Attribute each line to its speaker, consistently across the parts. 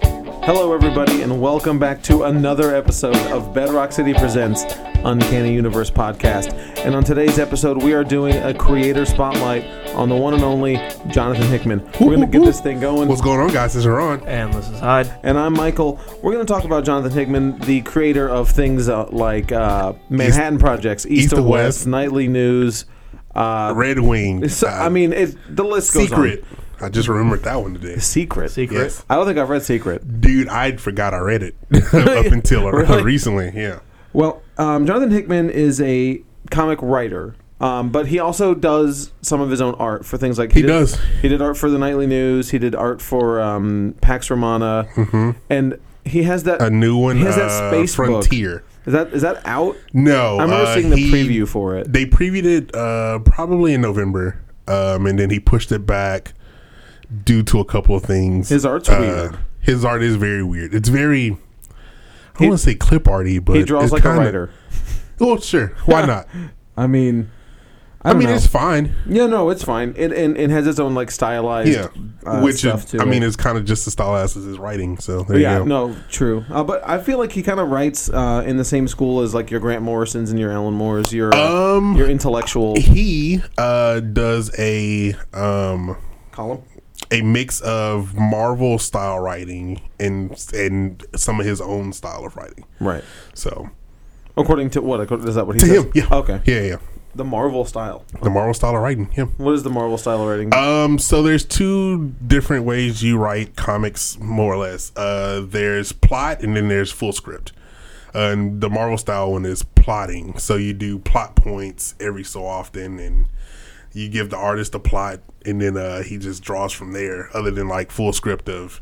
Speaker 1: Hello, everybody, and welcome back to another episode of Bedrock City Presents Uncanny Universe Podcast. And on today's episode, we are doing a creator spotlight on the one and only Jonathan Hickman. We're going to get this thing going.
Speaker 2: What's going on, guys? This is Ron.
Speaker 3: And this is Hyde.
Speaker 1: And I'm Michael. We're going to talk about Jonathan Hickman, the creator of things uh, like uh, Manhattan Projects, East,
Speaker 2: East
Speaker 1: to
Speaker 2: to
Speaker 1: West,
Speaker 2: West.
Speaker 1: Nightly News. Uh,
Speaker 2: Red Wing.
Speaker 1: so,
Speaker 2: Uh,
Speaker 1: I mean, it, the list goes on.
Speaker 2: Secret. I just remembered that one today.
Speaker 1: Secret.
Speaker 3: Secret.
Speaker 2: Yes.
Speaker 1: I don't think I've read Secret.
Speaker 2: Dude, I forgot I read it up until uh,
Speaker 1: Really?
Speaker 2: recently. Yeah.
Speaker 1: Well, um, Jonathan Hickman is a comic writer, um, but he also does some of his own art for things like
Speaker 2: He
Speaker 1: did-
Speaker 2: does.
Speaker 1: He did art for the Nightly News. He did art for um, Pax Romana,
Speaker 2: Mm-hmm.
Speaker 1: and he has that.
Speaker 2: A new one.
Speaker 1: He has that
Speaker 2: uh,
Speaker 1: space book.
Speaker 2: Frontier.
Speaker 1: is that is that out?
Speaker 2: No.
Speaker 1: I remember
Speaker 2: uh,
Speaker 1: seeing the
Speaker 2: he-
Speaker 1: preview for it.
Speaker 2: They previewed it uh, probably in November, um, and then he pushed it back due to a couple of things.
Speaker 1: His art's
Speaker 2: Uh,
Speaker 1: weird.
Speaker 2: His art is very weird. It's very. I
Speaker 1: He-
Speaker 2: don't want to say clip arty, but
Speaker 1: He draws
Speaker 2: it's
Speaker 1: like
Speaker 2: kinda-
Speaker 1: a writer.
Speaker 2: Well, sure. Why not?
Speaker 1: I mean, I,
Speaker 2: I,
Speaker 1: don't
Speaker 2: mean,
Speaker 1: know.
Speaker 2: it's fine.
Speaker 1: yeah, no, it's fine. It and it has its own like stylized
Speaker 2: yeah,
Speaker 1: uh,
Speaker 2: which
Speaker 1: stuff
Speaker 2: is,
Speaker 1: to
Speaker 2: I
Speaker 1: it.
Speaker 2: mean, it's kind of just the style as his writing. So there
Speaker 1: Yeah,
Speaker 2: you go.
Speaker 1: no, true. Uh, but I feel like he kind of writes uh, in the same school as like your Grant Morrison's and your Alan Moore's, your uh,
Speaker 2: Um,
Speaker 1: your intellectual
Speaker 2: he uh does a um
Speaker 1: column.
Speaker 2: a mix of Marvel style writing and and some of his own style of writing.
Speaker 1: Right.
Speaker 2: So
Speaker 1: According to what? According, is that what he
Speaker 2: to
Speaker 1: says?
Speaker 2: him, yeah,
Speaker 1: Okay.
Speaker 2: yeah, yeah,
Speaker 1: The Marvel style.
Speaker 2: the Marvel style of writing, yeah.
Speaker 1: What is the Marvel style rating?
Speaker 2: Um, so there's two different ways you write comics, more or less. Uh, there's plot, and then there's full script. Uh, and the Marvel style one is plotting. So you do plot points every so often, and you give the artist a plot, and then uh, he just draws from there. Other than like full script of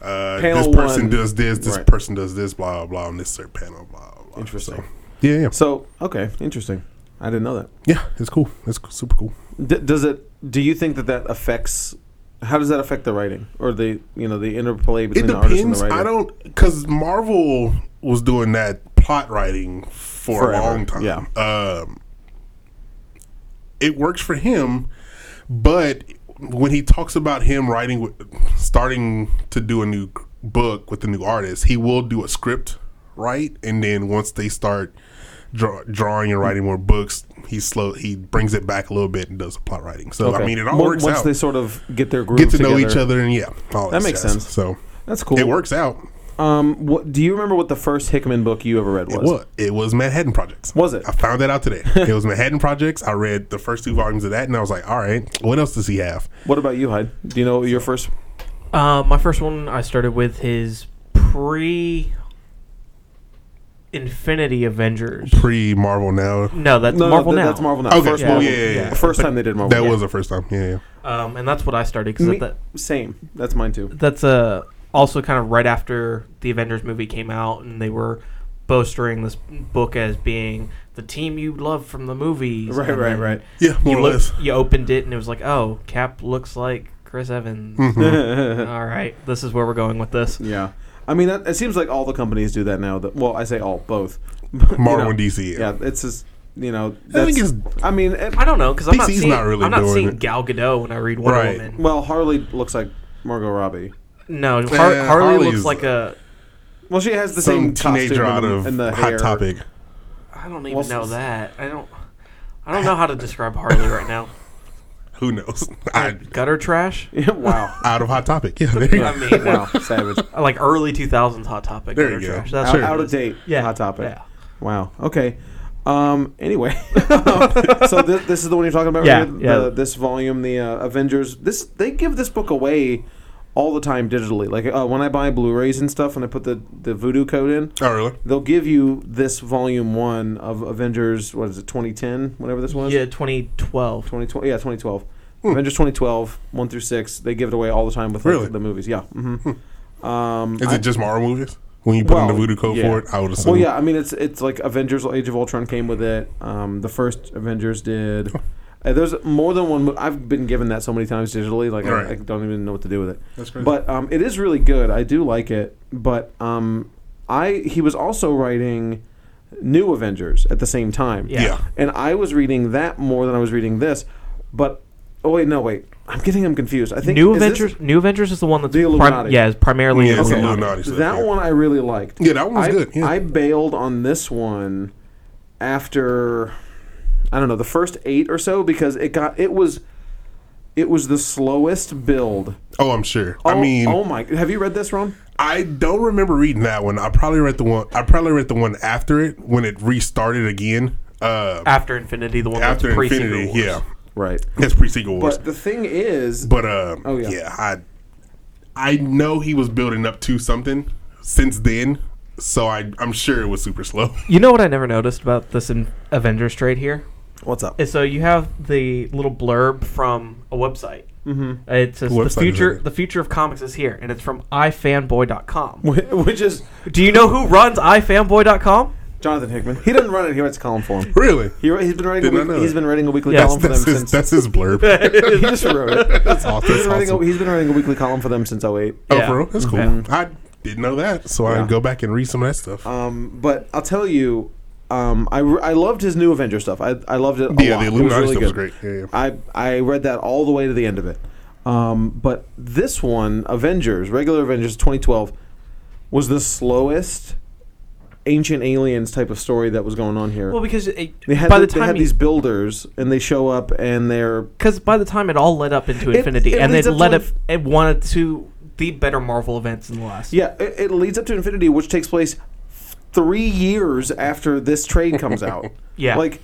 Speaker 2: uh,
Speaker 1: Panel
Speaker 2: this person
Speaker 1: one.
Speaker 2: does this, this
Speaker 1: Right.
Speaker 2: person does this, blah blah, blah, on this third panel, blah blah. blah.
Speaker 1: Interesting.
Speaker 2: So, yeah, yeah,
Speaker 1: so okay, interesting. I didn't know that.
Speaker 2: yeah. It's cool. It's super cool.
Speaker 1: D- does it? Do you think that that affects? How does that affect the writing or the you know the interplay between
Speaker 2: it
Speaker 1: the artist and
Speaker 2: depends.
Speaker 1: the writer?
Speaker 2: I don't because Marvel was doing that plot writing for
Speaker 1: Forever,
Speaker 2: a long time.
Speaker 1: yeah.
Speaker 2: um, it works for him, but when he talks about him writing, with, starting to do a new book with the new artist, he will do a script right, and then once they start draw, drawing and writing more books, he slow he brings it back a little bit and does the plot writing. So
Speaker 1: Okay.
Speaker 2: I mean, it all
Speaker 1: Mo-
Speaker 2: works
Speaker 1: once
Speaker 2: out.
Speaker 1: they sort of get their groove
Speaker 2: Get to know
Speaker 1: together.
Speaker 2: each other, and yeah, all
Speaker 1: That
Speaker 2: this
Speaker 1: makes
Speaker 2: jazz.
Speaker 1: sense.
Speaker 2: So.
Speaker 1: That's cool.
Speaker 2: It works out.
Speaker 1: Um, what, do you remember what the first Hickman book you ever read was?
Speaker 2: It was. It was Manhattan Projects.
Speaker 1: Was it?
Speaker 2: I found that out today. it was Manhattan Projects. I read the first two volumes of that, and I was like, all right, what else does he have?
Speaker 1: What about you, Hyde? Do you know what your first?
Speaker 3: Uh, my first one I started with his pre Infinity Avengers.
Speaker 2: Pre Marvel now.
Speaker 3: no, that's
Speaker 1: No, no,
Speaker 3: Marvel
Speaker 1: that-
Speaker 3: now.
Speaker 1: That's Marvel now.
Speaker 2: Okay.
Speaker 1: First
Speaker 3: Yeah,
Speaker 1: Marvel.
Speaker 2: yeah, yeah, yeah.
Speaker 1: The first time they did Marvel.
Speaker 2: That
Speaker 1: Yeah.
Speaker 2: was the first time. Yeah, yeah.
Speaker 3: Um, and that's what I started because
Speaker 1: Me-
Speaker 3: that,
Speaker 1: same. That's mine too.
Speaker 3: that's uh, also kind of right after the Avengers movie came out, and they were bolstering this book as being the team you love from the movies.
Speaker 1: Right,
Speaker 3: and
Speaker 1: right,
Speaker 3: then
Speaker 1: right.
Speaker 2: Yeah, more
Speaker 3: You,
Speaker 2: or
Speaker 3: look-
Speaker 2: less.
Speaker 3: you opened it, and it was like, oh, Cap looks like Chris Evans.
Speaker 1: Mm-hmm.
Speaker 3: All right, this is where we're going with this.
Speaker 1: yeah. I mean, that, it seems like all the companies do that now. That well, I say all, both.
Speaker 2: Marvel
Speaker 1: you know,
Speaker 2: and
Speaker 1: Yeah,
Speaker 2: DC. Yeah.
Speaker 1: it's just you know.
Speaker 2: I think
Speaker 1: that's-
Speaker 2: it's.
Speaker 1: I mean, it,
Speaker 3: I don't know because I'm not
Speaker 2: DC's
Speaker 3: seeing.
Speaker 2: not really
Speaker 3: I'm not
Speaker 2: doing
Speaker 3: seeing
Speaker 2: it.
Speaker 3: Gal Gadot when I read Wonder
Speaker 2: Right.
Speaker 3: Woman.
Speaker 1: well, Harley looks like Margot Robbie.
Speaker 3: No,
Speaker 2: Yeah,
Speaker 1: uh,
Speaker 3: Har- Harley
Speaker 2: Harley's-
Speaker 3: looks like a.
Speaker 1: Well, she has the same
Speaker 2: Some teenager
Speaker 1: costume
Speaker 2: out
Speaker 1: and,
Speaker 2: of
Speaker 1: and the hair.
Speaker 2: Hot Topic.
Speaker 3: I don't
Speaker 1: Well,
Speaker 3: even know
Speaker 1: s-
Speaker 3: that. I don't. I don't know how to describe Harley right now.
Speaker 2: Who knows? I,
Speaker 3: Gutter trash.
Speaker 1: Yeah, wow.
Speaker 2: out of Hot Topic. Yeah, there you
Speaker 3: I
Speaker 2: go.
Speaker 3: mean,
Speaker 1: wow. Savage.
Speaker 3: like early 2000s hot topic.
Speaker 2: There
Speaker 3: gutter
Speaker 2: you go.
Speaker 3: trash.
Speaker 1: Out,
Speaker 3: That's what it
Speaker 1: out
Speaker 3: is.
Speaker 1: of date.
Speaker 3: Yeah.
Speaker 1: Hot topic.
Speaker 3: Yeah.
Speaker 1: Wow. Okay. Um. Anyway, so this, this is the one you're talking about.
Speaker 3: Yeah,
Speaker 1: Right? here?
Speaker 3: yeah.
Speaker 1: The, this volume, the uh, Avengers. This they give this book away all the time digitally. Like uh, when I buy Blu-rays and stuff, and I put the the Voodoo code in,
Speaker 2: Oh, really?
Speaker 1: they'll give you this volume one of Avengers. What is it? 2010. Whatever this was.
Speaker 3: Yeah, 2012.
Speaker 1: 2012. Yeah. 2012. Avengers 2012 one through six. They give it away all the time with like,
Speaker 2: Really?
Speaker 1: the movies. Yeah. hmm Um.
Speaker 2: Is
Speaker 1: I-
Speaker 2: it just Marvel movies? When you put in the
Speaker 1: Well,
Speaker 2: voodoo code
Speaker 1: yeah.
Speaker 2: for it, I would assume.
Speaker 1: Well, yeah, I mean, it's it's like Avengers: Age of Ultron came with it. Um, the first Avengers did. Uh, there's more than one. Mo- I've been given that so many times digitally, like
Speaker 2: Right.
Speaker 1: I, I don't even know what to do with it.
Speaker 2: That's crazy.
Speaker 1: But um, it is really good. I do like it. But um, I he was also writing New Avengers at the same time.
Speaker 3: Yeah.
Speaker 2: Yeah.
Speaker 1: And I was reading that more than I was reading this, but Oh wait, no wait. I'm getting them confused. I think
Speaker 3: New
Speaker 1: is this-
Speaker 3: Avengers. New Avengers is the one that's
Speaker 1: The Illuminati.
Speaker 3: yeah, is primarily
Speaker 2: Yeah, it's
Speaker 1: Okay.
Speaker 2: Illuminati stuff,
Speaker 1: that
Speaker 2: yeah.
Speaker 1: one I really liked.
Speaker 2: Yeah, that one was
Speaker 1: I,
Speaker 2: good, yeah.
Speaker 1: I bailed on this one after I don't know the first eight or so because it got it was it was the slowest build.
Speaker 2: Oh, I'm sure. I
Speaker 1: Oh-
Speaker 2: mean,
Speaker 1: oh my! Have you read this, Ron?
Speaker 2: I don't remember reading that one. I probably read the one. I probably read the one after it when it restarted again. Uh,
Speaker 3: after Infinity, the one
Speaker 2: after
Speaker 3: that's pre
Speaker 2: Infinity, yeah,
Speaker 1: Right.
Speaker 2: that's pre sequel wars.
Speaker 1: But the thing is,
Speaker 2: But, uh,
Speaker 1: Oh, yeah.
Speaker 2: yeah. I I know he was building up to something since then, so I I'm sure it was super slow.
Speaker 3: You know what I never noticed about this in Avengers trade here?
Speaker 1: what's up?
Speaker 3: is so you have the little blurb from a website. Mm-hmm. It says the
Speaker 2: What website is
Speaker 3: future
Speaker 2: it?
Speaker 3: the future of comics is here, and it's from ifanboy.com.
Speaker 1: Which is
Speaker 3: Do you know who runs ifanboy.com?
Speaker 1: Jonathan Hickman. He doesn't run it. He writes a column for him.
Speaker 2: really?
Speaker 1: He, he's been writing.
Speaker 2: Did
Speaker 1: A
Speaker 2: not
Speaker 1: week,
Speaker 2: know
Speaker 1: he's
Speaker 2: that.
Speaker 1: been writing a weekly
Speaker 3: Yes,
Speaker 1: column for them
Speaker 2: That's his,
Speaker 1: since.
Speaker 2: that's his blurb.
Speaker 1: he just wrote it.
Speaker 2: that's
Speaker 1: He's
Speaker 2: awesome. That's
Speaker 1: been, writing a,
Speaker 2: awesome.
Speaker 1: he's been writing a weekly column for them since 08.
Speaker 2: Oh,
Speaker 3: Yeah.
Speaker 2: for real? That's cool.
Speaker 3: Yeah.
Speaker 2: I didn't know that, so
Speaker 1: Yeah.
Speaker 2: I go back and read some of that stuff.
Speaker 1: Um, but I'll tell you, um, I, re- I loved his new Avenger stuff. I, I loved it. A
Speaker 2: Yeah,
Speaker 1: lot.
Speaker 2: the
Speaker 1: It
Speaker 2: Illuminati
Speaker 1: was really
Speaker 2: stuff was
Speaker 1: good.
Speaker 2: great. Yeah, yeah.
Speaker 1: I I read that all the way to the end of it. Um, but this one, Avengers, regular Avengers 2012, was the slowest ancient aliens type of story that was going on here.
Speaker 3: Well, because it,
Speaker 1: they had
Speaker 3: by the
Speaker 1: th- they
Speaker 3: time
Speaker 1: had these builders, and they show up, and they're
Speaker 3: because by the time it all led up into
Speaker 1: It-
Speaker 3: Infinity,
Speaker 1: it
Speaker 3: and
Speaker 1: leads
Speaker 3: then
Speaker 1: up
Speaker 3: led
Speaker 1: to
Speaker 3: up it wanted to the better Marvel events in the last.
Speaker 1: Yeah, it, it leads up to Infinity, which takes place three years after this trade comes out.
Speaker 3: Yeah.
Speaker 1: like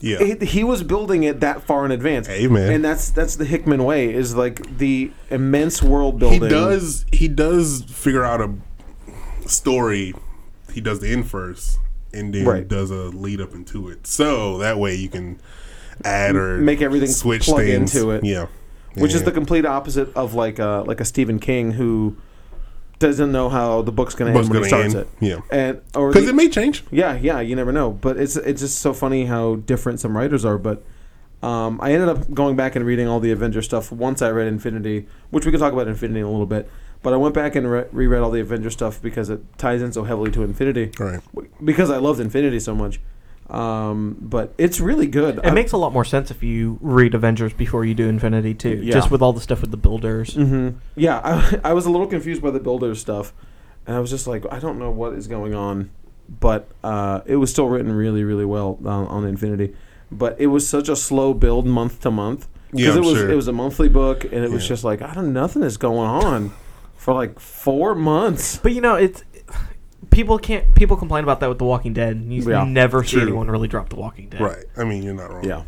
Speaker 2: Yeah.
Speaker 1: it- he was building it that far in advance.
Speaker 2: Hey, man.
Speaker 1: and that's that's the Hickman way is like the immense world
Speaker 2: he
Speaker 1: building.
Speaker 2: does he does figure out a story he does the end first and then
Speaker 1: Right.
Speaker 2: does a lead up into it so that way you can add or
Speaker 1: Make everything plug into it.
Speaker 2: yeah
Speaker 1: which is
Speaker 2: Yeah.
Speaker 1: the complete opposite of like a like a Stephen King who doesn't know how the book's going to
Speaker 2: Book's
Speaker 1: end when he
Speaker 2: gonna
Speaker 1: starts
Speaker 2: end,
Speaker 1: it.
Speaker 2: yeah.
Speaker 1: and or
Speaker 2: because
Speaker 1: the-
Speaker 2: it may change
Speaker 1: Yeah, yeah, you never know. But it's it's just so funny how different some writers are. But um, I ended up going back and reading all the Avenger stuff once I read Infinity, which we can talk about Infinity in a little bit. But I went back and re- reread all the Avenger stuff because it ties in so heavily to Infinity.
Speaker 2: Right.
Speaker 1: Because I loved Infinity so much. Um, but it's really good.
Speaker 3: It makes a lot more sense if you read Avengers before you do Infinity too,
Speaker 1: Yeah.
Speaker 3: just with all the stuff with the builders.
Speaker 1: hmm Yeah, I, I was a little confused by the Builders stuff. And I was just like, I don't know what is going on. But uh, it was still written really, really well uh, on Infinity. But it was such a slow build month to month.
Speaker 2: Yeah,
Speaker 1: Because it
Speaker 2: I'm
Speaker 1: was
Speaker 2: sure.
Speaker 1: it was a monthly book, and it was
Speaker 2: Yeah.
Speaker 1: just like I don't nothing is going on for like four months.
Speaker 3: But you know, it's people can't people complain about that with The Walking Dead. and You
Speaker 1: Yeah.
Speaker 3: never see
Speaker 2: True.
Speaker 3: anyone really drop The Walking Dead.
Speaker 2: right i mean you're not wrong
Speaker 1: Yeah,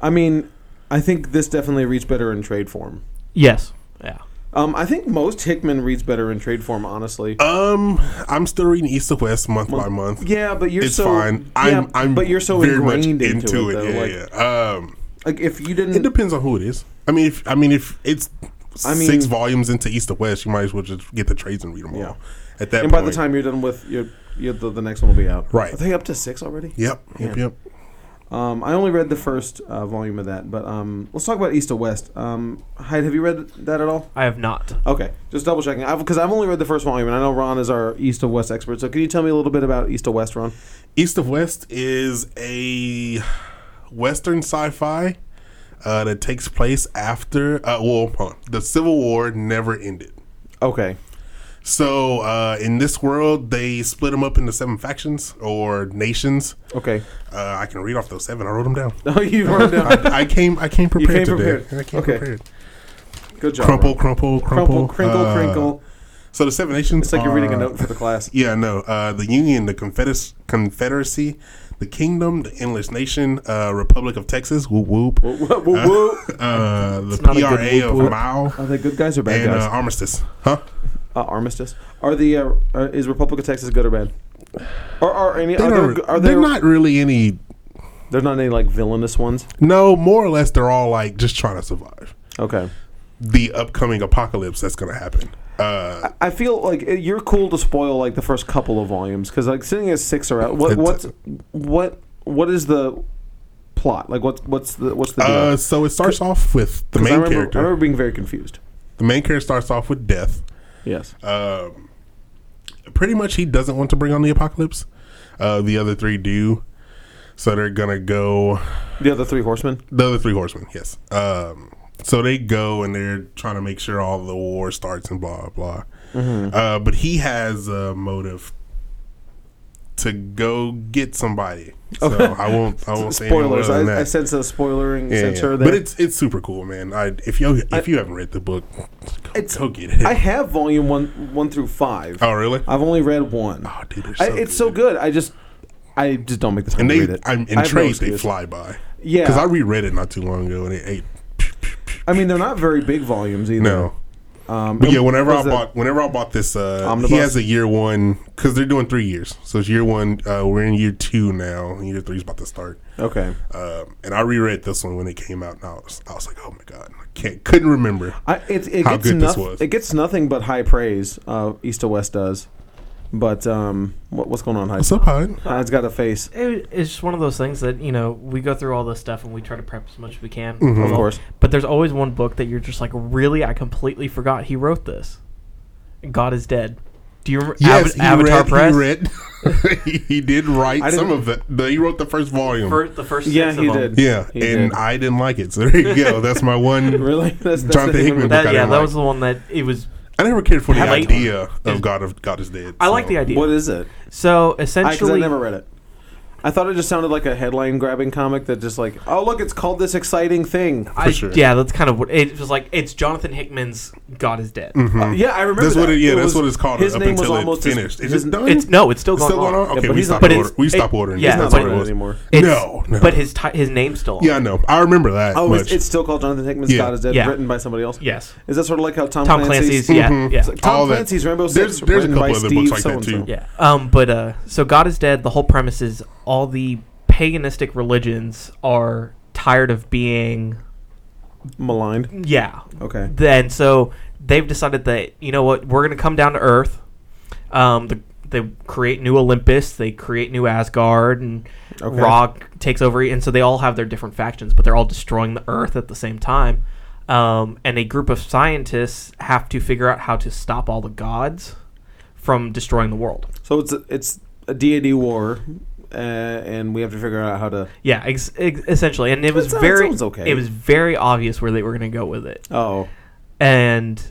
Speaker 1: I mean, I think this definitely reads better in trade form.
Speaker 3: Yes. Yeah.
Speaker 1: Um, I think most Hickman reads better in trade form, honestly.
Speaker 2: um i'm still reading east to west month, by month
Speaker 1: Yeah, but you're
Speaker 2: it's
Speaker 1: so
Speaker 2: fine i'm
Speaker 1: yeah,
Speaker 2: i'm
Speaker 1: but you're so
Speaker 2: very much
Speaker 1: ingrained into, it. though.
Speaker 2: yeah
Speaker 1: like,
Speaker 2: yeah um
Speaker 1: like if you
Speaker 2: It
Speaker 1: didn't
Speaker 2: depends on who it is. I mean, if I mean if it's
Speaker 1: Mm. I mean-
Speaker 2: six volumes into East to West, you might as well just get the trades and read them
Speaker 1: Yeah.
Speaker 2: all. At that
Speaker 1: and by
Speaker 2: point,
Speaker 1: the time you're done with your, your the, the next one will be out.
Speaker 2: Right.
Speaker 1: Are they up to six already?
Speaker 2: yep, yep,
Speaker 1: Yeah.
Speaker 2: yep.
Speaker 1: Um, I only read the first uh, volume of that, but um, let's talk about East to West. Um, Hyde, have you read that at all?
Speaker 3: I have not.
Speaker 1: Okay, just double checking. Because I've, only read the first volume, and I know Ron is our East to West expert. So can you tell me a little bit about East to West, Ron?
Speaker 2: East of West is a Western sci-fi uh, that takes place after uh, well, hold on. the Civil War never ended.
Speaker 1: Okay.
Speaker 2: So uh, in this world, they split them up into seven factions or nations.
Speaker 1: Okay.
Speaker 2: Uh, I can read off those seven. I wrote them down.
Speaker 1: Oh, you wrote down.
Speaker 2: I, I came. I came prepared
Speaker 1: came
Speaker 2: today.
Speaker 1: prepared.
Speaker 2: I came
Speaker 1: Okay.
Speaker 2: prepared.
Speaker 1: Good job.
Speaker 2: Crumple,
Speaker 1: Ron.
Speaker 2: crumple, crumple,
Speaker 1: crumple, crinkle,
Speaker 2: Uh,
Speaker 1: crinkle.
Speaker 2: So the Seven Nations.
Speaker 1: It's like you're reading a
Speaker 2: are-
Speaker 1: note for the class.
Speaker 2: Yeah, no. Uh, the Union, the Confeder- Confederacy, the Kingdom, the Endless Nation, uh, Republic of Texas, whoop whoop,
Speaker 1: Woo, woo, woo, woo.
Speaker 2: uh, the
Speaker 3: not a good
Speaker 2: PRA
Speaker 3: whoop, whoop.
Speaker 2: of Mao,
Speaker 1: Are they good guys or bad
Speaker 2: and
Speaker 1: guys?
Speaker 2: uh, Armistice. Huh?
Speaker 1: uh, armistice. Are the uh, uh, is Republic of Texas good or bad? Are, are any
Speaker 2: They
Speaker 1: are
Speaker 2: don't-
Speaker 1: there, are
Speaker 2: they're
Speaker 1: there
Speaker 2: not really any.
Speaker 1: There's not any like villainous ones.
Speaker 2: No, more or less, they're all like just trying to survive
Speaker 1: Okay,
Speaker 2: the upcoming apocalypse that's going to happen. Uh,
Speaker 1: I feel like uh, you're cool to spoil like the first couple of volumes because like sitting at six or out. What
Speaker 2: It's-
Speaker 1: what's what what is the plot like? What's what's the what's the deal?
Speaker 2: uh, so it starts off with the
Speaker 1: 'Cause I
Speaker 2: main
Speaker 1: remember,
Speaker 2: character.
Speaker 1: I remember being very confused.
Speaker 2: the main character starts off with death.
Speaker 1: Yes.
Speaker 2: um, pretty much he doesn't want to bring on the apocalypse. Uh, the other three do, so they're gonna go.
Speaker 1: The other three horsemen.
Speaker 2: The other three horsemen, yes. Um, So they go and they're trying to make sure all the war starts and blah blah.
Speaker 1: Mm-hmm.
Speaker 2: Uh, but he has a motive to go get somebody. So I won't. I won't say any more
Speaker 1: Spoilers.
Speaker 2: than
Speaker 1: I, I
Speaker 2: that.
Speaker 1: sense a spoilering
Speaker 2: Yeah,
Speaker 1: censor
Speaker 2: yeah.
Speaker 1: there.
Speaker 2: But it's it's super cool, man. I if you if
Speaker 1: I-
Speaker 2: you haven't read the book, go,
Speaker 1: It's-
Speaker 2: go get it.
Speaker 1: I have volume one, one through five.
Speaker 2: oh really?
Speaker 1: I've only read one.
Speaker 2: Oh dude, they're
Speaker 1: I, it's so good. I just, I just don't make the time
Speaker 2: And
Speaker 1: to
Speaker 2: they,
Speaker 1: read it.
Speaker 2: I'm
Speaker 1: I have no
Speaker 2: intrigued. they
Speaker 1: excuse.
Speaker 2: fly by.
Speaker 1: Yeah,
Speaker 2: Because I reread it not too long ago, and it ate.
Speaker 1: I mean, they're not very big volumes either.
Speaker 2: No,
Speaker 1: Um,
Speaker 2: but yeah, whenever I
Speaker 1: was it-
Speaker 2: bought, whenever I bought this, uh,
Speaker 1: Omnibus?
Speaker 2: he has a year one because they're doing three years. So it's year one. Uh, we're in year two now. And year three's about to start.
Speaker 1: Okay.
Speaker 2: Um, and I reread this one when it came out, and I was, I was like, oh my god, I can't, couldn't remember.
Speaker 1: I, it, it
Speaker 2: How
Speaker 1: gets
Speaker 2: good
Speaker 1: noth-
Speaker 2: this was.
Speaker 1: It gets nothing but high praise. Uh, East to West does, but um, what, what's going on? Hyde?
Speaker 2: What's up, Hyde?
Speaker 1: Uh, it's got a face,
Speaker 4: It, it's just one of those things that you know we go through all this stuff and we try to prep as much as we can.
Speaker 2: Mhm.
Speaker 1: of
Speaker 2: Well,
Speaker 1: course.
Speaker 4: But there's always one book that you're just like, really, I completely forgot he wrote this. God is dead. Do you remember
Speaker 2: Yes,
Speaker 4: Ava- Avatar Press?
Speaker 2: he read. He, did write
Speaker 1: I
Speaker 2: some
Speaker 1: didn't-
Speaker 2: of it. But he wrote the first volume.
Speaker 4: Fir- the first
Speaker 1: Yeah,
Speaker 4: six
Speaker 1: he
Speaker 4: of them.
Speaker 1: did.
Speaker 2: yeah,
Speaker 1: He
Speaker 2: and
Speaker 1: did.
Speaker 2: I didn't like it. So there you go. That's my one.
Speaker 1: Really? That's, the
Speaker 2: Jonathan
Speaker 1: thing
Speaker 2: Hickman
Speaker 1: with-
Speaker 2: book I
Speaker 4: That, yeah,
Speaker 2: didn't
Speaker 4: that
Speaker 2: like.
Speaker 4: was the one that it was.
Speaker 2: I never cared for the
Speaker 4: Have I-
Speaker 2: idea of God of God is dead.
Speaker 4: I like
Speaker 2: so.
Speaker 4: the idea.
Speaker 1: What is it? I,
Speaker 4: so
Speaker 1: 'cause I
Speaker 4: essentially,
Speaker 1: never read it. I thought it just sounded like a headline grabbing comic that just like, oh look, it's called this exciting thing.
Speaker 4: I-
Speaker 2: sure.
Speaker 4: yeah, that's kind of what it was like. It's Jonathan Hickman's God is dead.
Speaker 2: Mm-hmm.
Speaker 1: Uh, yeah, I remember.
Speaker 2: Hmm. That's
Speaker 1: that.
Speaker 2: what it, yeah, that's
Speaker 1: was-
Speaker 2: what it's called.
Speaker 1: His
Speaker 2: up
Speaker 1: name
Speaker 2: until
Speaker 1: was almost
Speaker 2: it
Speaker 1: as-
Speaker 2: finished. Is
Speaker 1: his-
Speaker 2: it done?
Speaker 4: It's no, it's still
Speaker 2: It's
Speaker 4: going
Speaker 2: still going
Speaker 4: on.
Speaker 2: on. Okay,
Speaker 1: but
Speaker 2: we
Speaker 1: he's
Speaker 2: stop
Speaker 1: not-
Speaker 4: but
Speaker 2: ordering.
Speaker 4: it's-
Speaker 2: We
Speaker 4: it-
Speaker 2: stop ordering.
Speaker 4: yeah,
Speaker 2: that's
Speaker 1: He's
Speaker 4: but-
Speaker 1: not
Speaker 2: what
Speaker 1: on
Speaker 2: it
Speaker 1: it
Speaker 2: was.
Speaker 1: anymore.
Speaker 2: No, no.
Speaker 4: But his ti- his name's still on.
Speaker 2: yeah, I know. I remember that.
Speaker 1: Oh, it's,
Speaker 2: much.
Speaker 1: it's still called Jonathan Hickman's
Speaker 2: Yeah.
Speaker 1: God is Dead,
Speaker 4: Yeah.
Speaker 1: written by somebody else.
Speaker 4: Yes.
Speaker 1: Is that sort of like how Tom,
Speaker 4: Tom
Speaker 1: Clancy's?
Speaker 4: Clancy's. Yeah.
Speaker 2: Mhm.
Speaker 4: Yeah.
Speaker 1: It's like Tom
Speaker 2: All that.
Speaker 1: Clancy's Rainbow
Speaker 2: There's-
Speaker 1: Six,
Speaker 2: there's a
Speaker 1: written
Speaker 2: couple
Speaker 1: by
Speaker 2: other
Speaker 1: Steve
Speaker 2: books like that,
Speaker 1: so-and-so.
Speaker 2: too.
Speaker 4: Yeah. Um, but uh, so God is dead. The whole premise is all the paganistic religions are tired of being
Speaker 1: Maligned.
Speaker 4: yeah.
Speaker 1: Okay.
Speaker 4: Then so they've decided that you know what we're gonna come down to Earth. Um, the, they create new Olympus. They create new Asgard, and
Speaker 1: Okay.
Speaker 4: Ra takes over. And so they all have their different factions, but they're all destroying the Earth at the same time. Um, and a group of scientists have to figure out how to stop all the gods from destroying the world.
Speaker 1: So it's a, it's a deity war, uh, and we have to figure out how to.
Speaker 4: Yeah, ex- ex- essentially, and it was
Speaker 1: That sounds-
Speaker 4: very
Speaker 1: sounds okay.
Speaker 4: It was very obvious where they were going to go with it,
Speaker 1: Oh,
Speaker 4: and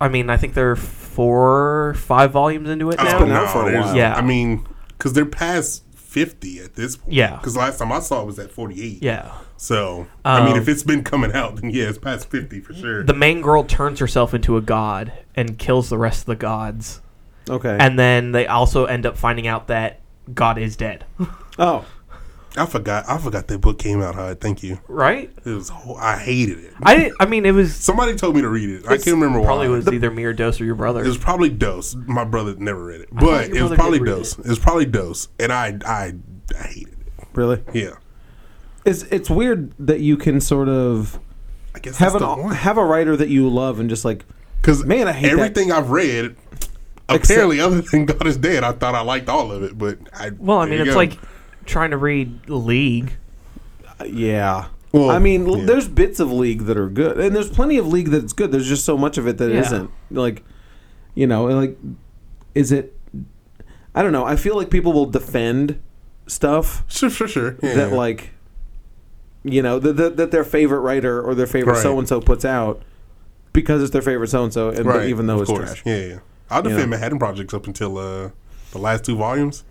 Speaker 4: I mean, I think there are four, five volumes into it
Speaker 2: Oh,
Speaker 4: now.
Speaker 1: been out for a
Speaker 2: there's-
Speaker 1: while.
Speaker 4: Yeah.
Speaker 2: I mean, because they're past fifty at this point.
Speaker 4: Yeah.
Speaker 2: Because last time I saw it was at forty-eight.
Speaker 4: Yeah,
Speaker 2: So I mean,
Speaker 4: Um,
Speaker 2: if it's been coming out, then yeah, it's past fifty for sure.
Speaker 4: the main girl turns herself into a god and kills the rest of the gods,
Speaker 1: okay.
Speaker 4: and then they also end up finding out that God is dead.
Speaker 1: oh,
Speaker 2: I forgot. I forgot that book came out. Hyde. Thank you.
Speaker 4: right?
Speaker 2: It was. ho- I hated it.
Speaker 4: I didn't- I mean, it was
Speaker 2: Somebody told me to read it. I can't remember
Speaker 4: probably
Speaker 2: why.
Speaker 4: was either me or Dose or your brother.
Speaker 2: It was probably dose. My brother never read it,
Speaker 4: thought your
Speaker 2: but it was
Speaker 4: brother
Speaker 2: probably
Speaker 4: did read
Speaker 2: dose. It. was probably dose, and I, I, I hated it.
Speaker 1: really?
Speaker 2: Yeah,
Speaker 1: It's it's weird that you can sort of
Speaker 2: I guess
Speaker 1: have
Speaker 2: that's
Speaker 1: an
Speaker 2: the one.
Speaker 1: have a writer that you love and just like
Speaker 2: Because
Speaker 1: man, I hate that.
Speaker 2: everything I've read, apparently, other than God is dead, I thought I liked all of it. But I,
Speaker 4: well, I
Speaker 2: there
Speaker 4: mean,
Speaker 2: you
Speaker 4: it's
Speaker 2: go.
Speaker 4: like trying to read League.
Speaker 1: uh, yeah.
Speaker 2: Well,
Speaker 1: I mean, l
Speaker 2: yeah.
Speaker 1: there's bits of League that are good, and there's plenty of League that's good. There's just so much of it that
Speaker 4: Yeah.
Speaker 1: not Like, you know, and, like, is it? I don't know. I feel like people will defend stuff
Speaker 2: sure, sure, sure. Yeah.
Speaker 1: that like you know that that that their favorite writer or their favorite
Speaker 2: Right.
Speaker 1: so and so puts out because it's their favorite so and so and
Speaker 2: right?
Speaker 1: even though
Speaker 2: of
Speaker 1: it's
Speaker 2: course.
Speaker 1: trash.
Speaker 2: yeah, yeah. I'll
Speaker 1: You
Speaker 2: defend
Speaker 1: know.
Speaker 2: Manhattan Projects up until uh, the last two volumes,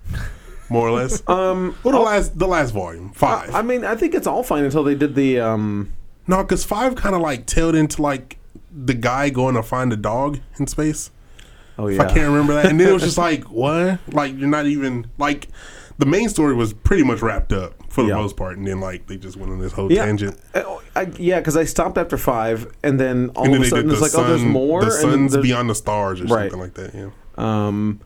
Speaker 2: more or less.
Speaker 1: Um
Speaker 2: Well, the last, the last volume, five.
Speaker 1: I mean I think it's all fine until they did the um
Speaker 2: No, because five kind of like tailed into like the guy going to find a dog in space.
Speaker 1: oh
Speaker 2: If
Speaker 1: yeah.
Speaker 2: I can't remember that, and then it was just like what? Like you're not even like the main story was pretty much wrapped up for the
Speaker 1: Yeah.
Speaker 2: most part, and then like they just went on this whole
Speaker 1: Yeah.
Speaker 2: tangent.
Speaker 1: I, I- yeah, cuz I stopped after 5 and then all
Speaker 2: And then
Speaker 1: of a
Speaker 2: they
Speaker 1: sudden
Speaker 2: did
Speaker 1: it's
Speaker 2: the
Speaker 1: like oh there's
Speaker 2: sun-
Speaker 1: more
Speaker 2: the
Speaker 1: and
Speaker 2: sun's
Speaker 1: there's-
Speaker 2: beyond the stars or
Speaker 1: Right.
Speaker 2: something like that. Yeah,
Speaker 1: um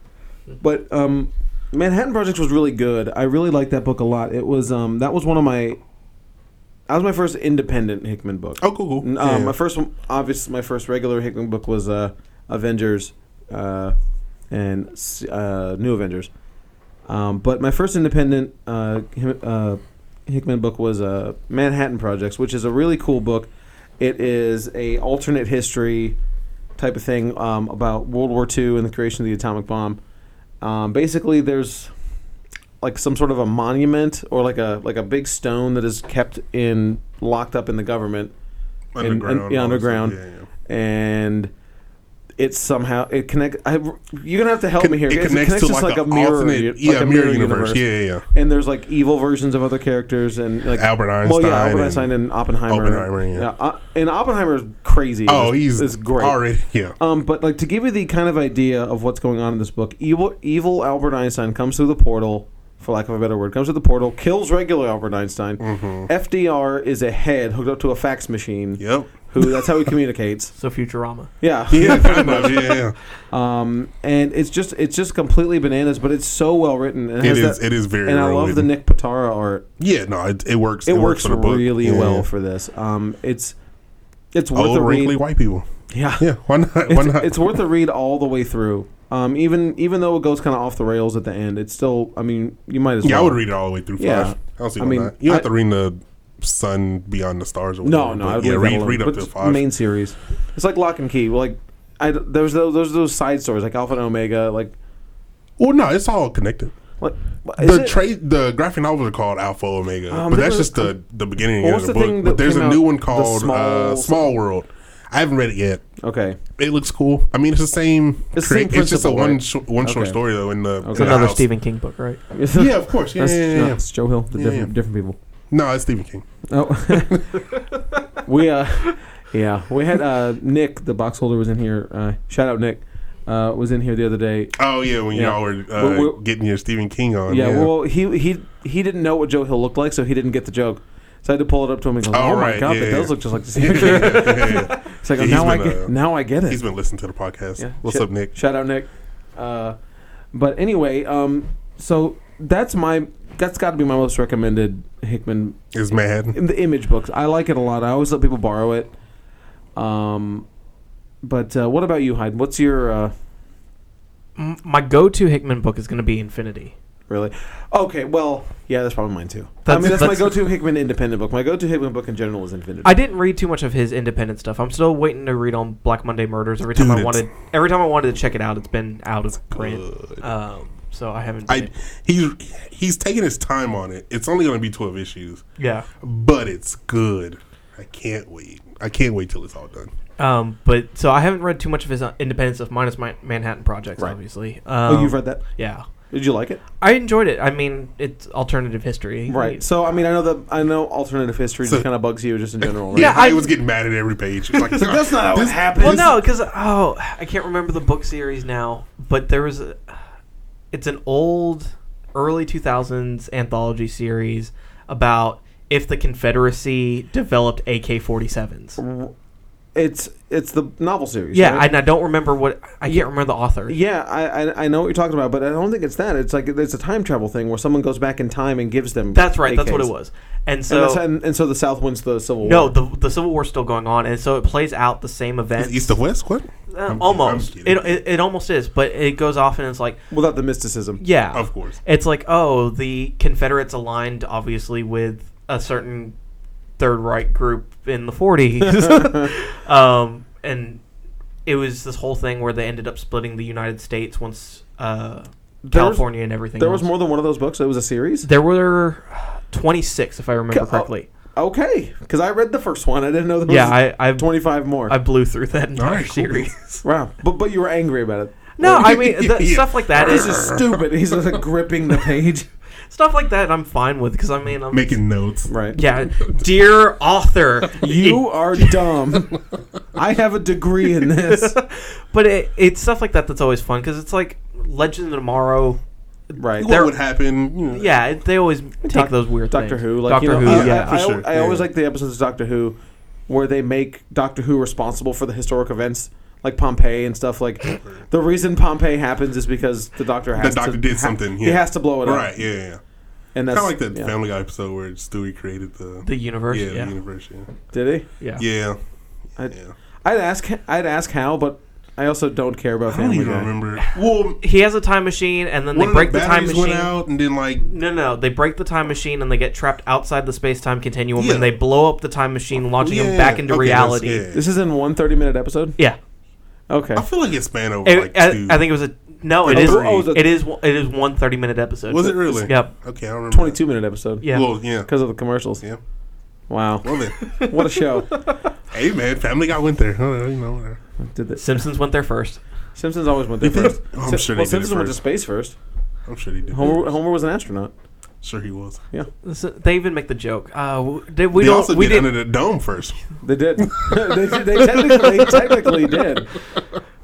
Speaker 1: but um Manhattan Project was really good. I really liked that book a lot. It was um that was one of my that was my first independent Hickman book.
Speaker 2: oh cool, cool.
Speaker 1: N- Um,
Speaker 2: yeah.
Speaker 1: My first, one, obvious, my first regular Hickman book was uh, Avengers, uh, and s- uh, New Avengers. Um, but my first independent uh, Him- uh, Hickman book was uh, Manhattan Projects, which is a really cool book. It is a alternate history type of thing um, about World War II and the creation of the atomic bomb. Um, basically, there's like some sort of a monument or like a like a big stone that is kept in locked up in the government and- and- yeah,
Speaker 2: also,
Speaker 1: underground. Oh,
Speaker 2: yeah, yeah.
Speaker 1: and it's somehow it connect. I, you're gonna have to help me here.
Speaker 2: It
Speaker 1: It's-
Speaker 2: connects, to
Speaker 1: just
Speaker 2: like, the alternate,
Speaker 1: u-
Speaker 2: yeah, mirror universe. Yeah, yeah,
Speaker 1: And there's like evil versions of other characters and like
Speaker 2: yeah. Albert
Speaker 1: well,
Speaker 2: Einstein.
Speaker 1: yeah, Albert
Speaker 2: and-
Speaker 1: Einstein and Oppenheimer.
Speaker 2: Oppenheimer, yeah.
Speaker 1: uh, and Oppenheimer is crazy.
Speaker 2: oh,
Speaker 1: It's-
Speaker 2: he's
Speaker 1: it's great.
Speaker 2: already. Yeah,
Speaker 1: Um, but like to give you the kind of idea of what's going on in this book, evil, evil Albert Einstein comes through the portal, for lack of a better word, comes through the portal, kills regular Albert Einstein.
Speaker 2: Mm-hmm.
Speaker 1: FDR is a head hooked up to a fax machine.
Speaker 2: yep.
Speaker 1: Who that's how he communicates.
Speaker 4: So Futurama.
Speaker 1: Yeah.
Speaker 2: Yeah, kind of. Yeah, yeah.
Speaker 1: Um, and it's just it's just completely bananas, but it's so well written. And
Speaker 2: It
Speaker 1: has
Speaker 2: is.
Speaker 1: that-
Speaker 2: It is very.
Speaker 1: and I
Speaker 2: well
Speaker 1: love the
Speaker 2: written.
Speaker 1: Nick Patara art.
Speaker 2: Yeah, no, it, it works.
Speaker 1: It, works,
Speaker 2: for the book.
Speaker 1: really
Speaker 2: Yeah,
Speaker 1: well
Speaker 2: yeah.
Speaker 1: for this. Um, it's it's worth
Speaker 2: old
Speaker 1: a read.
Speaker 2: wrinkly white people.
Speaker 1: Yeah.
Speaker 2: Yeah, why not? Why
Speaker 1: it's,
Speaker 2: not?
Speaker 1: it's worth a read all the way through. Um, even even though it goes kind of off the rails at the end, it's still. I mean, you might as
Speaker 2: yeah, I
Speaker 1: well.
Speaker 2: would read it all the way through. Five.
Speaker 1: Yeah.
Speaker 2: I don't see
Speaker 1: I
Speaker 2: why
Speaker 1: mean,
Speaker 2: not. You don't
Speaker 1: I-
Speaker 2: have to read the sun beyond the stars. Or
Speaker 1: No,
Speaker 2: whatever,
Speaker 1: no,
Speaker 2: but
Speaker 1: I would
Speaker 2: yeah,
Speaker 1: read,
Speaker 2: read,
Speaker 1: that
Speaker 2: read up
Speaker 1: one.
Speaker 2: to
Speaker 1: But
Speaker 2: five.
Speaker 1: main series. It's like Lock and Key. Like, I there's those those those side stories like Alpha and Omega. Like,
Speaker 2: well, no, it's all connected.
Speaker 1: what is
Speaker 2: The
Speaker 1: it?
Speaker 2: trade, the graphic novels are called Alpha Omega,
Speaker 1: Um,
Speaker 2: but that's
Speaker 1: remember-
Speaker 2: just the the beginning
Speaker 1: What
Speaker 2: of
Speaker 1: was
Speaker 2: the,
Speaker 1: the thing
Speaker 2: book.
Speaker 1: that
Speaker 2: But there's
Speaker 1: came
Speaker 2: a
Speaker 1: out-
Speaker 2: new one
Speaker 1: the
Speaker 2: called
Speaker 1: Small-
Speaker 2: uh, Small World. I haven't read it yet.
Speaker 1: okay,
Speaker 2: It looks cool. I mean, it's the same.
Speaker 1: It's the same
Speaker 2: it's just a
Speaker 1: principle,
Speaker 2: one
Speaker 1: right?
Speaker 2: short, one short
Speaker 1: Okay.
Speaker 2: story though. In the in
Speaker 1: It's
Speaker 4: It's
Speaker 2: the
Speaker 4: another
Speaker 2: house.
Speaker 4: Stephen King book, right?
Speaker 2: Yeah, of course. Yeah,
Speaker 1: That's,
Speaker 2: yeah,
Speaker 1: no,
Speaker 2: yeah, yeah.
Speaker 1: it's Joe Hill, the
Speaker 2: Yeah,
Speaker 1: different,
Speaker 2: yeah.
Speaker 1: different people.
Speaker 2: No, it's Stephen King.
Speaker 1: Oh, we uh, yeah, we had uh Nick, the box holder, was in here. Uh, shout out Nick, uh, was in here the other day,
Speaker 2: Oh yeah, when
Speaker 1: Yeah.
Speaker 2: y'all were uh,
Speaker 1: We're- we're-
Speaker 2: getting your Stephen King on.
Speaker 1: Yeah, well, he he he didn't know what Joe Hill looked like, so he didn't get the joke. So I had to pull it up to him and go, "Oh,
Speaker 2: Oh,
Speaker 1: my
Speaker 2: right,
Speaker 1: god,
Speaker 2: yeah,
Speaker 1: that
Speaker 2: yeah.
Speaker 1: does look just like the
Speaker 2: Yeah,
Speaker 1: same."
Speaker 2: yeah, yeah.
Speaker 1: It's like oh,
Speaker 2: Yeah, he's
Speaker 1: now I
Speaker 2: been,
Speaker 1: get
Speaker 2: uh,
Speaker 1: now I get it.
Speaker 2: He's been listening to the podcast.
Speaker 1: Yeah.
Speaker 2: What's
Speaker 1: Shit.
Speaker 2: up, Nick?
Speaker 1: Shout out Nick. Uh, but anyway, um, so that's my that's got to be my most recommended Hickman
Speaker 2: Is mad.
Speaker 1: in the image books. I like it a lot. I always let people borrow it. Um, but uh, what about you, Hyde? What's your uh,
Speaker 4: M- my go-to Hickman book is going to be Infinity.
Speaker 1: Really? Okay, well, yeah, that's probably mine too. I
Speaker 4: That's-
Speaker 1: mean, that's,
Speaker 4: that's-
Speaker 1: my go-to Hickman independent book. My go-to Hickman book in general is Infinity.
Speaker 4: I didn't read too much of his independent stuff. I'm still waiting to read on Black Monday Murders. Every time
Speaker 2: Dude,
Speaker 4: I
Speaker 2: it's-
Speaker 4: wanted, every time I wanted to check it out, it's been out of print.
Speaker 2: Good.
Speaker 4: Um, so I haven't.
Speaker 2: I he's he's taking his time on it. It's only going to be twelve issues,
Speaker 4: yeah.
Speaker 2: but it's good. I can't wait. I can't wait till it's all done.
Speaker 4: Um, but so I haven't read too much of his uh, independent stuff, minus my Manhattan Projects,
Speaker 1: Right.
Speaker 4: obviously. Um,
Speaker 1: Oh, you've read that?
Speaker 4: Yeah,
Speaker 1: Did you like it?
Speaker 4: I enjoyed it. I mean, it's alternative history,
Speaker 1: Right. So I mean, I know that I know alternative history
Speaker 2: So-
Speaker 1: just kind of bugs you just in general. Right?
Speaker 4: Yeah,
Speaker 2: I,
Speaker 4: I-
Speaker 2: was getting mad at every page. It's like,
Speaker 1: that's not how it
Speaker 2: this-
Speaker 1: happened.
Speaker 4: well, no, because oh, I can't remember the book series now, but there was a, it's an old early 2000s anthology series about if the Confederacy developed AK-47s.
Speaker 1: It's it's the novel series.
Speaker 4: Yeah,
Speaker 1: right?
Speaker 4: and I don't remember what I can't remember the author.
Speaker 1: yeah, I, I I know what you're talking about, but I don't think it's that. It's like it's a time travel thing where someone goes back in time and gives them.
Speaker 4: That's right. That's what
Speaker 1: AKs.
Speaker 4: it was. And
Speaker 1: And,
Speaker 4: so
Speaker 1: that's, and, and so the South wins the Civil War.
Speaker 4: no, the the Civil War's still going on, and so it plays out the same event.
Speaker 2: East of West? What?
Speaker 1: Uh,
Speaker 2: I'm- I'm
Speaker 4: almost.
Speaker 2: kidding.
Speaker 4: It, it it almost is, but it goes off and it's like
Speaker 1: without the mysticism.
Speaker 4: yeah,
Speaker 2: of course.
Speaker 4: it's like oh the confederates aligned obviously with a certain third right group in the 40s um, and it was this whole thing where they ended up splitting the united states once uh,
Speaker 1: There was-
Speaker 4: california and everything
Speaker 1: There was
Speaker 4: else.
Speaker 1: more than one of those books. It was a series.
Speaker 4: there were 26 if i remember
Speaker 1: Oh,
Speaker 4: correctly
Speaker 1: Okay, because I read the first one. I didn't know there
Speaker 4: yeah
Speaker 1: was
Speaker 4: i i
Speaker 1: 25 more.
Speaker 4: I blew through that entire
Speaker 2: Alright, cool.
Speaker 4: series.
Speaker 1: wow, but but you were angry about it.
Speaker 4: No, I mean the,
Speaker 2: Yeah.
Speaker 4: stuff like that
Speaker 1: This
Speaker 4: is
Speaker 1: is stupid. He's just like gripping the page.
Speaker 4: stuff like that. I'm fine with because I mean I'm
Speaker 2: Making notes.
Speaker 1: Right.
Speaker 4: yeah, dear author,
Speaker 1: You are dumb. I have a degree in this.
Speaker 4: But it, it's stuff like that that's always fun because it's like Legend of Tomorrow.
Speaker 1: Right.
Speaker 2: What
Speaker 4: There-
Speaker 2: would happen? you know.
Speaker 4: Yeah, it- they always take those weird
Speaker 1: Doctor
Speaker 4: things.
Speaker 1: Who, like
Speaker 4: Doctor
Speaker 1: you know, uh,
Speaker 4: Who,
Speaker 1: I,
Speaker 4: yeah.
Speaker 1: I, I,
Speaker 2: For sure,
Speaker 1: I always
Speaker 2: yeah.
Speaker 1: like the episodes of Doctor Who where they make Doctor Who responsible for the historic events, like Pompeii and stuff. Like the reason Pompeii happens is because the Doctor has
Speaker 2: doctor
Speaker 1: to,
Speaker 2: did
Speaker 1: ha-
Speaker 2: something,
Speaker 1: He
Speaker 2: yeah.
Speaker 1: has to blow it up.
Speaker 2: Right, yeah, yeah.
Speaker 1: And
Speaker 2: Kind
Speaker 1: that's
Speaker 2: of like that
Speaker 1: yeah.
Speaker 2: Family Guy episode where Stewie created the,
Speaker 4: the universe,
Speaker 2: yeah,
Speaker 4: yeah,
Speaker 2: the universe. Yeah,
Speaker 1: Did he?
Speaker 4: yeah.
Speaker 2: yeah.
Speaker 1: I-
Speaker 2: yeah.
Speaker 1: I'd ask. I'd ask how, but I also don't care about
Speaker 2: I don't
Speaker 1: Family
Speaker 2: even
Speaker 1: Guy.
Speaker 2: remember. Well,
Speaker 4: He has a time machine, and then
Speaker 2: one
Speaker 4: they
Speaker 2: of
Speaker 4: break
Speaker 2: the
Speaker 4: the, time
Speaker 2: batteries
Speaker 4: machine.
Speaker 2: went out, and then like
Speaker 4: No, no, they break the time machine, and they get trapped outside the space time continuum,
Speaker 2: Yeah.
Speaker 4: and they blow up the time machine, launching
Speaker 2: yeah,
Speaker 4: them back into
Speaker 2: okay, that's-
Speaker 4: reality.
Speaker 2: yeah.
Speaker 1: This is in one 30-minute episode.
Speaker 4: Yeah,
Speaker 1: Okay.
Speaker 2: I feel like it span over
Speaker 4: It-
Speaker 2: like
Speaker 4: I,
Speaker 2: two.
Speaker 4: I think it was a no. It
Speaker 2: Oh,
Speaker 4: is.
Speaker 2: three.
Speaker 1: oh, the-
Speaker 4: it is. one- It is one 30 minute episode.
Speaker 2: was it really?
Speaker 4: Yep.
Speaker 2: Okay, I remember. that.
Speaker 1: 22 minute episode.
Speaker 4: Yeah.
Speaker 2: Well, yeah.
Speaker 1: Because of the commercials.
Speaker 2: Yeah.
Speaker 1: Wow.
Speaker 2: Well then,
Speaker 1: What a show.
Speaker 2: Hey man, Family Guy went there. Uh, You know, whatever.
Speaker 1: Did the
Speaker 3: Simpsons went there first.
Speaker 1: Simpsons always went there
Speaker 2: You think-
Speaker 1: first?
Speaker 2: I'm
Speaker 1: Sim-
Speaker 2: sure they
Speaker 1: well,
Speaker 2: did it
Speaker 1: Simpsons went to
Speaker 2: first.
Speaker 1: space first.
Speaker 2: I'm sure he did.
Speaker 1: Homer, Homer was an astronaut.
Speaker 2: Sure he was.
Speaker 3: This- They even make the joke. Uh, w- did, we
Speaker 2: they
Speaker 3: don't.
Speaker 2: also
Speaker 3: we
Speaker 2: did
Speaker 3: did.
Speaker 2: Under the Dome first.
Speaker 1: They did. they, they technically, they technically did.
Speaker 3: I mean,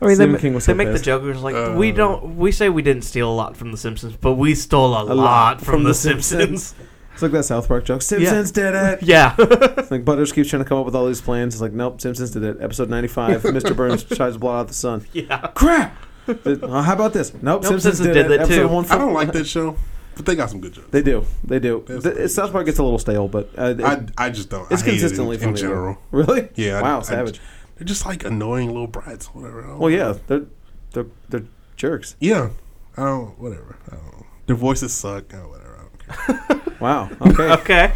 Speaker 3: they,
Speaker 1: Stephen
Speaker 3: ma-
Speaker 1: King was
Speaker 3: they
Speaker 1: so
Speaker 3: make the
Speaker 1: pissed.
Speaker 3: joke. It was like
Speaker 2: Uh,
Speaker 3: we don't. We say we didn't steal a lot from the Simpsons, but we stole a, lot, from, the, Simpsons.
Speaker 1: It's like that South Park joke. Simpsons did it.
Speaker 3: yeah.
Speaker 1: It's like Butters keeps trying to come up with all these plans. It's like, nope, Simpsons did it. Episode ninety-five. Mr. Burns tries to blot out the sun.
Speaker 3: yeah.
Speaker 1: Crap. Did- uh, how about this? Nope, Simpsons,
Speaker 3: Simpsons
Speaker 1: did,
Speaker 3: did
Speaker 1: it.
Speaker 3: that too.
Speaker 1: Episode one.
Speaker 2: I don't like that show, but they got some good jokes.
Speaker 1: They do. They do.
Speaker 2: That's
Speaker 1: The-
Speaker 2: pretty
Speaker 1: South Park gets a little stale, but uh, it-
Speaker 2: I, I just don't.
Speaker 1: it's
Speaker 2: I hate
Speaker 1: consistently
Speaker 2: it in,
Speaker 1: funny.
Speaker 2: in
Speaker 1: though.
Speaker 2: general.
Speaker 1: Really?
Speaker 2: Yeah. I-
Speaker 1: Wow,
Speaker 2: I-
Speaker 1: savage.
Speaker 2: they're just like annoying little brats, or whatever. I don't
Speaker 1: Well,
Speaker 2: know.
Speaker 1: yeah, they're they're they're jerks.
Speaker 2: Yeah. I don't. Whatever. I don't. know. Their voices suck. Oh, whatever. I don't care.
Speaker 1: Wow. Okay.
Speaker 3: Okay.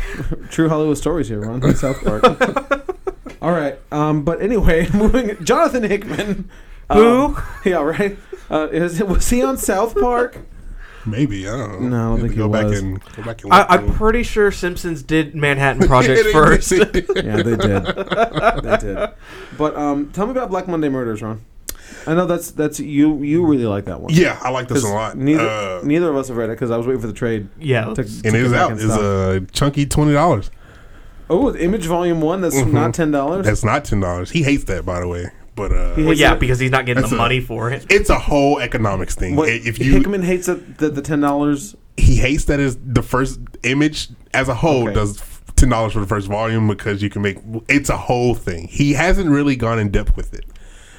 Speaker 1: True Hollywood stories here, Ron. from South Park. All right. Um, but anyway, moving. Jonathan Hickman.
Speaker 3: Who?
Speaker 1: Um, yeah. Right. Uh, is, was he on South Park?
Speaker 2: Maybe I don't know.
Speaker 1: No, I don't
Speaker 2: Have to
Speaker 1: think he
Speaker 2: go
Speaker 1: was.
Speaker 2: Back and, go back and
Speaker 3: I,
Speaker 2: look
Speaker 3: I'm
Speaker 2: through.
Speaker 3: pretty sure Simpsons did Manhattan
Speaker 2: Yeah,
Speaker 3: Project
Speaker 2: they-
Speaker 3: first.
Speaker 2: they did.
Speaker 1: Yeah, they did. they did. But um, tell me about Black Monday Murders, Ron. I know that's that's you. You really like that one.
Speaker 2: yeah, I like this a
Speaker 1: 'Cause
Speaker 2: lot.
Speaker 1: Neither
Speaker 2: uh,
Speaker 1: neither of us have read it because I was waiting for the trade.
Speaker 3: yeah.
Speaker 1: to-
Speaker 2: and
Speaker 1: to
Speaker 2: it
Speaker 1: get
Speaker 2: is
Speaker 1: back
Speaker 2: out.
Speaker 1: and
Speaker 2: It's
Speaker 1: stuff.
Speaker 2: a chunky twenty dollars.
Speaker 1: Oh, Image Volume One. That's
Speaker 2: Mhm.
Speaker 1: not ten dollars.
Speaker 2: That's not ten dollars. He hates that, by the way. But uh,
Speaker 1: He
Speaker 3: Well,
Speaker 1: hates
Speaker 3: yeah,
Speaker 1: it.
Speaker 3: because he's not getting
Speaker 2: That's
Speaker 3: the
Speaker 2: a-
Speaker 3: money for it.
Speaker 2: it's a whole economics thing.
Speaker 1: What,
Speaker 2: if you
Speaker 1: Hickman hates that the, the ten dollars.
Speaker 2: he hates that is the first image as a whole
Speaker 1: Okay.
Speaker 2: does ten dollars for the first volume because you can make it's a whole thing. He hasn't really gone in depth with it,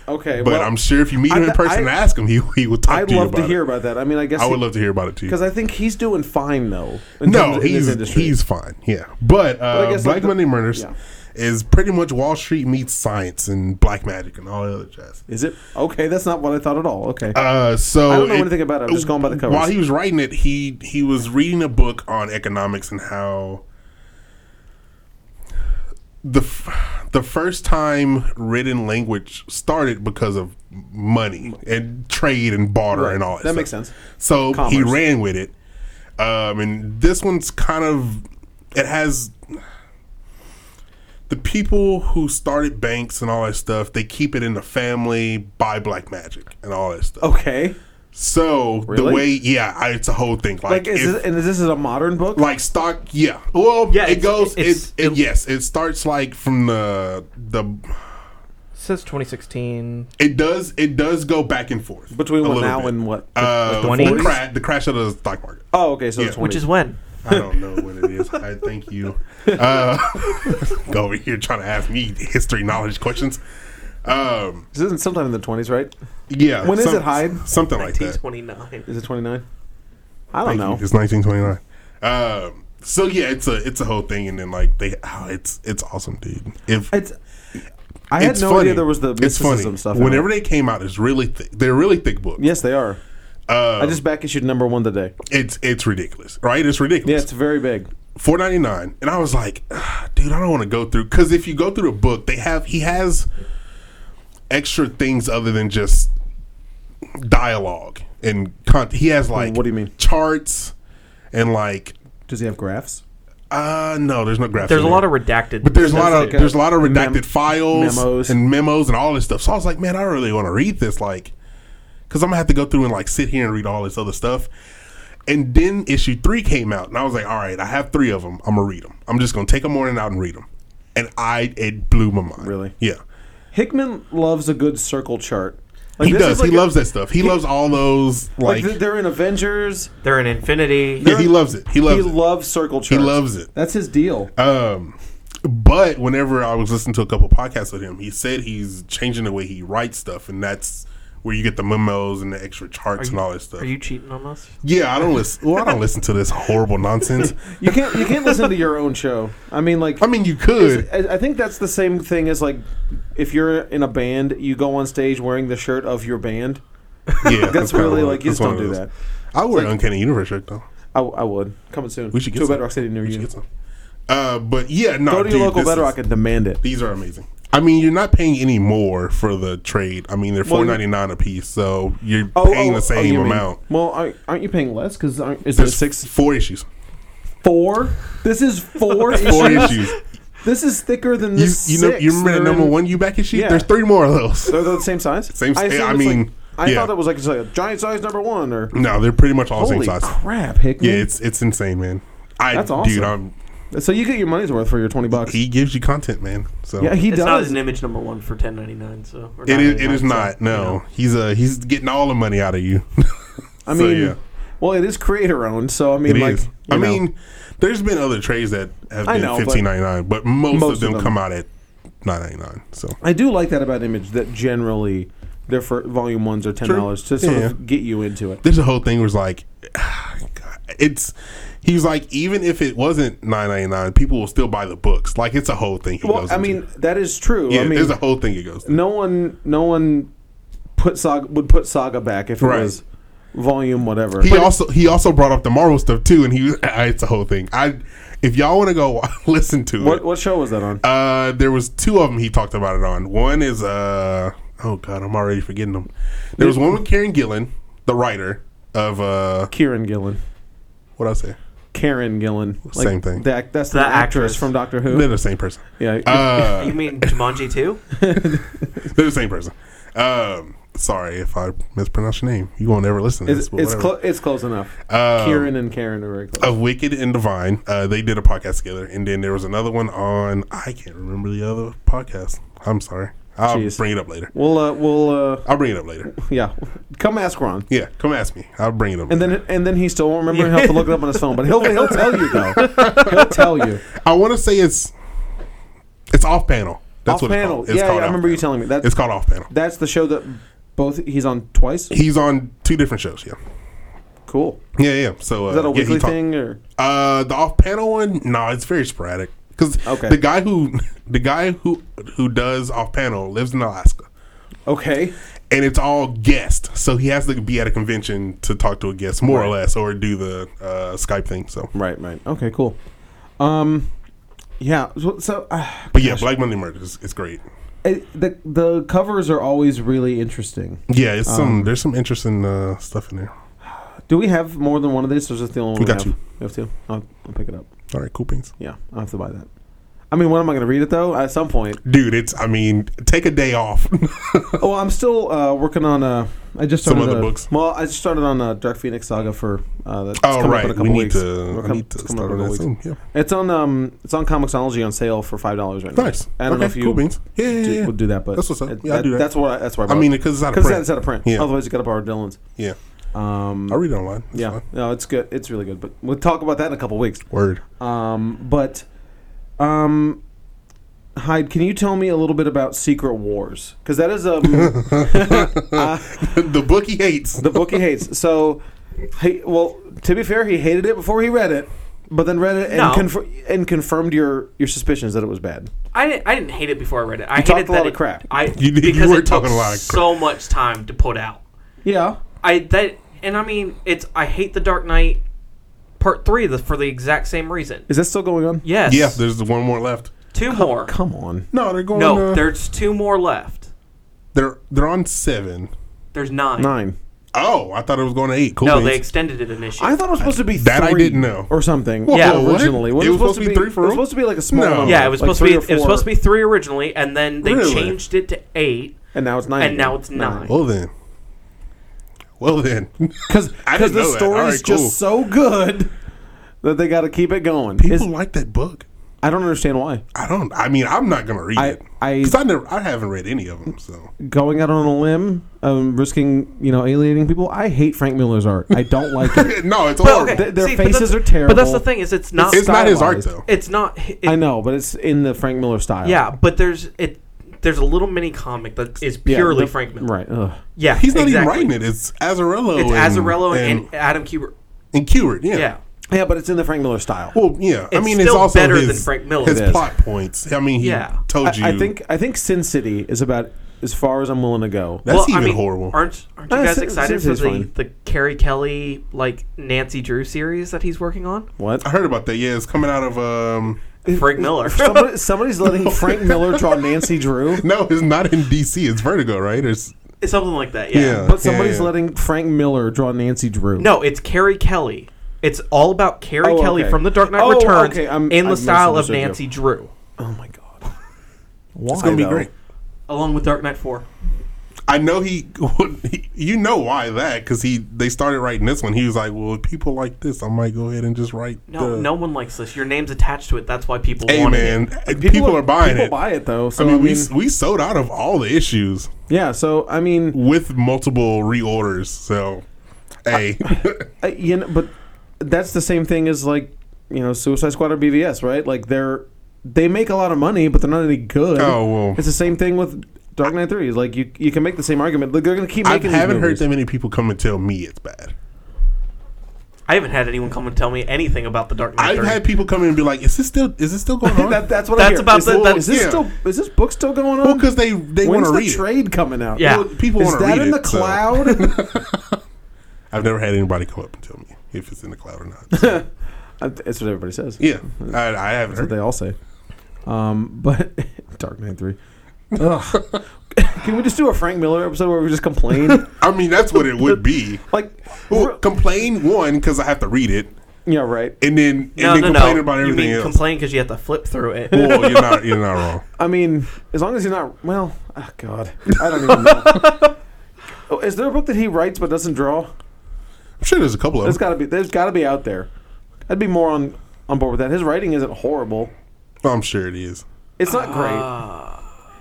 Speaker 1: Okay,
Speaker 2: but
Speaker 1: well,
Speaker 2: I'm sure if you meet
Speaker 1: I-
Speaker 2: him in person
Speaker 1: I-
Speaker 2: and ask him, he he will talk
Speaker 1: I'd
Speaker 2: to you
Speaker 1: love
Speaker 2: about
Speaker 1: to hear
Speaker 2: it.
Speaker 1: about that. I mean, I guess
Speaker 2: I would
Speaker 1: he-
Speaker 2: love to hear about it too.
Speaker 1: Because I think he's doing fine though. in
Speaker 2: no,
Speaker 1: terms of- in this
Speaker 2: he's
Speaker 1: industry.
Speaker 2: he's fine. Yeah, but, uh,
Speaker 1: I guess, like,
Speaker 2: Black
Speaker 1: the-
Speaker 2: Monday Murders
Speaker 1: yeah.
Speaker 2: is pretty much Wall Street meets science and black magic and all the other jazz.
Speaker 1: Is it okay? That's not what I thought at all. Okay,
Speaker 2: Uh, so
Speaker 1: I don't know anything about it. I'm just going by the covers.
Speaker 2: While he was writing it, he he was reading a book on economics and how the f- the first time written language started because of money and trade and barter
Speaker 1: Right.
Speaker 2: and all that.
Speaker 1: That makes
Speaker 2: stuff.
Speaker 1: sense.
Speaker 2: So he
Speaker 1: Commerce.
Speaker 2: ran with it, um, and this one's kind of it has the people who started banks and all that stuff. They keep it in the family by black magic and all that stuff.
Speaker 1: okay.
Speaker 2: So the
Speaker 1: Oh, Really?
Speaker 2: way, yeah, I, it's a whole thing. Like,
Speaker 1: Like, is
Speaker 2: if-
Speaker 1: this, and is this is a modern book?
Speaker 2: like stock, yeah. Well,
Speaker 3: Yeah,
Speaker 2: yeah, it
Speaker 3: it's-
Speaker 2: goes.
Speaker 3: it's-
Speaker 2: it, it,
Speaker 3: it-
Speaker 2: yes, it starts like from the the.
Speaker 3: Since 2016.
Speaker 2: It does. It does go back and forth
Speaker 1: Between
Speaker 2: a
Speaker 1: what
Speaker 2: little
Speaker 1: now
Speaker 2: bit.
Speaker 1: and what?
Speaker 2: uh,
Speaker 3: the
Speaker 2: the,
Speaker 3: 20s?
Speaker 2: cra- the crash of the stock market.
Speaker 1: oh, okay. So
Speaker 2: yeah.
Speaker 1: it's
Speaker 3: Which is when?
Speaker 2: I don't know what it is. I thank you. Uh, go over here trying to ask me history knowledge questions. Um,
Speaker 1: this isn't sometime in the twenties, right?
Speaker 2: yeah.
Speaker 1: When is it, Hyde?
Speaker 2: Something like that.
Speaker 3: 1929.
Speaker 1: Is it twenty nine? I don't
Speaker 2: Thank
Speaker 1: know.
Speaker 2: you. It's 1929. Um, so yeah, it's a it's a whole thing, and then like they, oh, it's it's awesome, dude. If
Speaker 1: It's. I had
Speaker 2: it's
Speaker 1: no idea there was the
Speaker 2: It's
Speaker 1: mysticism
Speaker 2: funny.
Speaker 1: stuff. in it.
Speaker 2: Whenever they came out, it's really thick. They're a really thick book.
Speaker 1: yes, they are.
Speaker 2: Uh,
Speaker 1: I just back issued number one today.
Speaker 2: it's it's ridiculous, right? It's
Speaker 1: Yeah,
Speaker 2: ridiculous.
Speaker 1: it's very big.
Speaker 2: four ninety nine, and I was like, "Ah, dude, I don't want to go through because if you go through the book, they have he has extra things other than just dialogue and con- he has like
Speaker 1: What do you mean?
Speaker 2: charts and like
Speaker 1: Does he have graphs?
Speaker 2: uh no, there's no graphics.
Speaker 3: There's a
Speaker 2: in
Speaker 3: lot
Speaker 2: there.
Speaker 3: of redacted.
Speaker 2: But there's a lot of
Speaker 1: That's like a
Speaker 2: there's a lot of redacted
Speaker 1: mem-
Speaker 2: files
Speaker 1: memos.
Speaker 2: and memos and all this stuff. So I was like, man, I really want to read this, like, because I'm gonna have to go through and like sit here and read all this other stuff. And then issue three came out, and I was like, all right, I have three of them. I'm gonna read them. I'm just gonna take a morning out and read them. And I it blew my mind.
Speaker 1: Really?
Speaker 2: Yeah.
Speaker 1: Hickman loves a good circle chart. Like,
Speaker 2: he
Speaker 1: this is
Speaker 2: does.
Speaker 1: like
Speaker 2: he
Speaker 1: a-
Speaker 2: loves that stuff. He, loves all those.
Speaker 1: Like,
Speaker 2: Like,
Speaker 1: th- they're in Avengers.
Speaker 3: They're in Infinity.
Speaker 2: yeah, he loves it. He
Speaker 1: He
Speaker 2: loves it.
Speaker 1: loves circle charts.
Speaker 2: loves it.
Speaker 1: That's his deal.
Speaker 2: Um, but whenever I was listening to a couple podcasts with him, he said he's changing the way he writes stuff, and that's where you get the memos and the extra charts and all that stuff.
Speaker 3: Are you cheating on us?
Speaker 2: yeah, I don't listen. Well, I don't listen to this horrible nonsense.
Speaker 1: You can't you can't listen to your own show. I mean, like
Speaker 2: I mean, you could.
Speaker 1: I I think that's the same thing as like if you're in a band, you go on stage wearing the shirt of your band.
Speaker 2: Yeah,
Speaker 1: That's
Speaker 2: kinda
Speaker 1: really
Speaker 2: one-
Speaker 1: like you just
Speaker 2: that's one
Speaker 1: don't
Speaker 2: of
Speaker 1: do
Speaker 2: those.
Speaker 1: that.
Speaker 2: I wear Uncanny Universe shirt though.
Speaker 1: I, I would coming soon.
Speaker 2: We should get
Speaker 1: to a
Speaker 2: some.
Speaker 1: Bedrock City near
Speaker 2: We should
Speaker 1: you.
Speaker 2: get some. Uh, but yeah, no.
Speaker 1: Go to
Speaker 2: dude,
Speaker 1: your local
Speaker 2: this is-
Speaker 1: Bedrock and demand it.
Speaker 2: These are amazing. I mean, you're not paying any more for the trade. I mean, they're
Speaker 1: Well,
Speaker 2: four
Speaker 1: you-
Speaker 2: ninety nine a piece, so you're
Speaker 1: Oh,
Speaker 2: paying the
Speaker 1: you
Speaker 2: same
Speaker 1: mean-
Speaker 2: amount.
Speaker 1: well, aren't, aren't you paying less? Because is there
Speaker 2: There's
Speaker 1: six
Speaker 2: four issues.
Speaker 1: four? This is four.
Speaker 2: Four
Speaker 1: issues?
Speaker 2: issues.
Speaker 1: This is thicker than
Speaker 2: You,
Speaker 1: this.
Speaker 2: you know, you
Speaker 1: six.
Speaker 2: remember that
Speaker 1: They're
Speaker 2: number
Speaker 1: in-
Speaker 2: one Yubaki sheet?
Speaker 1: Yeah.
Speaker 2: There's three more of those.
Speaker 1: They're the same size.
Speaker 2: Same
Speaker 1: I,
Speaker 2: size-
Speaker 1: assume
Speaker 2: I
Speaker 1: it's like-
Speaker 2: mean,
Speaker 1: I
Speaker 2: yeah.
Speaker 1: thought it was like, it's like a giant size number one or
Speaker 2: No, they're pretty much all the same
Speaker 1: holy
Speaker 2: size.
Speaker 1: crap, Hickman.
Speaker 2: Yeah, it's it's insane, man. I
Speaker 1: That's
Speaker 2: dude,
Speaker 1: awesome.
Speaker 2: I'm,
Speaker 1: so you get your money's worth for your twenty bucks.
Speaker 2: he gives you content, man. So
Speaker 1: yeah, he
Speaker 4: it's not
Speaker 1: does.
Speaker 4: an image number one for 10.99. So or
Speaker 2: it is. It
Speaker 4: 9.99,
Speaker 2: is
Speaker 4: so,
Speaker 2: not.
Speaker 4: you
Speaker 2: No,
Speaker 4: know.
Speaker 2: he's uh he's getting all the money out of you.
Speaker 1: I
Speaker 2: So,
Speaker 1: mean,
Speaker 2: yeah.
Speaker 1: well, it is creator owned, so I mean,
Speaker 2: It is.
Speaker 1: like, you
Speaker 2: I
Speaker 1: know.
Speaker 2: mean, there's been other trades that have
Speaker 1: I
Speaker 2: been
Speaker 1: know, but-
Speaker 2: fifteen ninety nine, but most,
Speaker 1: Most of
Speaker 2: of them
Speaker 1: them.
Speaker 2: come out at nine ninety nine. So
Speaker 1: I do like that about Image that generally their fir- volume ones are ten dollars to sort of get you into it.
Speaker 2: there's a whole thing where it's like, God, it's. He's like, even if it wasn't nine ninety nine, people will still buy the books. Like it's a whole thing. He
Speaker 1: Well,
Speaker 2: goes
Speaker 1: I
Speaker 2: into.
Speaker 1: mean, that is true.
Speaker 2: yeah,
Speaker 1: I mean,
Speaker 2: there's a whole thing it goes. Through.
Speaker 1: no one, no one put saga would put Saga back if it
Speaker 2: Right.
Speaker 1: was volume whatever.
Speaker 2: He also he also brought up the Marvel stuff too, and he was- it's a whole thing. I if y'all want to go listen to
Speaker 1: what
Speaker 2: it,
Speaker 1: what show was that on?
Speaker 2: Uh, there was two of them he talked about it on. One is uh oh god, I'm already forgetting them. There was one with Karen Gillan, the writer of uh
Speaker 1: Kieran Gillen,
Speaker 2: what I say?
Speaker 1: Karen Gillen,
Speaker 2: Same thing.
Speaker 1: That, that's the,
Speaker 4: The
Speaker 1: actress,
Speaker 4: actress.
Speaker 1: from Doctor Who.
Speaker 2: They're the same person.
Speaker 1: yeah,
Speaker 2: Uh,
Speaker 4: You mean Jumanji too?
Speaker 2: they're the same person. Um, sorry if I mispronounce your name. You won't ever listen to
Speaker 1: it's
Speaker 2: this. But
Speaker 1: it's,
Speaker 2: whatever.
Speaker 1: clo- it's close enough.
Speaker 2: Um,
Speaker 1: Kieran and Karen are very close.
Speaker 2: of Wicked and Divine. Uh, they did a podcast together, and then there was another one on I can't remember the other podcast. I'm sorry. I'll
Speaker 1: Jeez.
Speaker 2: bring it up later.
Speaker 1: We'll uh, we'll uh,
Speaker 2: I'll bring it up later.
Speaker 1: yeah, come ask Ron.
Speaker 2: Yeah, come ask me. I'll bring it up.
Speaker 1: And
Speaker 2: later.
Speaker 1: then and then he still won't remember. He'll have to look it up on his phone, but he'll he'll tell you though. He'll tell you.
Speaker 2: I want to say it's it's off panel. That's
Speaker 1: off
Speaker 2: what
Speaker 1: panel.
Speaker 2: It's called. It's
Speaker 1: yeah, yeah,
Speaker 2: called
Speaker 1: I
Speaker 2: Off
Speaker 1: remember you
Speaker 2: Panel.
Speaker 1: telling me that.
Speaker 2: It's called off panel.
Speaker 1: that's the show that both he's on twice.
Speaker 2: He's on two different shows. Yeah,
Speaker 1: Cool.
Speaker 2: yeah, yeah. So uh,
Speaker 1: Is that a
Speaker 2: yeah, he
Speaker 1: weekly
Speaker 2: talked-
Speaker 1: thing or?
Speaker 2: Uh, the off panel one. No, it's very sporadic because
Speaker 1: Okay.
Speaker 2: the guy who the guy who who does off panel lives in Alaska.
Speaker 1: Okay.
Speaker 2: And it's all guest, so he has to be at a convention to talk to a guest, more or less, or do the uh, Skype thing. So,
Speaker 1: Right. Right. Okay. Cool. Um. Yeah. So, so uh,
Speaker 2: but yeah, Black Monday Murders is, is great.
Speaker 1: it, the the covers are always really interesting.
Speaker 2: Yeah,
Speaker 1: um,
Speaker 2: it's some there's some interesting uh, stuff in there.
Speaker 1: Do we have more than one of these, or is this the only one?
Speaker 2: We got
Speaker 1: have?
Speaker 2: two.
Speaker 1: We have two. I'll, I'll pick it up.
Speaker 2: All right, cool beans.
Speaker 1: Yeah. I'll have to buy that. I mean, when am I going to read it though? At some point.
Speaker 2: dude it's i mean take a day off
Speaker 1: Oh, I'm still uh, working on. Uh, I just
Speaker 2: Some
Speaker 1: started
Speaker 2: other
Speaker 1: uh,
Speaker 2: books.
Speaker 1: Well, I just started on uh, Dark Phoenix Saga for. Uh, that's
Speaker 2: oh
Speaker 1: coming up in a
Speaker 2: right
Speaker 1: couple
Speaker 2: we need
Speaker 1: weeks.
Speaker 2: to
Speaker 1: We're
Speaker 2: i
Speaker 1: com-
Speaker 2: need to
Speaker 1: it's coming
Speaker 2: start
Speaker 1: up in
Speaker 2: on
Speaker 1: a
Speaker 2: that
Speaker 1: weeks.
Speaker 2: soon yeah
Speaker 1: It's on. Um, it's on Comixology on sale for five dollars right now.
Speaker 2: nice
Speaker 1: I don't know
Speaker 2: Okay,
Speaker 1: if you
Speaker 2: cool beans yeah yeah,
Speaker 1: do,
Speaker 2: yeah.
Speaker 1: would do that, but
Speaker 2: That's what's up.
Speaker 1: it-
Speaker 2: Yeah, I'll do that.
Speaker 1: That's what. I, that's why I,
Speaker 2: i mean because it's out of
Speaker 1: because it's
Speaker 2: print
Speaker 1: out of print.
Speaker 2: Yeah.
Speaker 1: Otherwise, you got to borrow Dylan's.
Speaker 2: yeah
Speaker 1: Um,
Speaker 2: i read it online It's
Speaker 1: yeah.
Speaker 2: fine.
Speaker 1: No, it's good. It's really good. But we'll talk about that in a couple weeks.
Speaker 2: word
Speaker 1: Um, but, um, Hyde, can you tell me a little bit about Secret Wars? Because that is um,
Speaker 2: the book he hates
Speaker 1: The book he hates. So, he, well, to be fair, he hated it before he read it, but then read it and,
Speaker 3: No.
Speaker 1: confir- and confirmed your, your suspicions that it was bad.
Speaker 3: I didn't, I didn't hate it before I read it. I
Speaker 1: You talked
Speaker 3: hated
Speaker 1: a lot
Speaker 3: that
Speaker 1: of
Speaker 3: it-
Speaker 1: crap.
Speaker 3: I
Speaker 2: You did- you
Speaker 3: because
Speaker 2: were
Speaker 3: it took
Speaker 2: talking a lot of crap.
Speaker 3: so much time to put out.
Speaker 1: Yeah.
Speaker 3: I that and I mean it's I hate the Dark Knight Part Three the, for the exact same reason.
Speaker 1: Is that still going on?
Speaker 3: Yes,
Speaker 2: yeah there's one more left
Speaker 3: two more.
Speaker 1: Come on.
Speaker 2: no they're going
Speaker 3: no,
Speaker 2: uh, they're,
Speaker 3: there's two more left.
Speaker 2: they're on seven.
Speaker 3: There's nine.
Speaker 1: Nine.
Speaker 2: Oh, i thought it was going to eight cool
Speaker 3: no,
Speaker 2: beans.
Speaker 3: they extended it an issue.
Speaker 1: I thought it was supposed to be
Speaker 2: That I
Speaker 1: three
Speaker 2: didn't know.
Speaker 1: or something.
Speaker 2: Whoa,
Speaker 3: Yeah.
Speaker 2: what?
Speaker 1: originally
Speaker 2: It was supposed to be three for
Speaker 1: It was
Speaker 2: all?
Speaker 1: supposed to be like a small.
Speaker 2: No.
Speaker 1: number,
Speaker 3: yeah, it was
Speaker 1: like
Speaker 3: supposed to be
Speaker 1: three or
Speaker 3: it was supposed to
Speaker 1: four,
Speaker 3: be three originally, and then they
Speaker 2: Really?
Speaker 3: changed it to eight.
Speaker 1: and now it's nine.
Speaker 3: and now it's nine.
Speaker 2: well then well then
Speaker 1: because
Speaker 2: I didn't
Speaker 1: the
Speaker 2: know that.
Speaker 1: story
Speaker 2: All
Speaker 1: is
Speaker 2: right, cool.
Speaker 1: just so good that they got to keep it going.
Speaker 2: people
Speaker 1: Is-
Speaker 2: like that book
Speaker 1: I don't understand why.
Speaker 2: i don't i mean i'm not gonna read
Speaker 1: I-
Speaker 2: it
Speaker 1: I-
Speaker 2: 'Cause I never i haven't read any of them so
Speaker 1: going out on a limb, um, risking you know alienating people. I hate Frank Mueller's art. I don't like it.
Speaker 2: no it's
Speaker 3: But
Speaker 2: horrible.
Speaker 3: okay,
Speaker 1: Th- their
Speaker 3: see, but that's-
Speaker 1: faces are terrible.
Speaker 3: But that's the thing is it's not
Speaker 2: it's not his art
Speaker 1: stylized.
Speaker 2: though
Speaker 3: it's not it,
Speaker 1: I know, but it's in the Frank Miller style.
Speaker 3: yeah, but there's it there's a little mini comic that is
Speaker 1: Yeah,
Speaker 3: purely
Speaker 1: the-
Speaker 3: Frank Miller.
Speaker 1: Right. Ugh.
Speaker 3: Yeah,
Speaker 2: He's not
Speaker 3: exactly.
Speaker 2: even writing it. It's Azarello.
Speaker 3: It's Azarello and,
Speaker 2: and,
Speaker 3: and Adam Kubert.
Speaker 2: and Cubert. Yeah.
Speaker 3: Yeah.
Speaker 1: Yeah, but it's in the Frank Miller style.
Speaker 2: Well, yeah. I
Speaker 3: It's
Speaker 2: mean, it's
Speaker 3: still
Speaker 2: also
Speaker 3: better
Speaker 2: his,
Speaker 3: than Frank Miller.
Speaker 2: His
Speaker 1: It is.
Speaker 2: plot points. I mean, he
Speaker 3: Yeah.
Speaker 2: told you.
Speaker 1: I, I think I think Sin City is about as far as I'm willing to go.
Speaker 2: that's
Speaker 3: well,
Speaker 2: even
Speaker 3: I mean,
Speaker 2: horrible.
Speaker 3: Aren't aren't you
Speaker 1: Uh,
Speaker 3: guys
Speaker 1: Sin-
Speaker 3: excited
Speaker 1: Sin
Speaker 3: for
Speaker 1: City's
Speaker 3: the,
Speaker 1: fine.
Speaker 3: the Carrie Kelly like Nancy Drew series that he's working on?
Speaker 1: What?
Speaker 2: I heard about that. Yeah, it's coming out of. um
Speaker 3: Frank Miller.
Speaker 1: Somebody, somebody's letting Frank Miller draw Nancy Drew,
Speaker 2: No, it's not in DC. It's Vertigo, right? It's
Speaker 3: It's Something like that, yeah.
Speaker 2: Yeah.
Speaker 1: but somebody's
Speaker 2: yeah.
Speaker 1: letting Frank Miller draw Nancy Drew.
Speaker 3: No, it's Carrie Kelly. It's all about Carrie
Speaker 1: Oh,
Speaker 3: Kelly
Speaker 1: okay.
Speaker 3: from The Dark Knight
Speaker 1: Oh,
Speaker 3: Returns
Speaker 1: okay, I'm-
Speaker 3: in
Speaker 1: I
Speaker 3: the style of
Speaker 1: misunderstood you.
Speaker 3: Nancy Drew.
Speaker 1: Oh my Why,
Speaker 2: it's gonna be
Speaker 1: though?
Speaker 2: great.
Speaker 4: Along with Dark Knight 4.
Speaker 2: I know he, you know why that because he they started writing this one. He was like, "Well, if people like this, I might go ahead and just write."
Speaker 4: No,
Speaker 2: the-
Speaker 4: no one likes this. Your name's attached to it. That's why people
Speaker 2: Hey
Speaker 4: want it.
Speaker 2: man, people, are buying
Speaker 1: people
Speaker 2: it.
Speaker 1: buy it though. So
Speaker 2: I mean, we we sold out of all the issues
Speaker 1: yeah. So I mean,
Speaker 2: with multiple reorders. So, hey,
Speaker 1: I, you know, but that's the same thing as like you know Suicide Squad or BVS, right? Like they're they make a lot of money, but they're not any good.
Speaker 2: oh well.
Speaker 1: It's the same thing with Dark Knight Three. Like you, you can make the same argument. Like, They're gonna keep
Speaker 2: I
Speaker 1: making. these
Speaker 2: haven't heard
Speaker 1: movies.
Speaker 2: that many people come and tell me it's bad.
Speaker 4: I haven't had anyone come and tell me anything about the Dark Knight
Speaker 2: I've
Speaker 4: 3.
Speaker 2: had people come in and be like, "Is this still? Is this still going on?"
Speaker 1: that, that's what I
Speaker 4: That's
Speaker 1: hear.
Speaker 4: about
Speaker 1: is,
Speaker 4: the-
Speaker 1: this-
Speaker 4: that's-
Speaker 1: is this
Speaker 2: yeah.
Speaker 1: still is this book still going on?
Speaker 2: well, because they they want
Speaker 1: When's
Speaker 2: to
Speaker 1: the
Speaker 2: read it.
Speaker 1: trade coming out?
Speaker 4: Yeah.
Speaker 2: Well, people
Speaker 1: Is
Speaker 2: want to
Speaker 1: that
Speaker 2: read
Speaker 1: in the
Speaker 2: it, so-
Speaker 1: cloud?
Speaker 2: I've never had anybody come up and tell me if it's in the cloud or not. So,
Speaker 1: I- that's what everybody says.
Speaker 2: yeah, I, I haven't
Speaker 1: That's what
Speaker 2: heard.
Speaker 1: they all say. Um, but Dark Knight Three. Ugh. Can we just do a Frank Miller episode where we just complain?
Speaker 2: I mean, that's what it would be.
Speaker 1: like,
Speaker 2: Well, complain one because I have to read it,
Speaker 1: yeah, right.
Speaker 2: and then and then
Speaker 4: No, no,
Speaker 2: complain
Speaker 4: no.
Speaker 2: about
Speaker 4: you
Speaker 2: everything
Speaker 4: mean
Speaker 2: else.
Speaker 4: complain because you have to flip through it.
Speaker 2: well, you're not you're not wrong.
Speaker 1: I mean, as long as you're not well, oh God, I don't even know. Oh, Is there a book that he writes but doesn't draw?
Speaker 2: I'm sure there's a couple of
Speaker 1: There's
Speaker 2: them.
Speaker 1: got to be. There's got to be out there. I'd be more on on board with that. His writing isn't horrible.
Speaker 2: I'm sure it is.
Speaker 1: It's not great.
Speaker 4: Ah.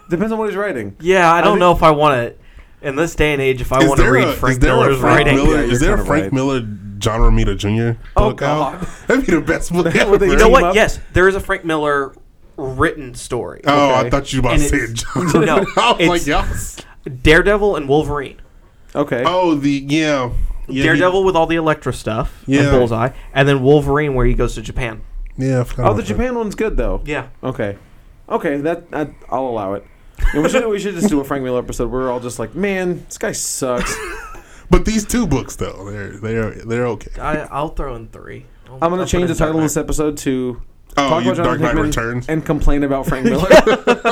Speaker 1: Depends on what he's writing.
Speaker 4: yeah, I don't
Speaker 1: think-
Speaker 4: know if I want to. In this day and age, if I
Speaker 2: Is
Speaker 4: want to
Speaker 2: there
Speaker 4: read
Speaker 2: a-
Speaker 4: Frank
Speaker 2: is there a
Speaker 4: Miller's
Speaker 2: Frank
Speaker 4: writing,
Speaker 2: Miller-
Speaker 1: Yeah,
Speaker 2: is
Speaker 1: you're
Speaker 2: there a
Speaker 1: kinda
Speaker 2: Frank
Speaker 1: right.
Speaker 2: Miller John Romita Jr.
Speaker 1: Oh,
Speaker 2: book
Speaker 1: God.
Speaker 2: out? That'd be the best book ever.
Speaker 1: Where they
Speaker 2: You
Speaker 4: you know
Speaker 1: team
Speaker 4: what?
Speaker 1: up.
Speaker 4: Yes, there is a Frank Miller written story.
Speaker 2: Oh,
Speaker 1: Okay.
Speaker 2: I thought you were about
Speaker 4: And
Speaker 2: to say
Speaker 4: it's-
Speaker 2: John.
Speaker 4: no,
Speaker 2: I was like,
Speaker 4: it's-
Speaker 2: yeah.
Speaker 4: Daredevil and Wolverine.
Speaker 1: Okay.
Speaker 2: Oh, the yeah, yeah he-
Speaker 4: Daredevil with all the Elektra stuff,
Speaker 2: Yeah.
Speaker 4: and Bullseye, and then Wolverine where he goes to Japan.
Speaker 2: yeah. I forgot
Speaker 1: Oh,
Speaker 2: about
Speaker 1: the
Speaker 2: that.
Speaker 1: Japan one's good though.
Speaker 4: Yeah,
Speaker 1: Okay. Okay, that, that I'll allow it. Yeah, we should we should just do a Frank Miller episode. We're all just like, man, this guy sucks.
Speaker 2: But these two books though, they're they're they're okay.
Speaker 4: I, I'll throw in three. I'll-
Speaker 1: I'm gonna
Speaker 4: I'll
Speaker 1: change
Speaker 4: put
Speaker 1: the
Speaker 4: in
Speaker 1: title of
Speaker 4: Dark
Speaker 1: this episode to
Speaker 2: Oh, you,
Speaker 1: Jonathan
Speaker 2: Dark Knight
Speaker 1: Hickman
Speaker 2: Returns.
Speaker 1: and complain about Frank Miller.
Speaker 4: Knight.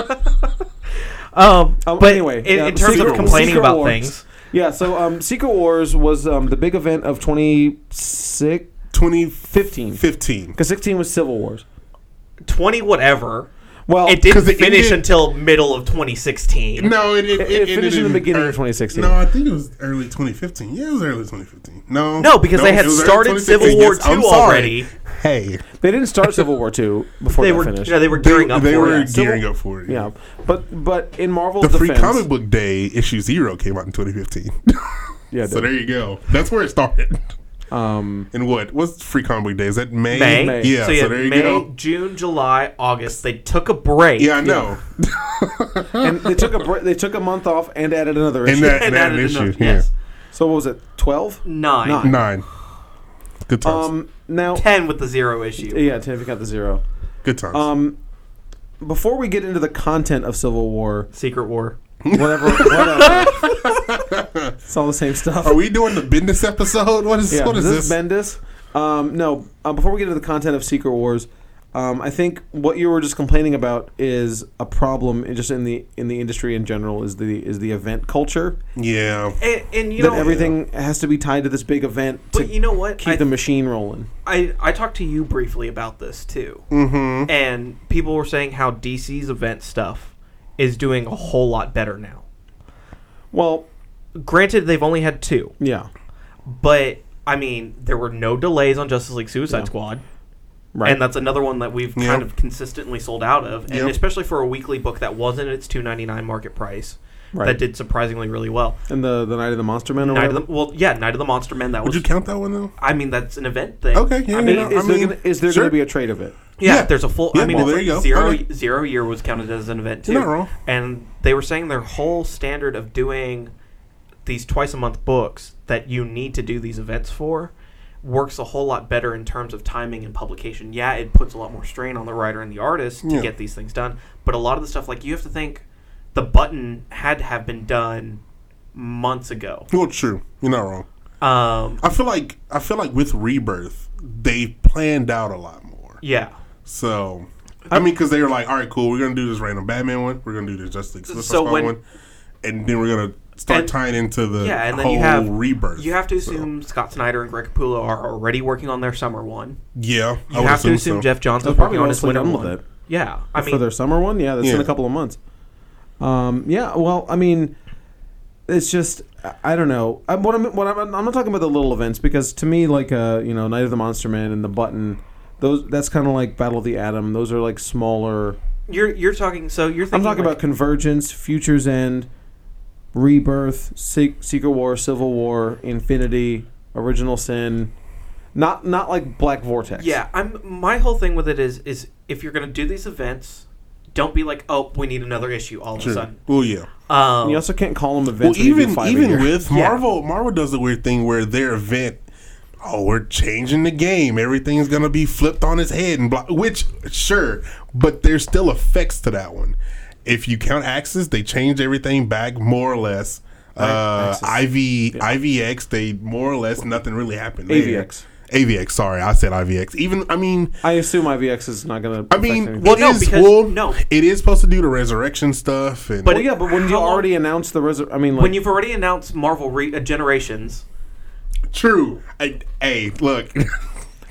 Speaker 4: Um,
Speaker 1: Um,
Speaker 3: But
Speaker 1: anyway,
Speaker 3: in-
Speaker 1: yeah,
Speaker 3: in terms
Speaker 1: Secret-
Speaker 3: of complaining
Speaker 1: Secret
Speaker 3: about
Speaker 1: Wars.
Speaker 3: things,
Speaker 1: yeah. So, um, Secret Wars was um, the big event of 2015
Speaker 2: 2015.
Speaker 1: because 16 was Civil Wars.
Speaker 4: Twenty whatever.
Speaker 1: Well,
Speaker 4: It didn't
Speaker 2: 'cause it
Speaker 4: finish
Speaker 2: ended-
Speaker 4: until middle of 2016.
Speaker 2: No, it,
Speaker 1: It-
Speaker 2: it, it,
Speaker 1: it finished
Speaker 2: ended
Speaker 1: in the beginning of
Speaker 2: ear-
Speaker 1: 2016.
Speaker 2: No, I think it was early 2015. Yeah, it was early 2015. No,
Speaker 4: No, because they
Speaker 2: it
Speaker 4: had
Speaker 2: was early
Speaker 4: started
Speaker 2: 2015.
Speaker 4: Civil War
Speaker 2: Yes, I'm
Speaker 4: Two
Speaker 2: sorry.
Speaker 4: already.
Speaker 2: Hey,
Speaker 1: they didn't start Civil War two before
Speaker 4: They
Speaker 1: that
Speaker 4: were
Speaker 1: finished.
Speaker 4: yeah, they were
Speaker 2: they,
Speaker 4: gearing up.
Speaker 2: they
Speaker 4: for
Speaker 2: were
Speaker 4: it.
Speaker 2: gearing up for it.
Speaker 1: yeah, but but in Marvel's
Speaker 2: the Free
Speaker 1: defense,
Speaker 2: Comic Book Day issue zero came out in 2015.
Speaker 1: yeah,
Speaker 2: so
Speaker 1: they-
Speaker 2: there you go. That's where it started.
Speaker 1: um,
Speaker 2: And what? What's Free Comic Book Day? Is that May?
Speaker 4: May.
Speaker 1: May.
Speaker 2: Yeah.
Speaker 4: so
Speaker 2: So,
Speaker 4: yeah,
Speaker 2: there you
Speaker 4: May,
Speaker 2: go.
Speaker 4: June, July, August. They took a break.
Speaker 2: Yeah, I know.
Speaker 1: and they took a br- they took a month off and added another issue.
Speaker 2: And that, and
Speaker 4: And
Speaker 2: that
Speaker 4: added
Speaker 2: issue.
Speaker 4: another-
Speaker 2: yeah.
Speaker 4: yes.
Speaker 1: so what was it? Twelve.
Speaker 4: Nine.
Speaker 1: Nine.
Speaker 2: Nine. Good times.
Speaker 1: Um, now,
Speaker 4: Ten with the zero issue.
Speaker 1: yeah, ten if you count the zero.
Speaker 2: Good times.
Speaker 1: Um, before we get into the content of Civil War,
Speaker 4: Secret War.
Speaker 1: whatever, whatever, it's all the same stuff.
Speaker 2: Are we doing the business episode? What is
Speaker 1: yeah,
Speaker 2: Oh, what is this?
Speaker 1: Bendis? Um, no. Um, before we get into the content of Secret Wars, um, I think what you were just complaining about is a problem, in, just in the in the industry in general, is the is the event culture
Speaker 2: yeah.
Speaker 4: And, and you
Speaker 1: that
Speaker 4: know
Speaker 1: everything has to be tied to this big event to
Speaker 4: But you know what?
Speaker 1: keep
Speaker 4: I,
Speaker 1: the machine rolling.
Speaker 4: I I talked to you briefly about this too,
Speaker 2: Mm-hmm.
Speaker 4: and people were saying how DC's event stuff is doing a whole lot better now.
Speaker 1: Well,
Speaker 4: Granted, they've only had two,
Speaker 1: yeah,
Speaker 4: but I mean, there were no delays on Justice League Suicide
Speaker 1: Yeah.
Speaker 4: Squad.
Speaker 1: right.
Speaker 4: And that's another one that we've
Speaker 2: Yep.
Speaker 4: kind of consistently sold out of, and
Speaker 2: Yep.
Speaker 4: especially for a weekly book that wasn't its two ninety nine market price,
Speaker 1: Right.
Speaker 4: that did surprisingly really well.
Speaker 1: and the the night of the Monster Men. Or
Speaker 4: Night of
Speaker 1: whatever?
Speaker 4: the well, yeah, Night of the Monster Men. That
Speaker 2: Would
Speaker 4: was.
Speaker 2: you count that one though?
Speaker 4: I mean, that's an event thing.
Speaker 2: Okay, yeah,
Speaker 4: I
Speaker 2: yeah,
Speaker 4: mean,
Speaker 2: yeah.
Speaker 1: Is
Speaker 2: I
Speaker 1: there
Speaker 2: mean,
Speaker 1: gonna, is there
Speaker 2: sure.
Speaker 1: going to be a trade of it?
Speaker 4: Yeah,
Speaker 2: Yeah.
Speaker 4: there's a full.
Speaker 2: Yeah,
Speaker 4: I mean,
Speaker 2: well,
Speaker 4: it's
Speaker 2: there you
Speaker 4: like
Speaker 2: go.
Speaker 4: zero
Speaker 2: Alright.
Speaker 4: zero year was counted as an event too.
Speaker 2: You're not wrong.
Speaker 4: And they were saying their whole standard of doing these twice a month books that you need to do these events for works a whole lot better in terms of timing and publication. Yeah, it puts a lot more strain on the writer and the artist to
Speaker 2: Yeah.
Speaker 4: get these things done. But a lot of the stuff, like you have to think, the button had to have been done months ago.
Speaker 2: Well, true. You're not wrong.
Speaker 4: Um,
Speaker 2: I feel like I feel like with Rebirth, they planned out a lot more.
Speaker 4: yeah.
Speaker 2: So I mean, because they were like, all right, cool, we're gonna do this random Batman one, we're gonna do this Justice League Suicide
Speaker 4: So
Speaker 2: Squad
Speaker 4: when-
Speaker 2: one, and then we're gonna start
Speaker 4: And-
Speaker 2: tying into the
Speaker 4: Yeah, and then
Speaker 2: whole
Speaker 4: you have
Speaker 2: Rebirth.
Speaker 4: You have to
Speaker 2: So,
Speaker 4: assume Scott Snyder and Greg Capullo are already working on their summer one.
Speaker 2: yeah,
Speaker 4: You have to assume
Speaker 2: so.
Speaker 4: Jeff
Speaker 1: They're
Speaker 4: Johnson's
Speaker 1: probably
Speaker 4: working on his
Speaker 1: mostly
Speaker 4: winter
Speaker 1: done with
Speaker 4: one.
Speaker 1: it.
Speaker 4: Yeah, I
Speaker 1: for
Speaker 4: mean,
Speaker 1: their summer one. Yeah, that's in
Speaker 2: Yeah.
Speaker 1: a couple of months. Um, yeah, well, I mean, it's just I- I don't know. I'm, what I'm, what I'm, I'm not talking about the little events because to me, like uh, you know, Night of the Monster Man and the Button, those that's kind of like Battle of the Atom. Those are like smaller.
Speaker 4: You're you're talking. So you're thinking.
Speaker 1: I'm talking
Speaker 4: like-
Speaker 1: about Convergence, Futures End, Rebirth, Se- Secret War, Civil War, Infinity, Original Sin. Not not like Black Vortex.
Speaker 4: Yeah, I'm. My whole thing with it is is if you're gonna do these events, don't be like, oh, we need another issue all of a
Speaker 2: Sure.
Speaker 4: sudden.
Speaker 2: Oh yeah.
Speaker 4: Um,
Speaker 1: And you also can't call them
Speaker 2: Well,
Speaker 1: events. when you do
Speaker 2: even
Speaker 1: five a
Speaker 2: even
Speaker 1: year.
Speaker 2: with
Speaker 4: Yeah.
Speaker 2: Marvel, Marvel does the weird thing where their event, oh, we're changing the game. Everything's gonna be flipped on its head and blah. Which sure, but there's still effects to that one. If you count Axis, they changed everything back more or less. Uh,
Speaker 1: Axis.
Speaker 2: IV IVX, they more or less nothing really happened. there.
Speaker 1: AVX.
Speaker 2: AVX. Sorry, I said IVX. Even I mean.
Speaker 1: I assume IVX is not going to.
Speaker 2: I mean,
Speaker 4: Well,
Speaker 2: well,
Speaker 4: no, because-
Speaker 2: well,
Speaker 4: no.
Speaker 2: it is supposed to do the resurrection stuff, and
Speaker 4: But
Speaker 1: Well, yeah, but when you
Speaker 4: How long-
Speaker 1: already announced the resur- I mean, like,
Speaker 4: when you've already announced Marvel re- uh, Generations,
Speaker 2: true. I, hey, look,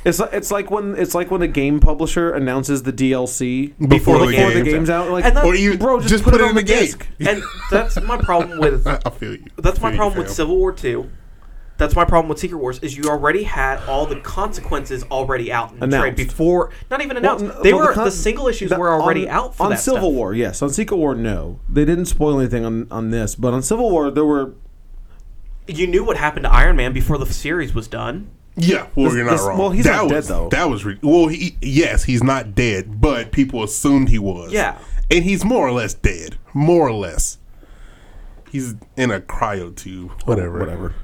Speaker 1: it's li- it's like when it's like when a game publisher announces the DLC
Speaker 2: Before the
Speaker 1: before the
Speaker 2: game's
Speaker 1: game's out. Like,
Speaker 4: And that-
Speaker 2: or you
Speaker 1: bro, just, put, it, on the,
Speaker 2: game.
Speaker 1: disc.
Speaker 4: and that's my problem with
Speaker 2: I feel you.
Speaker 4: that's
Speaker 2: Feel
Speaker 4: my
Speaker 2: you,
Speaker 4: problem with
Speaker 2: fam.
Speaker 4: Civil War Two. That's my problem with Secret Wars is you already had all the consequences already out in the trade
Speaker 1: Announced.
Speaker 4: before not even
Speaker 1: Well,
Speaker 4: announced.
Speaker 1: n-
Speaker 4: they
Speaker 1: well,
Speaker 4: were the,
Speaker 1: con-
Speaker 4: single issues
Speaker 1: the-
Speaker 4: were already
Speaker 1: on-
Speaker 4: out for
Speaker 1: on
Speaker 4: that
Speaker 1: Civil
Speaker 4: stuff.
Speaker 1: War. Yes, on Secret War, no, they didn't spoil anything on on this, but on Civil War there were.
Speaker 4: You knew what happened to Iron Man before the series was done.
Speaker 2: Yeah, well,
Speaker 1: This-
Speaker 2: you're not
Speaker 1: this-
Speaker 2: wrong.
Speaker 1: well, he's
Speaker 2: that
Speaker 1: not
Speaker 2: was,
Speaker 1: dead, though.
Speaker 2: That was re- well. He, yes, he's not dead, but people assumed he was.
Speaker 4: Yeah.
Speaker 2: and he's more or less dead. More or less, he's in a cryo tube. Whatever.
Speaker 1: Oh, Whatever.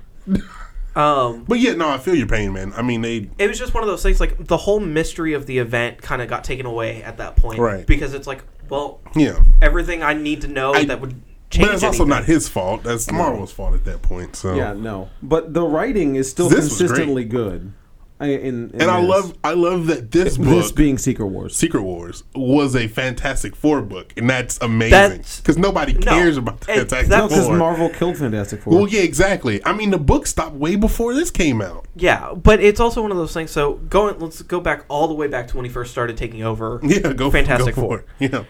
Speaker 4: Um,
Speaker 2: But yeah, no, I feel your pain, man. I mean, they
Speaker 4: it was just one of those things like the whole mystery of the event kind of got taken away at that point
Speaker 2: Right.
Speaker 4: because it's like well
Speaker 2: yeah.
Speaker 4: everything i need to know
Speaker 2: I-
Speaker 4: that would change
Speaker 2: But it's also
Speaker 4: anything.
Speaker 2: not his fault. That's Marvel's fault at that point. So
Speaker 1: Yeah, no, but the writing is still
Speaker 2: This was great.
Speaker 1: consistently good. I, in, in
Speaker 2: and I
Speaker 1: this.
Speaker 2: love, I love that this book,
Speaker 1: this being Secret Wars.
Speaker 2: Secret Wars, was a Fantastic Four book, and that's amazing
Speaker 4: That's-
Speaker 2: because nobody
Speaker 4: No.
Speaker 2: cares about the
Speaker 4: And
Speaker 2: Fantastic
Speaker 4: that-
Speaker 1: No, because
Speaker 2: Four.
Speaker 1: Marvel killed Fantastic Four.
Speaker 2: Well, yeah, exactly. I mean, the book stopped way before this came out.
Speaker 4: yeah but it's also one of those things so going let's go back all the way back to when he first started taking over
Speaker 2: Yeah, go
Speaker 4: Fantastic
Speaker 2: go
Speaker 4: Four.
Speaker 2: it. Yeah,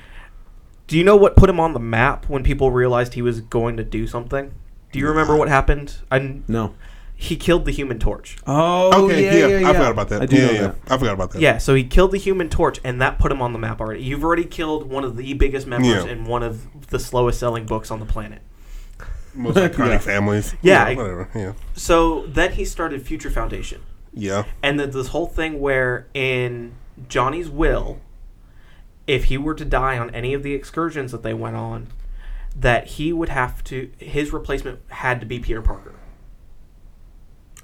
Speaker 4: do you know what put him on the map when people realized he was going to do something do you remember what happened I,
Speaker 1: No.
Speaker 4: he killed the human torch
Speaker 1: Oh,
Speaker 2: okay, yeah, I forgot about that.
Speaker 1: I do
Speaker 2: yeah,
Speaker 1: know
Speaker 2: yeah,
Speaker 1: that.
Speaker 2: I forgot about that.
Speaker 4: yeah so he killed the human torch and that put him on the map already you've already killed one of the biggest members
Speaker 2: Yeah.
Speaker 4: in one of the slowest selling books on the planet
Speaker 2: most iconic
Speaker 1: Yeah.
Speaker 2: families.
Speaker 4: Yeah, I-
Speaker 2: whatever. Yeah,
Speaker 4: so then he started future foundation
Speaker 2: yeah,
Speaker 4: and then this whole thing where in Johnny's will, if he were to die on any of the excursions that they went on, that he would have to his replacement had to be Peter Parker,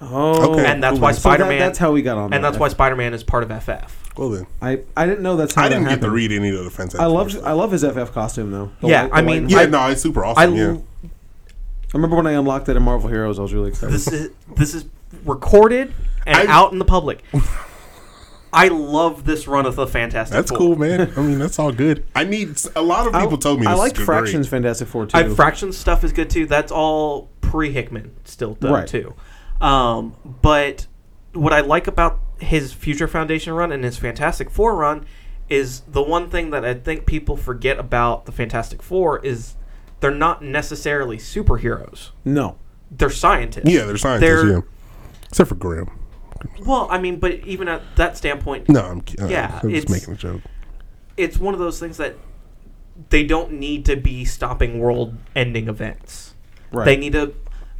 Speaker 1: Oh,
Speaker 2: Okay.
Speaker 4: and that's
Speaker 2: Ooh,
Speaker 4: why
Speaker 2: so
Speaker 1: So that-
Speaker 4: Spider Man.
Speaker 1: that's how we got on.
Speaker 4: and
Speaker 1: that.
Speaker 4: that's why Spider Man is part of FF.
Speaker 2: Well then,
Speaker 1: I, I didn't know that's how
Speaker 2: I
Speaker 1: that
Speaker 2: didn't get to
Speaker 1: happened.
Speaker 2: read any of the Fantastic.
Speaker 1: I loved
Speaker 2: Four.
Speaker 1: I love his FF costume though. The
Speaker 4: Yeah,
Speaker 1: the
Speaker 4: I mean,
Speaker 1: I,
Speaker 2: Yeah,
Speaker 4: I-
Speaker 2: no, it's super
Speaker 4: I
Speaker 2: awesome. yeah,
Speaker 1: remember when I unlocked it in Marvel Heroes, I was really excited.
Speaker 4: this is this is recorded and
Speaker 2: I-
Speaker 4: out in the public. I love this run of the Fantastic.
Speaker 2: that's
Speaker 4: Four.
Speaker 2: cool, man. I mean, that's all good. I need a lot of
Speaker 1: I-
Speaker 2: people told me.
Speaker 1: I
Speaker 2: this
Speaker 1: like
Speaker 2: is
Speaker 1: Fractions Fantastic Four too.
Speaker 4: I, Fraction stuff is good too. That's all pre Hickman still though
Speaker 1: Right.
Speaker 4: too. Um, but what I like about his Future Foundation run and his Fantastic Four run is the one thing that I think people forget about the Fantastic Four is they're not necessarily superheroes.
Speaker 1: no,
Speaker 4: They're scientists.
Speaker 2: Yeah, they're scientists.
Speaker 4: They're-
Speaker 2: yeah, except for Graham.
Speaker 4: Well, I mean, but even at that standpoint,
Speaker 2: No, I'm kidding.
Speaker 4: Yeah,
Speaker 2: I'm just
Speaker 4: it's-
Speaker 2: making a joke.
Speaker 4: it's one of those things that they don't need to be stopping world-ending events.
Speaker 1: right?
Speaker 4: They need to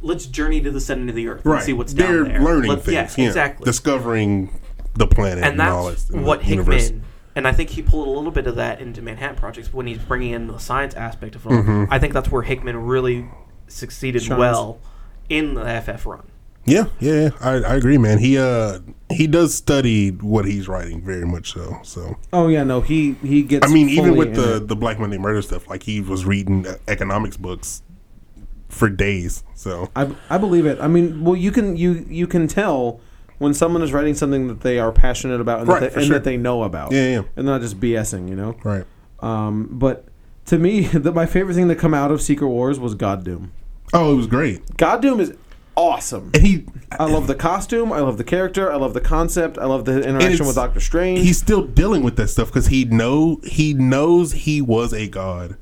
Speaker 4: let's journey to the center of the earth and see what's
Speaker 2: They're
Speaker 4: down there.
Speaker 2: learning
Speaker 4: Let's-
Speaker 2: things.
Speaker 4: Yes,
Speaker 2: yeah.
Speaker 4: exactly.
Speaker 2: Discovering the planet and,
Speaker 4: and that's
Speaker 2: all that- and
Speaker 4: what
Speaker 2: the
Speaker 4: Hickman.
Speaker 2: universe.
Speaker 4: And I think he pulled a little bit of that into Manhattan Projects when he's bringing in the science aspect of it. all.
Speaker 2: Mm-hmm.
Speaker 4: I think that's where Hickman really succeeded
Speaker 1: Shines.
Speaker 4: well in the FF run.
Speaker 2: Yeah, yeah, yeah. I, I agree, man. He uh he does study what he's writing very much so. So
Speaker 1: oh yeah, no, he he gets.
Speaker 2: I mean, even
Speaker 1: fully
Speaker 2: with
Speaker 1: in
Speaker 2: the
Speaker 1: it.
Speaker 2: the Black Monday murder stuff, like he was reading uh, economics books for days. So
Speaker 1: I, I believe it. I mean, well, you can you you can tell when someone is writing something that they are passionate about and,
Speaker 2: Right,
Speaker 1: that,
Speaker 2: for
Speaker 1: they, and
Speaker 2: sure.
Speaker 1: that they know about.
Speaker 2: Yeah, yeah.
Speaker 1: and not just BSing, you know.
Speaker 2: right.
Speaker 1: Um, but to me, the, my favorite thing to come out of Secret Wars was God Doom.
Speaker 2: Oh, it was great.
Speaker 1: God Doom is awesome.
Speaker 2: And he
Speaker 1: I love the costume. I love the character. I love the concept. I love the interaction
Speaker 2: it's-
Speaker 1: with Doctor Strange.
Speaker 2: he's still dealing with that stuff because he know he knows he was a god.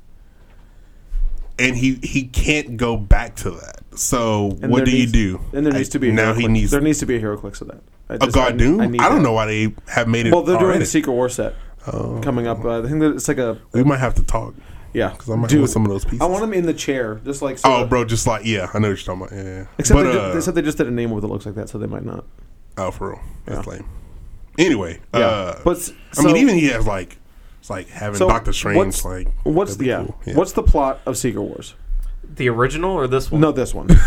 Speaker 2: and he he can't go back to that. So
Speaker 1: And
Speaker 2: what
Speaker 1: there
Speaker 2: do
Speaker 1: needs-
Speaker 2: you do?
Speaker 1: Then there needs
Speaker 2: I-
Speaker 1: to be a
Speaker 2: now
Speaker 1: hero
Speaker 2: he
Speaker 1: Clicks.
Speaker 2: needs
Speaker 1: there
Speaker 2: a
Speaker 1: needs to be a hero clicks of that. I just- I
Speaker 2: God
Speaker 1: need-
Speaker 2: Doom. I,
Speaker 1: need
Speaker 2: don't
Speaker 1: that.
Speaker 2: know why they have made it.
Speaker 1: Well, they're doing
Speaker 2: already.
Speaker 1: the secret war set
Speaker 2: Oh.
Speaker 1: coming up. Uh, I think that it's like a
Speaker 2: We might have to talk
Speaker 1: yeah.
Speaker 2: because I might
Speaker 1: Dude,
Speaker 2: want some of those pieces.
Speaker 1: I want him in the chair, just like so
Speaker 2: oh,
Speaker 1: that-
Speaker 2: bro, just like yeah, I know what you're talking about. Yeah, yeah.
Speaker 1: Except,
Speaker 2: but
Speaker 1: they
Speaker 2: uh,
Speaker 1: did, except they just did a name with it looks like that, so they might not.
Speaker 2: oh, for real, that's
Speaker 1: Yeah.
Speaker 2: lame. Anyway,
Speaker 1: Yeah,
Speaker 2: uh,
Speaker 1: but s-
Speaker 2: I mean,
Speaker 1: so-
Speaker 2: even he has like it's like having
Speaker 1: So
Speaker 2: Doctor Strange.
Speaker 1: what's-
Speaker 2: Like,
Speaker 1: What's
Speaker 2: that'd
Speaker 1: the
Speaker 2: be
Speaker 1: yeah,
Speaker 2: cool.
Speaker 1: What's the plot of Secret Wars?
Speaker 4: The original or this one?
Speaker 1: No, this one. Because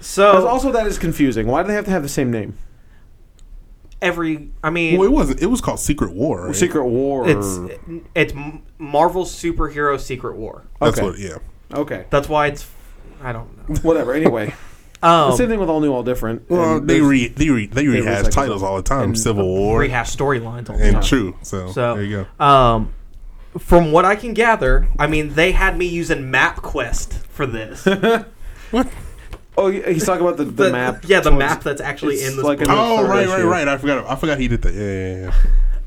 Speaker 4: So
Speaker 1: also that is confusing. Why do they have to have the same name?
Speaker 4: every, I mean,
Speaker 2: well, it wasn't. It was called Secret War. Right?
Speaker 1: Secret War.
Speaker 4: it's it's M- Marvel superhero Secret War.
Speaker 2: That's
Speaker 1: okay.
Speaker 2: what. Yeah.
Speaker 1: okay.
Speaker 4: That's why it's. I don't know.
Speaker 1: Whatever. Anyway, the same
Speaker 4: Um,
Speaker 1: thing with all new, all different.
Speaker 2: Well,
Speaker 1: And
Speaker 2: they
Speaker 1: there's-
Speaker 2: re they re they rehash
Speaker 1: recycle
Speaker 2: titles
Speaker 1: them.
Speaker 2: all the time.
Speaker 1: And- uh,
Speaker 2: Civil War
Speaker 4: rehash storylines all the
Speaker 2: and
Speaker 4: time.
Speaker 2: True. So,
Speaker 4: So-
Speaker 2: there you go.
Speaker 4: Um, from what I can gather, I mean, they had me using MapQuest for this. the,
Speaker 1: Oh, yeah, he's talking about the, the, map.
Speaker 4: yeah, the
Speaker 1: towards-
Speaker 4: map that's actually
Speaker 1: it's
Speaker 4: in this
Speaker 1: like
Speaker 4: book.
Speaker 1: an-
Speaker 2: Oh
Speaker 1: third
Speaker 2: right, right,
Speaker 1: issue.
Speaker 2: right. I forgot. I forgot he did that. Yeah, yeah,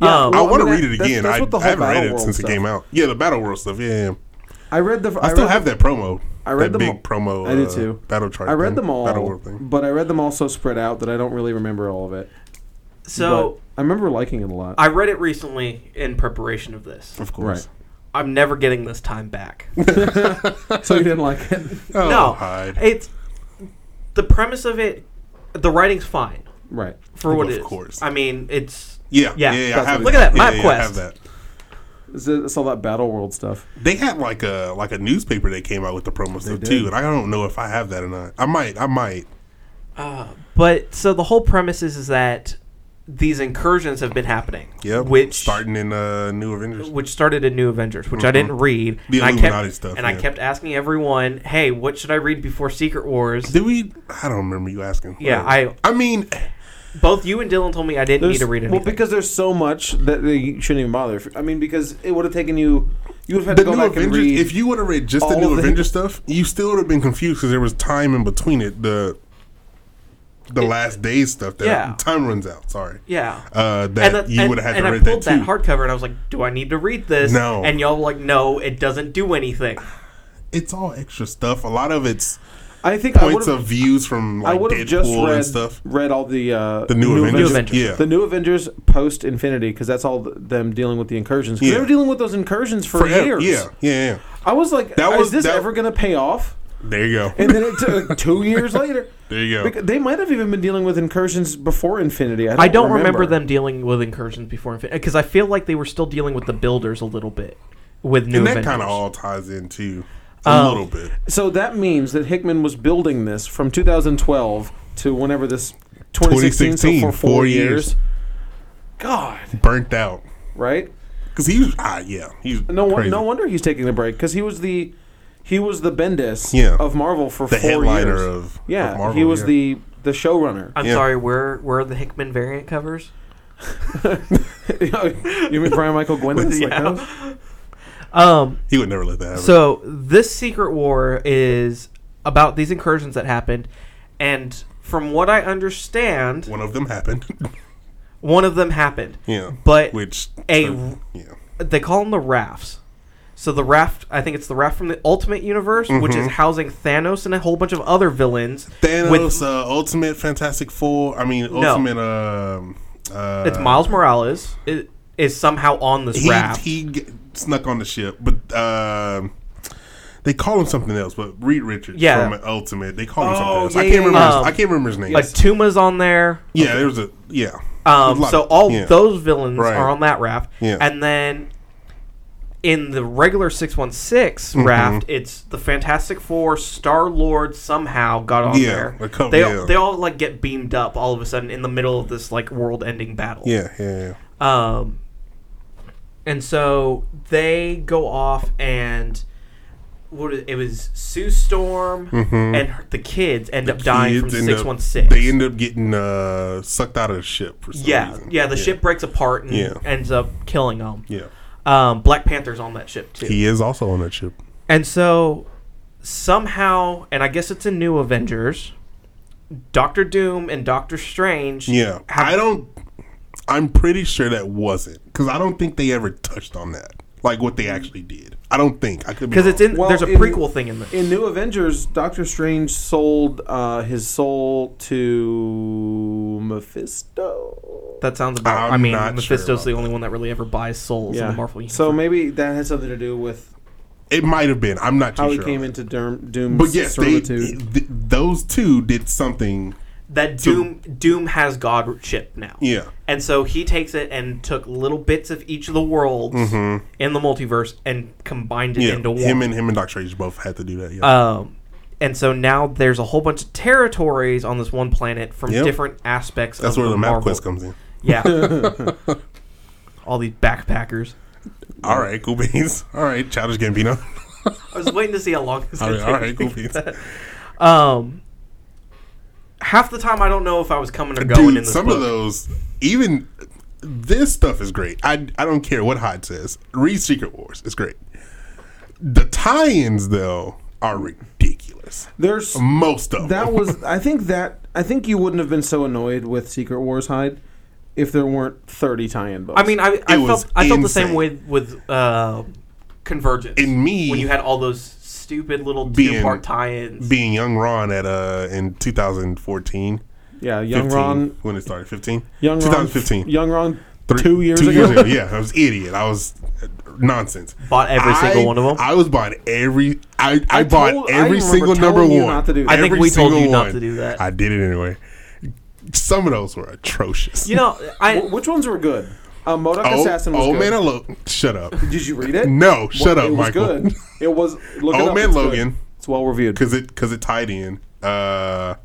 Speaker 2: yeah.
Speaker 4: Um,
Speaker 2: I
Speaker 1: Well, I
Speaker 2: want to
Speaker 1: mean,
Speaker 2: read
Speaker 1: that-
Speaker 2: it
Speaker 1: that's-
Speaker 2: again.
Speaker 1: that's
Speaker 2: I,
Speaker 1: what the
Speaker 2: I
Speaker 1: whole
Speaker 2: haven't read
Speaker 1: Battle
Speaker 2: it
Speaker 1: World
Speaker 2: since it
Speaker 1: stuff-
Speaker 2: came out. Yeah, the Battle World stuff. Yeah, yeah.
Speaker 1: I read the.
Speaker 2: I, still
Speaker 1: read
Speaker 2: have that promo.
Speaker 1: I read
Speaker 2: that
Speaker 1: them
Speaker 2: big
Speaker 1: all-
Speaker 2: promo.
Speaker 1: I did
Speaker 2: uh,
Speaker 1: too.
Speaker 2: Battle chart.
Speaker 1: I read
Speaker 2: thing,
Speaker 1: them
Speaker 2: Battle
Speaker 1: all,
Speaker 2: World thing.
Speaker 1: but I read them all so spread out that I don't really remember all of it.
Speaker 4: so
Speaker 1: But I remember liking it a lot.
Speaker 4: I read it recently in preparation of this.
Speaker 2: Of course.
Speaker 4: I'm never getting this time back.
Speaker 1: so you didn't like it,
Speaker 2: Oh,
Speaker 4: no,
Speaker 2: Hyde.
Speaker 4: it's the premise of it. The writing's fine
Speaker 1: right?
Speaker 4: for what
Speaker 2: Of
Speaker 4: it is.
Speaker 2: course.
Speaker 4: I mean, it's
Speaker 2: Yeah, yeah,
Speaker 4: Yeah,
Speaker 2: yeah. I
Speaker 1: that's
Speaker 2: have
Speaker 1: what
Speaker 4: it is.
Speaker 2: that.
Speaker 4: Look at that,
Speaker 2: Yeah, yeah, I
Speaker 4: MapQuest.
Speaker 2: have that.
Speaker 1: It's, it's all that battle world stuff.
Speaker 2: They had like a like a newspaper that came out with the promo stuff
Speaker 1: did.
Speaker 2: too, and I don't know if I have that or not. I might. I might.
Speaker 4: Uh, but so the whole premise is, is that these incursions have been happening.
Speaker 2: Yep.
Speaker 4: Which
Speaker 2: starting in uh, New Avengers.
Speaker 4: which started in New Avengers, which I didn't read.
Speaker 2: The
Speaker 4: and I
Speaker 2: Illuminati
Speaker 4: kept,
Speaker 2: stuff,
Speaker 4: And I
Speaker 2: yeah.
Speaker 4: kept asking everyone, "Hey, what should I read before Secret Wars?"
Speaker 2: Did we? I don't remember you asking.
Speaker 4: Yeah,
Speaker 2: Whatever. I mean,
Speaker 4: Both you and Dylan told me I didn't need to read anything.
Speaker 1: Well, because there's so much that they shouldn't even bother. I mean, because it would have taken you, you would have had
Speaker 2: the
Speaker 1: to go
Speaker 2: new
Speaker 1: back and
Speaker 2: Avengers.
Speaker 1: read.
Speaker 2: If you would have read just the
Speaker 1: all
Speaker 2: new
Speaker 1: the-
Speaker 2: Avengers stuff, you still would have been confused because there was time in between it. The the last days stuff. That
Speaker 4: Yeah.
Speaker 2: time runs out. Sorry.
Speaker 4: yeah.
Speaker 2: Uh, that
Speaker 4: that-
Speaker 2: you would have had
Speaker 4: and
Speaker 2: to
Speaker 4: I
Speaker 2: read that
Speaker 4: pulled that,
Speaker 2: too.
Speaker 4: hardcover, and I was like, "Do I need to read this?"
Speaker 2: No.
Speaker 4: And y'all were like, "No, it doesn't do anything."
Speaker 2: it's all extra stuff. A lot of it's
Speaker 1: I think I would
Speaker 2: points
Speaker 1: have,
Speaker 2: of views from
Speaker 1: I
Speaker 2: like
Speaker 1: would
Speaker 2: Deadpool
Speaker 1: have just read
Speaker 2: and stuff.
Speaker 1: read all the uh,
Speaker 2: The new, Avengers.
Speaker 4: Avengers.
Speaker 2: Yeah.
Speaker 1: The new Avengers post Infinity, because that's all th- them dealing with the incursions. 'Cause
Speaker 2: Yeah.
Speaker 1: They were dealing with those incursions for
Speaker 2: Forever.
Speaker 1: years.
Speaker 2: Yeah. Yeah. Yeah.
Speaker 1: I was like,
Speaker 2: That was-
Speaker 1: is this
Speaker 2: that-
Speaker 1: ever going to pay off?
Speaker 2: There you go.
Speaker 1: And then it took two years later.
Speaker 2: There you go.
Speaker 1: Because they might have even been dealing with incursions before Infinity. I don't,
Speaker 4: I don't remember. them dealing with incursions before because I feel like they were still dealing with the builders a little bit with New
Speaker 2: and that
Speaker 4: Avengers.
Speaker 2: kind of all ties in too, a
Speaker 4: Um,
Speaker 2: little bit.
Speaker 1: So that means that Hickman was building this from 2012 to whenever this 2016,
Speaker 2: 2016,
Speaker 1: so for four,
Speaker 2: four
Speaker 1: years.
Speaker 2: years.
Speaker 1: God,
Speaker 2: Burnt out
Speaker 1: right?
Speaker 2: because he was ah yeah he's
Speaker 1: No, won-
Speaker 2: crazy.
Speaker 1: no wonder he's taking the break because he was the he was the Bendis
Speaker 2: Yeah.
Speaker 1: of Marvel for
Speaker 2: the
Speaker 1: four
Speaker 2: headliner
Speaker 1: years.
Speaker 2: of
Speaker 1: yeah,
Speaker 2: of Marvel,
Speaker 1: he was
Speaker 2: yeah.
Speaker 1: the the showrunner.
Speaker 4: I'm
Speaker 2: Yeah.
Speaker 4: sorry. Where where are the Hickman variant covers?
Speaker 1: you mean Brian Michael Gwendolyn?
Speaker 4: Yeah.
Speaker 1: Like those?
Speaker 4: Um,
Speaker 2: he would never let that happen.
Speaker 4: So this secret war is about these incursions that happened, and from what I understand,
Speaker 2: one of them happened.
Speaker 4: one of them happened.
Speaker 2: yeah,
Speaker 4: But
Speaker 2: which uh,
Speaker 4: a-
Speaker 2: yeah
Speaker 4: they call them the rafts. So the raft, I think it's the raft from the Ultimate Universe, which is housing Thanos and a whole bunch of other villains.
Speaker 2: Mm-hmm. Thanos
Speaker 4: with-
Speaker 2: uh, Ultimate Fantastic Four. I mean Ultimate. Um, uh,
Speaker 4: It's Miles Morales i- is somehow on this
Speaker 2: He
Speaker 4: raft.
Speaker 2: he g- snuck on the ship, but um they call him something else. But Reed Richards
Speaker 4: Yeah.
Speaker 2: from Ultimate, they call him something
Speaker 1: Oh,
Speaker 2: else.
Speaker 1: yeah,
Speaker 2: I can't
Speaker 1: yeah,
Speaker 2: remember.
Speaker 4: yeah.
Speaker 2: his, I can't remember his name.
Speaker 4: like Tuma's on there.
Speaker 2: yeah, there was a yeah.
Speaker 4: Um,
Speaker 2: A lot
Speaker 4: so
Speaker 2: of-
Speaker 4: all
Speaker 2: yeah.
Speaker 4: those villains
Speaker 2: Right.
Speaker 4: are on that raft,
Speaker 2: Yeah.
Speaker 4: and then in the regular six one six
Speaker 2: Mm-hmm.
Speaker 4: raft, it's the Fantastic Four, Star Lord somehow got on
Speaker 2: Yeah,
Speaker 4: there.
Speaker 2: a couple-
Speaker 4: they
Speaker 2: yeah.
Speaker 4: they all like get beamed up all of a sudden in the middle of this like world ending battle.
Speaker 2: yeah, yeah, yeah.
Speaker 4: Um, and so they go off and. What is- it was Sue Storm and her, the kids end up dying from
Speaker 2: Mm-hmm. Kids end up-
Speaker 4: six one six.
Speaker 2: They end up getting uh, sucked out of the ship for some
Speaker 4: Yeah,
Speaker 2: reason.
Speaker 4: yeah. The ship breaks apart and
Speaker 2: Yeah.
Speaker 4: ends up killing them.
Speaker 2: Yeah,
Speaker 4: Um, Black Panther's on that ship too,
Speaker 2: he is also on that ship.
Speaker 4: and so somehow, and I guess it's in New Avengers, Doctor Doom and Doctor Strange.
Speaker 2: Yeah,
Speaker 4: have-
Speaker 2: I don't. I'm pretty sure that wasn't because I don't think they ever touched on that. like what
Speaker 4: Mm.
Speaker 2: they actually did. I don't think I could be
Speaker 3: because it's
Speaker 2: wrong.
Speaker 3: in
Speaker 1: Well,
Speaker 3: there's a
Speaker 1: in-
Speaker 3: prequel thing in there.
Speaker 1: In New Avengers, Doctor Strange sold uh, his soul to Mephisto.
Speaker 3: That sounds about. i
Speaker 2: I'm
Speaker 3: mean,
Speaker 2: not sure
Speaker 3: Mephisto's
Speaker 2: about
Speaker 3: the only one that really ever buys souls in the Marvel universe.
Speaker 1: So maybe that has something to do with
Speaker 2: It might have been. I'm not too
Speaker 1: how he
Speaker 2: sure.
Speaker 1: came into Doom. Doom's
Speaker 2: but yes, they,
Speaker 1: servitude.
Speaker 2: th- those two did something.
Speaker 4: that
Speaker 2: So-
Speaker 4: Doom Doom has God chip now.
Speaker 2: Yeah,
Speaker 4: And so he takes it and took little bits of each of the worlds in the multiverse and combined it
Speaker 2: Mm-hmm. yeah.
Speaker 4: into one.
Speaker 2: Him and him and Doctor Strange both had to do that. Yeah.
Speaker 4: Um, and so now there's a whole bunch of territories on this one planet from
Speaker 2: Yep.
Speaker 4: different aspects.
Speaker 2: That's
Speaker 4: of
Speaker 2: where the map
Speaker 4: Marvel.
Speaker 2: quest comes in.
Speaker 4: Yeah. All these backpackers.
Speaker 2: All right, cool beans. All right, Childish Gambino.
Speaker 4: I was waiting to see how long this
Speaker 2: All
Speaker 4: would
Speaker 2: right, all right, cool beans.
Speaker 4: Um, half the time I don't know if I was coming or going in
Speaker 2: Dude,
Speaker 4: this
Speaker 2: some
Speaker 4: book.
Speaker 2: of those, even this stuff is great. I I don't care what Hyde says. Read Secret Wars. It's great. The tie-ins though are ridiculous.
Speaker 1: There's
Speaker 2: Most of
Speaker 1: that
Speaker 2: them.
Speaker 1: was I think that I think you wouldn't have been so annoyed with Secret Wars Hyde if there weren't 30 tie-in books.
Speaker 4: I mean, I, I
Speaker 2: was
Speaker 4: felt I felt the same
Speaker 2: insane.
Speaker 4: way with uh, Convergence.
Speaker 2: In me-
Speaker 4: when you had all those stupid little
Speaker 2: Being-
Speaker 4: two-part tie-ins.
Speaker 2: being young Ron at uh in 2014.
Speaker 1: yeah, Young
Speaker 2: 15,
Speaker 1: Ron,
Speaker 2: when it started 15
Speaker 1: Young
Speaker 2: 2015
Speaker 1: Ron, Young Ron,
Speaker 2: Three-
Speaker 1: two years ago.
Speaker 2: yeah I was an idiot I was uh, nonsense
Speaker 4: Bought every single one of them?
Speaker 2: I was buying every I, I,
Speaker 1: I
Speaker 2: bought
Speaker 1: told- I
Speaker 2: every
Speaker 1: remember
Speaker 2: single number
Speaker 1: telling you
Speaker 2: one
Speaker 1: not to do that.
Speaker 4: I think
Speaker 2: Every
Speaker 4: we told
Speaker 2: single
Speaker 4: you not
Speaker 2: one.
Speaker 4: to do that.
Speaker 2: I did it anyway some of those were atrocious
Speaker 4: you know, I
Speaker 1: Wh- Which ones were good? Uh, Modoc
Speaker 2: oh,
Speaker 1: Assassin was
Speaker 2: oh
Speaker 1: good.
Speaker 2: man Logan shut up
Speaker 1: Did you read it?
Speaker 2: No, shut up,
Speaker 1: it was
Speaker 2: Michael.
Speaker 1: Good. It was. Look it
Speaker 2: Old
Speaker 1: up,
Speaker 2: Man
Speaker 1: it's good.
Speaker 2: Logan.
Speaker 1: It's well reviewed.
Speaker 2: because it because it tied in uh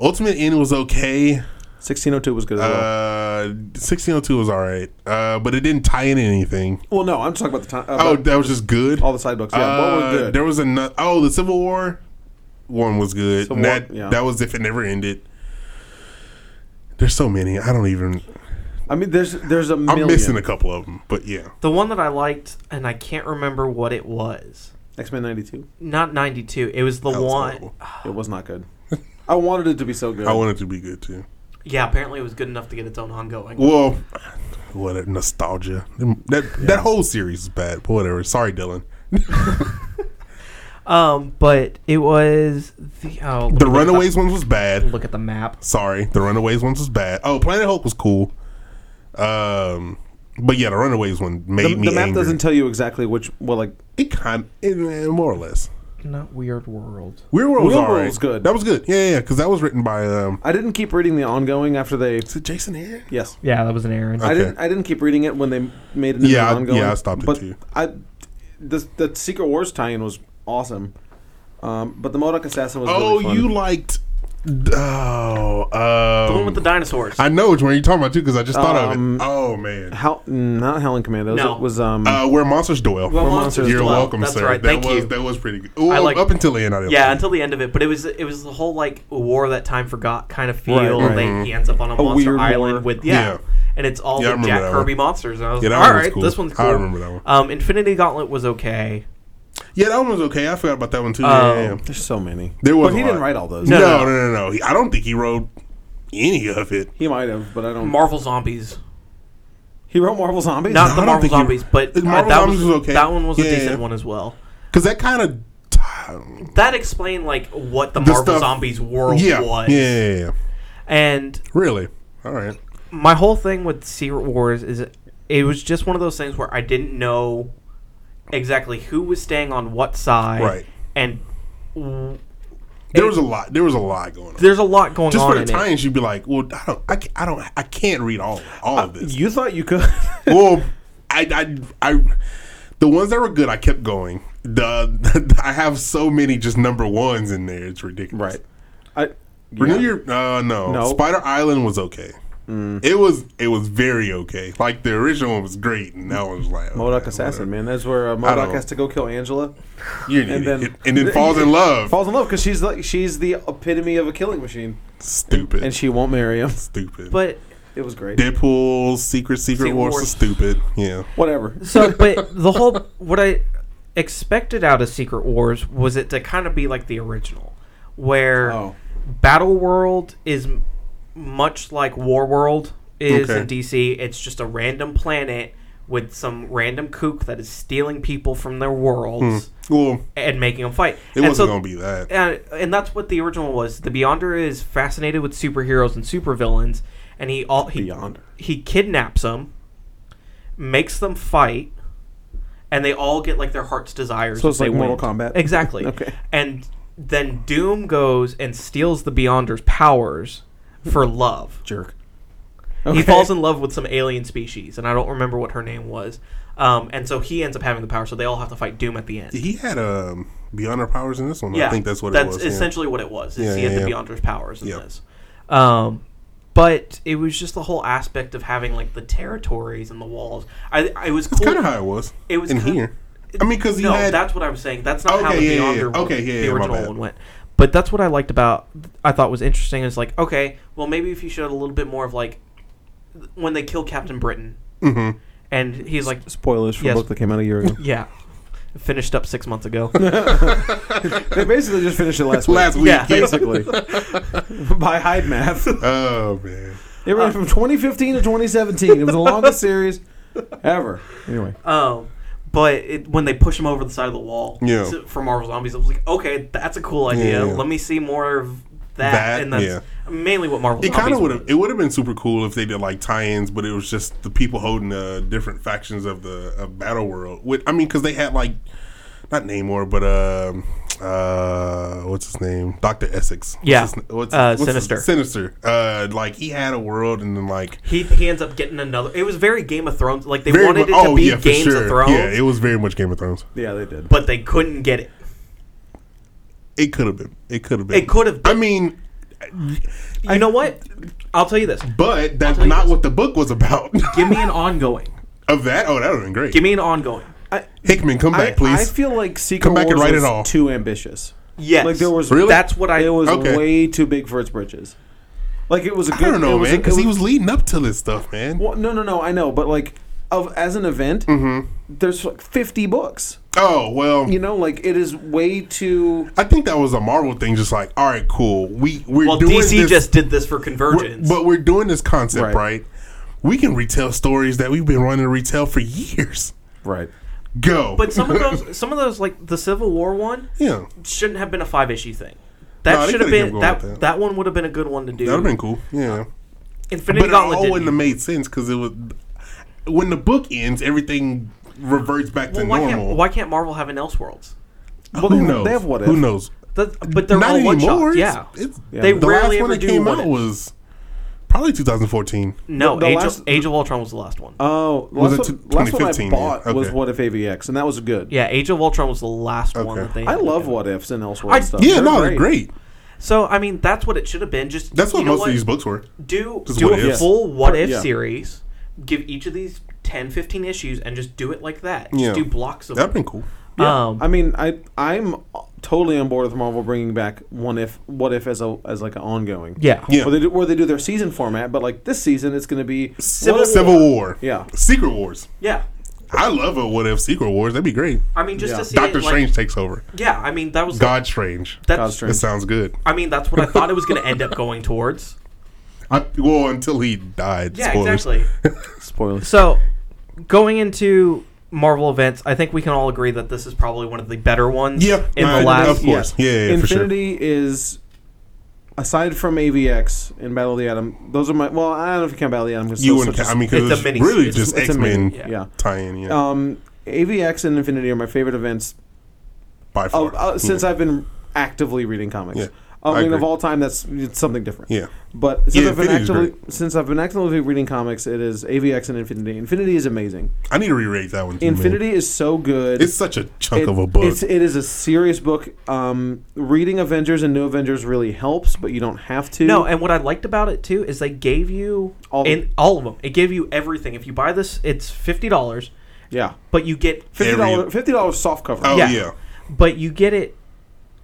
Speaker 2: Ultimate End was okay
Speaker 1: 1602 was good as well.
Speaker 2: uh 1602 was alright uh but it didn't tie in anything
Speaker 1: Well, no, I'm talking about the time.
Speaker 2: Oh,
Speaker 1: About
Speaker 2: that was just good.
Speaker 1: all the side books. Yeah, what
Speaker 2: Uh,
Speaker 1: were good?
Speaker 2: There was another. Oh, the Civil War one was good.
Speaker 1: Civil
Speaker 2: And
Speaker 1: War,
Speaker 2: that
Speaker 1: yeah.
Speaker 2: that was if it never ended. There's so many. I don't even.
Speaker 1: I mean, there's there's a
Speaker 2: I'm
Speaker 1: million.
Speaker 2: missing a couple of them, but yeah.
Speaker 4: the one that I liked, and I can't remember what it was.
Speaker 1: X Men '92.
Speaker 4: Not ninety-two. It was the
Speaker 2: That was
Speaker 4: one.
Speaker 2: horrible.
Speaker 1: It was not good. I wanted it to be so good.
Speaker 2: I want it to be good too.
Speaker 4: Yeah, apparently it was good enough to get its own ongoing.
Speaker 2: Well, what a nostalgia. That that whole series is bad. But whatever. Sorry, Dylan.
Speaker 4: Um, but it was the oh, let me
Speaker 2: The
Speaker 4: look at
Speaker 2: Runaways one was bad.
Speaker 4: Look at the map.
Speaker 2: Sorry, the Runaways one was bad. Oh, Planet Hulk was cool. Um, but yeah, the Runaways one made
Speaker 1: the,
Speaker 2: me
Speaker 1: the map
Speaker 2: angry.
Speaker 1: doesn't tell you exactly which. Well, like
Speaker 2: it kind it, eh, more or less.
Speaker 4: Not Weird World.
Speaker 2: Weird World was
Speaker 1: Weird World
Speaker 2: alright.
Speaker 1: was good.
Speaker 2: That was good. Yeah, yeah, because that was written by um.
Speaker 1: I didn't keep reading the ongoing after they.
Speaker 2: Is it Jason Aaron?
Speaker 1: Yes,
Speaker 4: Yeah, that was an Aaron.
Speaker 1: I
Speaker 2: Okay.
Speaker 1: didn't. I didn't keep reading it when they made it. into
Speaker 2: Yeah,
Speaker 1: the
Speaker 2: I-
Speaker 1: ongoing,
Speaker 2: yeah, I stopped it
Speaker 1: but
Speaker 2: too.
Speaker 1: I, the the Secret Wars tie-in was awesome, um, but the Modoc Assassin was.
Speaker 2: Oh,
Speaker 1: really fun.
Speaker 2: you liked. Oh, um,
Speaker 4: the one with the dinosaurs.
Speaker 2: I know which one you're talking about too, because I just thought
Speaker 1: Um,
Speaker 2: of it. Oh man,
Speaker 1: How, not Howling Commandos.
Speaker 4: No.
Speaker 1: It was um.
Speaker 2: uh, where monsters dwell.
Speaker 4: Where
Speaker 1: Monsters
Speaker 2: you're
Speaker 1: Dwell.
Speaker 2: welcome,
Speaker 4: That's
Speaker 2: sir.
Speaker 4: right.
Speaker 2: That
Speaker 4: Thank
Speaker 2: was
Speaker 4: you.
Speaker 2: that was pretty good. Ooh,
Speaker 4: I like-
Speaker 2: up until the end. I didn't
Speaker 4: Yeah,
Speaker 2: like it.
Speaker 4: until the end of it. But it was it was the whole like war that time forgot kind of feel.
Speaker 1: right.
Speaker 4: They, he ends up on a,
Speaker 1: A
Speaker 4: monster
Speaker 1: weird
Speaker 4: island
Speaker 1: war.
Speaker 4: with yeah,
Speaker 2: Yeah.
Speaker 4: and it's all
Speaker 2: Yeah, I
Speaker 4: the
Speaker 2: remember
Speaker 4: Jack
Speaker 2: that one.
Speaker 4: Kirby monsters. And I was
Speaker 2: Yeah, that
Speaker 4: like, all
Speaker 2: one was
Speaker 4: right,
Speaker 2: cool.
Speaker 4: this one's cool.
Speaker 2: I remember that one.
Speaker 4: Um, Infinity Gauntlet was okay.
Speaker 2: yeah, that one was okay. I forgot about that one too.
Speaker 4: Oh.
Speaker 2: yeah, yeah, yeah.
Speaker 1: There's so many.
Speaker 2: There was
Speaker 1: But he
Speaker 2: a
Speaker 1: didn't
Speaker 2: lot.
Speaker 1: write all those.
Speaker 2: No,
Speaker 4: No,
Speaker 2: no,
Speaker 4: no,
Speaker 2: no, no. no. He- I don't think he wrote any of it.
Speaker 1: He might have, but I don't.
Speaker 4: Marvel Zombies,
Speaker 1: he wrote Marvel Zombies.
Speaker 4: not
Speaker 2: I
Speaker 4: the
Speaker 2: don't
Speaker 4: Marvel
Speaker 2: think he-
Speaker 4: Zombies, but uh,
Speaker 2: Marvel
Speaker 4: that
Speaker 2: Zombies
Speaker 4: was,
Speaker 2: was okay.
Speaker 4: That one was
Speaker 2: Yeah,
Speaker 4: a decent
Speaker 2: yeah.
Speaker 4: one as well.
Speaker 2: Because that kind of.
Speaker 4: That explained like what the,
Speaker 2: The
Speaker 4: Marvel
Speaker 2: stuff-
Speaker 4: Zombies world
Speaker 2: Yeah,
Speaker 4: was.
Speaker 2: yeah, yeah, yeah.
Speaker 4: And
Speaker 2: Really? All right.
Speaker 4: my whole thing with Secret Wars is it, it was just one of those things where I didn't know exactly who was staying on what side,
Speaker 2: Right.
Speaker 4: And w-
Speaker 2: There
Speaker 4: It-
Speaker 2: was a lot. There was a lot going on.
Speaker 4: there's a lot going
Speaker 2: Just
Speaker 4: on
Speaker 2: for the
Speaker 4: in it.
Speaker 2: times, you'd be like, "Well, I don't, I, can't, I don't, I can't read all, all
Speaker 4: Uh,
Speaker 2: of this."
Speaker 1: You thought you could.
Speaker 2: well, I, I, I, the ones that were good, I kept going. The I have so many just number ones in there. It's ridiculous.
Speaker 1: right. I.
Speaker 2: Renew
Speaker 1: yeah.
Speaker 2: your. Uh, no.
Speaker 1: No.
Speaker 2: Spider Island was okay.
Speaker 1: Mm.
Speaker 2: It was. It was very okay. Like the original one was great, and that one was like
Speaker 1: Modoc
Speaker 2: okay,
Speaker 1: Assassin,
Speaker 2: whatever.
Speaker 1: man. That's where uh, Modoc
Speaker 2: don't-
Speaker 1: has to go kill Angela.
Speaker 2: You're an
Speaker 1: And
Speaker 2: idiot.
Speaker 1: then-
Speaker 2: and then falls in love.
Speaker 1: Falls in love because she's like she's the epitome of a killing machine,
Speaker 2: stupid.
Speaker 1: and she won't marry him.
Speaker 2: stupid.
Speaker 4: But
Speaker 1: It was great.
Speaker 2: Deadpool, Secret Secret
Speaker 4: Secret
Speaker 2: Wars
Speaker 4: Wars.
Speaker 2: is stupid. Yeah.
Speaker 1: Whatever.
Speaker 4: so, but the whole what I expected out of Secret Wars was it to kind of be like the original, where
Speaker 1: Oh.
Speaker 4: Battle World is m- much like War World is
Speaker 2: Okay.
Speaker 4: in DC. It's just a random planet with some random kook that is stealing people from their worlds
Speaker 2: Well,
Speaker 4: and making them fight.
Speaker 2: Hmm. it
Speaker 4: and
Speaker 2: wasn't
Speaker 4: so-
Speaker 2: gonna be that.
Speaker 4: and, and that's what the original was. The Beyonder is fascinated with superheroes and supervillains, and he all he
Speaker 1: Beyonder.
Speaker 4: he kidnaps them, makes them fight, and they all get like their heart's desires.
Speaker 1: So it's
Speaker 4: if
Speaker 1: like
Speaker 4: they
Speaker 1: Mortal
Speaker 4: win.
Speaker 1: Kombat.
Speaker 4: Exactly.
Speaker 1: Okay.
Speaker 4: And then Doom goes and steals the Beyonder's powers for love.
Speaker 1: Jerk.
Speaker 4: He falls in love with some alien species, and I don't remember what her name was. Um, and so he ends up having the power, so they all have to fight Doom at the end.
Speaker 2: He had um Beyond Our Powers in this one.
Speaker 4: Yeah,
Speaker 2: I think that's what
Speaker 4: that's
Speaker 2: it was. yeah.
Speaker 4: essentially what it was. Is
Speaker 2: Yeah,
Speaker 4: he
Speaker 2: yeah,
Speaker 4: had the
Speaker 2: yeah.
Speaker 4: Beyonder's powers in
Speaker 2: Yep.
Speaker 4: this, um, but it was just the whole aspect of having like the territories and the walls. I, I was
Speaker 2: That's
Speaker 4: cool.
Speaker 2: kind of how it was.
Speaker 4: It was
Speaker 2: in
Speaker 4: kinda-
Speaker 2: here. I mean, because he
Speaker 4: no,
Speaker 2: had
Speaker 4: that's what I'm saying. That's not how the
Speaker 2: Okay, yeah, yeah,
Speaker 4: Beyonder
Speaker 2: yeah.
Speaker 4: one-
Speaker 2: Okay, yeah, yeah,
Speaker 4: the
Speaker 2: my
Speaker 4: original
Speaker 2: bad.
Speaker 4: one went. But that's what I liked about. I thought was interesting. Is like okay, well maybe if you showed a little bit more of like when they kill Captain Britain,
Speaker 2: Mhm.
Speaker 4: and he's like,
Speaker 1: Spoilers for a
Speaker 4: Yes.
Speaker 1: book that came out a year ago.
Speaker 4: yeah, finished up six months ago.
Speaker 1: they basically just finished it last week.
Speaker 2: last week.
Speaker 4: Yeah.
Speaker 1: Basically. By hide math.
Speaker 2: Oh man.
Speaker 1: It ran from 2015 to 2017. It was the longest series ever. Anyway.
Speaker 4: Um, but it, when they push him over the side of the wall
Speaker 2: Yeah.
Speaker 4: to- for Marvel Zombies, I was like, okay, that's a cool idea.
Speaker 2: Yeah.
Speaker 4: Let me see more of that.
Speaker 2: That,
Speaker 4: and that's mainly what Marvel
Speaker 2: It kind
Speaker 4: Zombies
Speaker 2: of would have.
Speaker 4: was.
Speaker 2: It would have been super cool if they did like tie-ins, but it was just the people holding the different factions of the of battle world. With I mean, because they had like not Namor, but um, uh, what's his name, Doctor Essex. What's
Speaker 4: Yeah.
Speaker 2: his n- what's,
Speaker 4: Uh,
Speaker 2: what's his-
Speaker 4: Sinister.
Speaker 2: Sinister. Uh, like he had a world, and then like
Speaker 4: He, he ends up getting another. It was very Game of Thrones. Like, they
Speaker 2: very
Speaker 4: wanted
Speaker 2: mu- oh,
Speaker 4: it to be Games of Thrones,
Speaker 2: Yeah, it was very much Game of Thrones.
Speaker 1: Yeah, they did.
Speaker 4: but they couldn't get it.
Speaker 2: It could have been. It could have been.
Speaker 4: It could have
Speaker 2: I
Speaker 4: been.
Speaker 2: mean,
Speaker 4: You know what? I'll tell you this.
Speaker 2: but that's not what the book was about.
Speaker 4: Give me an ongoing.
Speaker 2: of that, oh, that would have been great.
Speaker 4: Give me an ongoing.
Speaker 2: Hickman, come
Speaker 1: I,
Speaker 2: back, please.
Speaker 1: I feel like Secret
Speaker 2: Come back and
Speaker 1: Wars
Speaker 2: write
Speaker 1: was
Speaker 2: it all.
Speaker 1: too ambitious.
Speaker 4: Yes.
Speaker 1: Like there was
Speaker 2: Really?
Speaker 4: That's what I.
Speaker 1: it was
Speaker 2: Okay.
Speaker 1: way too big for its britches. Like it was a good
Speaker 2: I don't
Speaker 1: it
Speaker 2: know,
Speaker 1: was a-
Speaker 2: man,
Speaker 1: it
Speaker 2: because he was leading up to this stuff, man.
Speaker 1: Well, no, no, no. I know, but like, of as an event,
Speaker 2: Mm-hmm.
Speaker 1: there's like 50 books.
Speaker 2: Oh well,
Speaker 1: You know, like it is way too.
Speaker 2: I think that was a Marvel thing. Just like, all right, cool. We we're
Speaker 4: well,
Speaker 2: doing
Speaker 4: DC
Speaker 2: this,
Speaker 4: just did this for
Speaker 2: we're-
Speaker 4: Convergence.
Speaker 2: but we're doing this concept
Speaker 1: Right.
Speaker 2: right. We can retell stories that we've been running retail for years.
Speaker 1: Right.
Speaker 2: Go,
Speaker 4: but some of those, some of those, like the Civil War one,
Speaker 2: yeah,
Speaker 4: shouldn't have been a five issue thing. That
Speaker 2: No, they
Speaker 4: should have
Speaker 2: could've kept
Speaker 4: been
Speaker 2: going
Speaker 4: that,
Speaker 2: with
Speaker 4: that
Speaker 2: that.
Speaker 4: one would have been a good one to do.
Speaker 2: that would've been cool. Yeah,
Speaker 4: Infinity
Speaker 2: but it
Speaker 4: Gauntlet
Speaker 2: all
Speaker 4: didn't.
Speaker 2: wouldn't have made sense because it was when the book ends, everything reverts back
Speaker 4: well,
Speaker 2: to
Speaker 4: why
Speaker 2: normal.
Speaker 4: can't why can't Marvel have an Elseworlds?
Speaker 1: Well,
Speaker 2: Who
Speaker 1: they,
Speaker 2: knows?
Speaker 1: They have what if.
Speaker 2: Who knows?
Speaker 4: That, but they're all one shots. Yeah,
Speaker 2: It's, it's,
Speaker 1: Yeah.
Speaker 4: they
Speaker 2: the
Speaker 4: rarely
Speaker 2: last one
Speaker 4: ever
Speaker 2: that
Speaker 4: do
Speaker 2: came
Speaker 4: one.
Speaker 2: out was probably 2014.
Speaker 4: no,
Speaker 1: The
Speaker 4: Age,
Speaker 1: last-
Speaker 4: of, Age of Ultron was the last one.
Speaker 1: Oh,
Speaker 2: Was
Speaker 1: last,
Speaker 2: it
Speaker 1: one, last one I
Speaker 2: 2015? Yeah,
Speaker 1: bought was
Speaker 2: okay.
Speaker 1: What If AVX, and that was good.
Speaker 4: yeah, Age of Ultron was the last one
Speaker 2: Okay.
Speaker 4: that they.
Speaker 1: I
Speaker 4: had to
Speaker 1: love
Speaker 4: do.
Speaker 1: What Ifs and Elsewhere
Speaker 4: I-
Speaker 1: and stuff.
Speaker 2: yeah,
Speaker 1: They're
Speaker 2: no, they're great.
Speaker 4: So I mean, that's what it should have been. Just
Speaker 2: That's what
Speaker 4: you know
Speaker 2: most of these books were.
Speaker 4: do.
Speaker 2: Just
Speaker 4: Do
Speaker 2: what
Speaker 4: a
Speaker 2: ifs.
Speaker 4: full what if
Speaker 1: Yeah.
Speaker 4: series. Give each of these 10, 15 issues and just do it like that. Just
Speaker 2: Yeah.
Speaker 4: do blocks of.
Speaker 2: That'd been cool.
Speaker 1: Yeah.
Speaker 4: Um,
Speaker 1: I mean, I I'm totally on board with Marvel bringing back one if what if as a as like an ongoing.
Speaker 3: Yeah.
Speaker 2: Yeah.
Speaker 1: Where they do, where they do their season format, but like this season it's going to be
Speaker 4: Civil
Speaker 1: What if-
Speaker 2: Civil War.
Speaker 1: Yeah.
Speaker 2: Secret Wars.
Speaker 4: yeah.
Speaker 2: I love a what if Secret Wars. That'd be great.
Speaker 4: I mean, just
Speaker 1: Yeah.
Speaker 4: to see
Speaker 2: Doctor
Speaker 4: it, like-
Speaker 2: Strange takes over.
Speaker 4: Yeah, I mean that was
Speaker 2: God Strange.
Speaker 4: that's
Speaker 1: God's Strange.
Speaker 2: That sounds good.
Speaker 4: I mean, that's what I thought it was going to end up going towards.
Speaker 2: I, well, until he died.
Speaker 4: Yeah,
Speaker 2: Spoilers.
Speaker 4: exactly.
Speaker 1: Spoilers.
Speaker 3: So,
Speaker 4: Going into Marvel events, I think we can all agree that this is probably one of the better ones.
Speaker 2: Yeah.
Speaker 4: In the
Speaker 2: uh,
Speaker 4: last-
Speaker 2: Of course. Yeah, yeah, for sure.
Speaker 1: Infinity is aside from AVX and Battle of the Atom. Those are my well, I don't know if you count Battle of the Atom. 'cause
Speaker 2: You
Speaker 1: those
Speaker 2: and
Speaker 1: are just-
Speaker 2: I mean, because
Speaker 4: it's a
Speaker 2: it's,
Speaker 4: mini-
Speaker 2: really
Speaker 4: it's-
Speaker 2: just
Speaker 1: it's a
Speaker 2: X
Speaker 1: mini-
Speaker 2: Men
Speaker 4: yeah.
Speaker 1: yeah.
Speaker 2: tie in. Yeah.
Speaker 1: Um, AVX and Infinity are my favorite events
Speaker 2: by
Speaker 1: Oh,
Speaker 2: far.
Speaker 1: uh, since
Speaker 2: yeah.
Speaker 1: I've been actively reading comics.
Speaker 2: Yeah,
Speaker 1: I,
Speaker 2: I
Speaker 1: mean, of
Speaker 2: agree.
Speaker 1: all time, that's it's something different.
Speaker 2: Yeah.
Speaker 1: But since
Speaker 2: Yeah,
Speaker 1: I've been
Speaker 2: Infinity's
Speaker 1: actively since I've been actively reading comics, it is AVX and Infinity. Infinity is amazing.
Speaker 2: I need to re-rate that one. Too, man.
Speaker 1: Infinity is so good.
Speaker 2: It's such a chunk
Speaker 1: It-
Speaker 2: of a book.
Speaker 1: It's, it is a serious book. Um, reading Avengers and New Avengers really helps, but you don't have to.
Speaker 4: No, and what I liked about it too is they gave you
Speaker 1: All
Speaker 4: all,
Speaker 1: the-
Speaker 4: in, all of them. It gave you everything. If you buy this, it's fifty dollars,
Speaker 1: yeah,
Speaker 4: but you get
Speaker 1: fifty
Speaker 2: Every-
Speaker 1: dollars. Fifty dollars soft cover.
Speaker 2: oh
Speaker 4: yeah.
Speaker 2: yeah.
Speaker 4: but you get it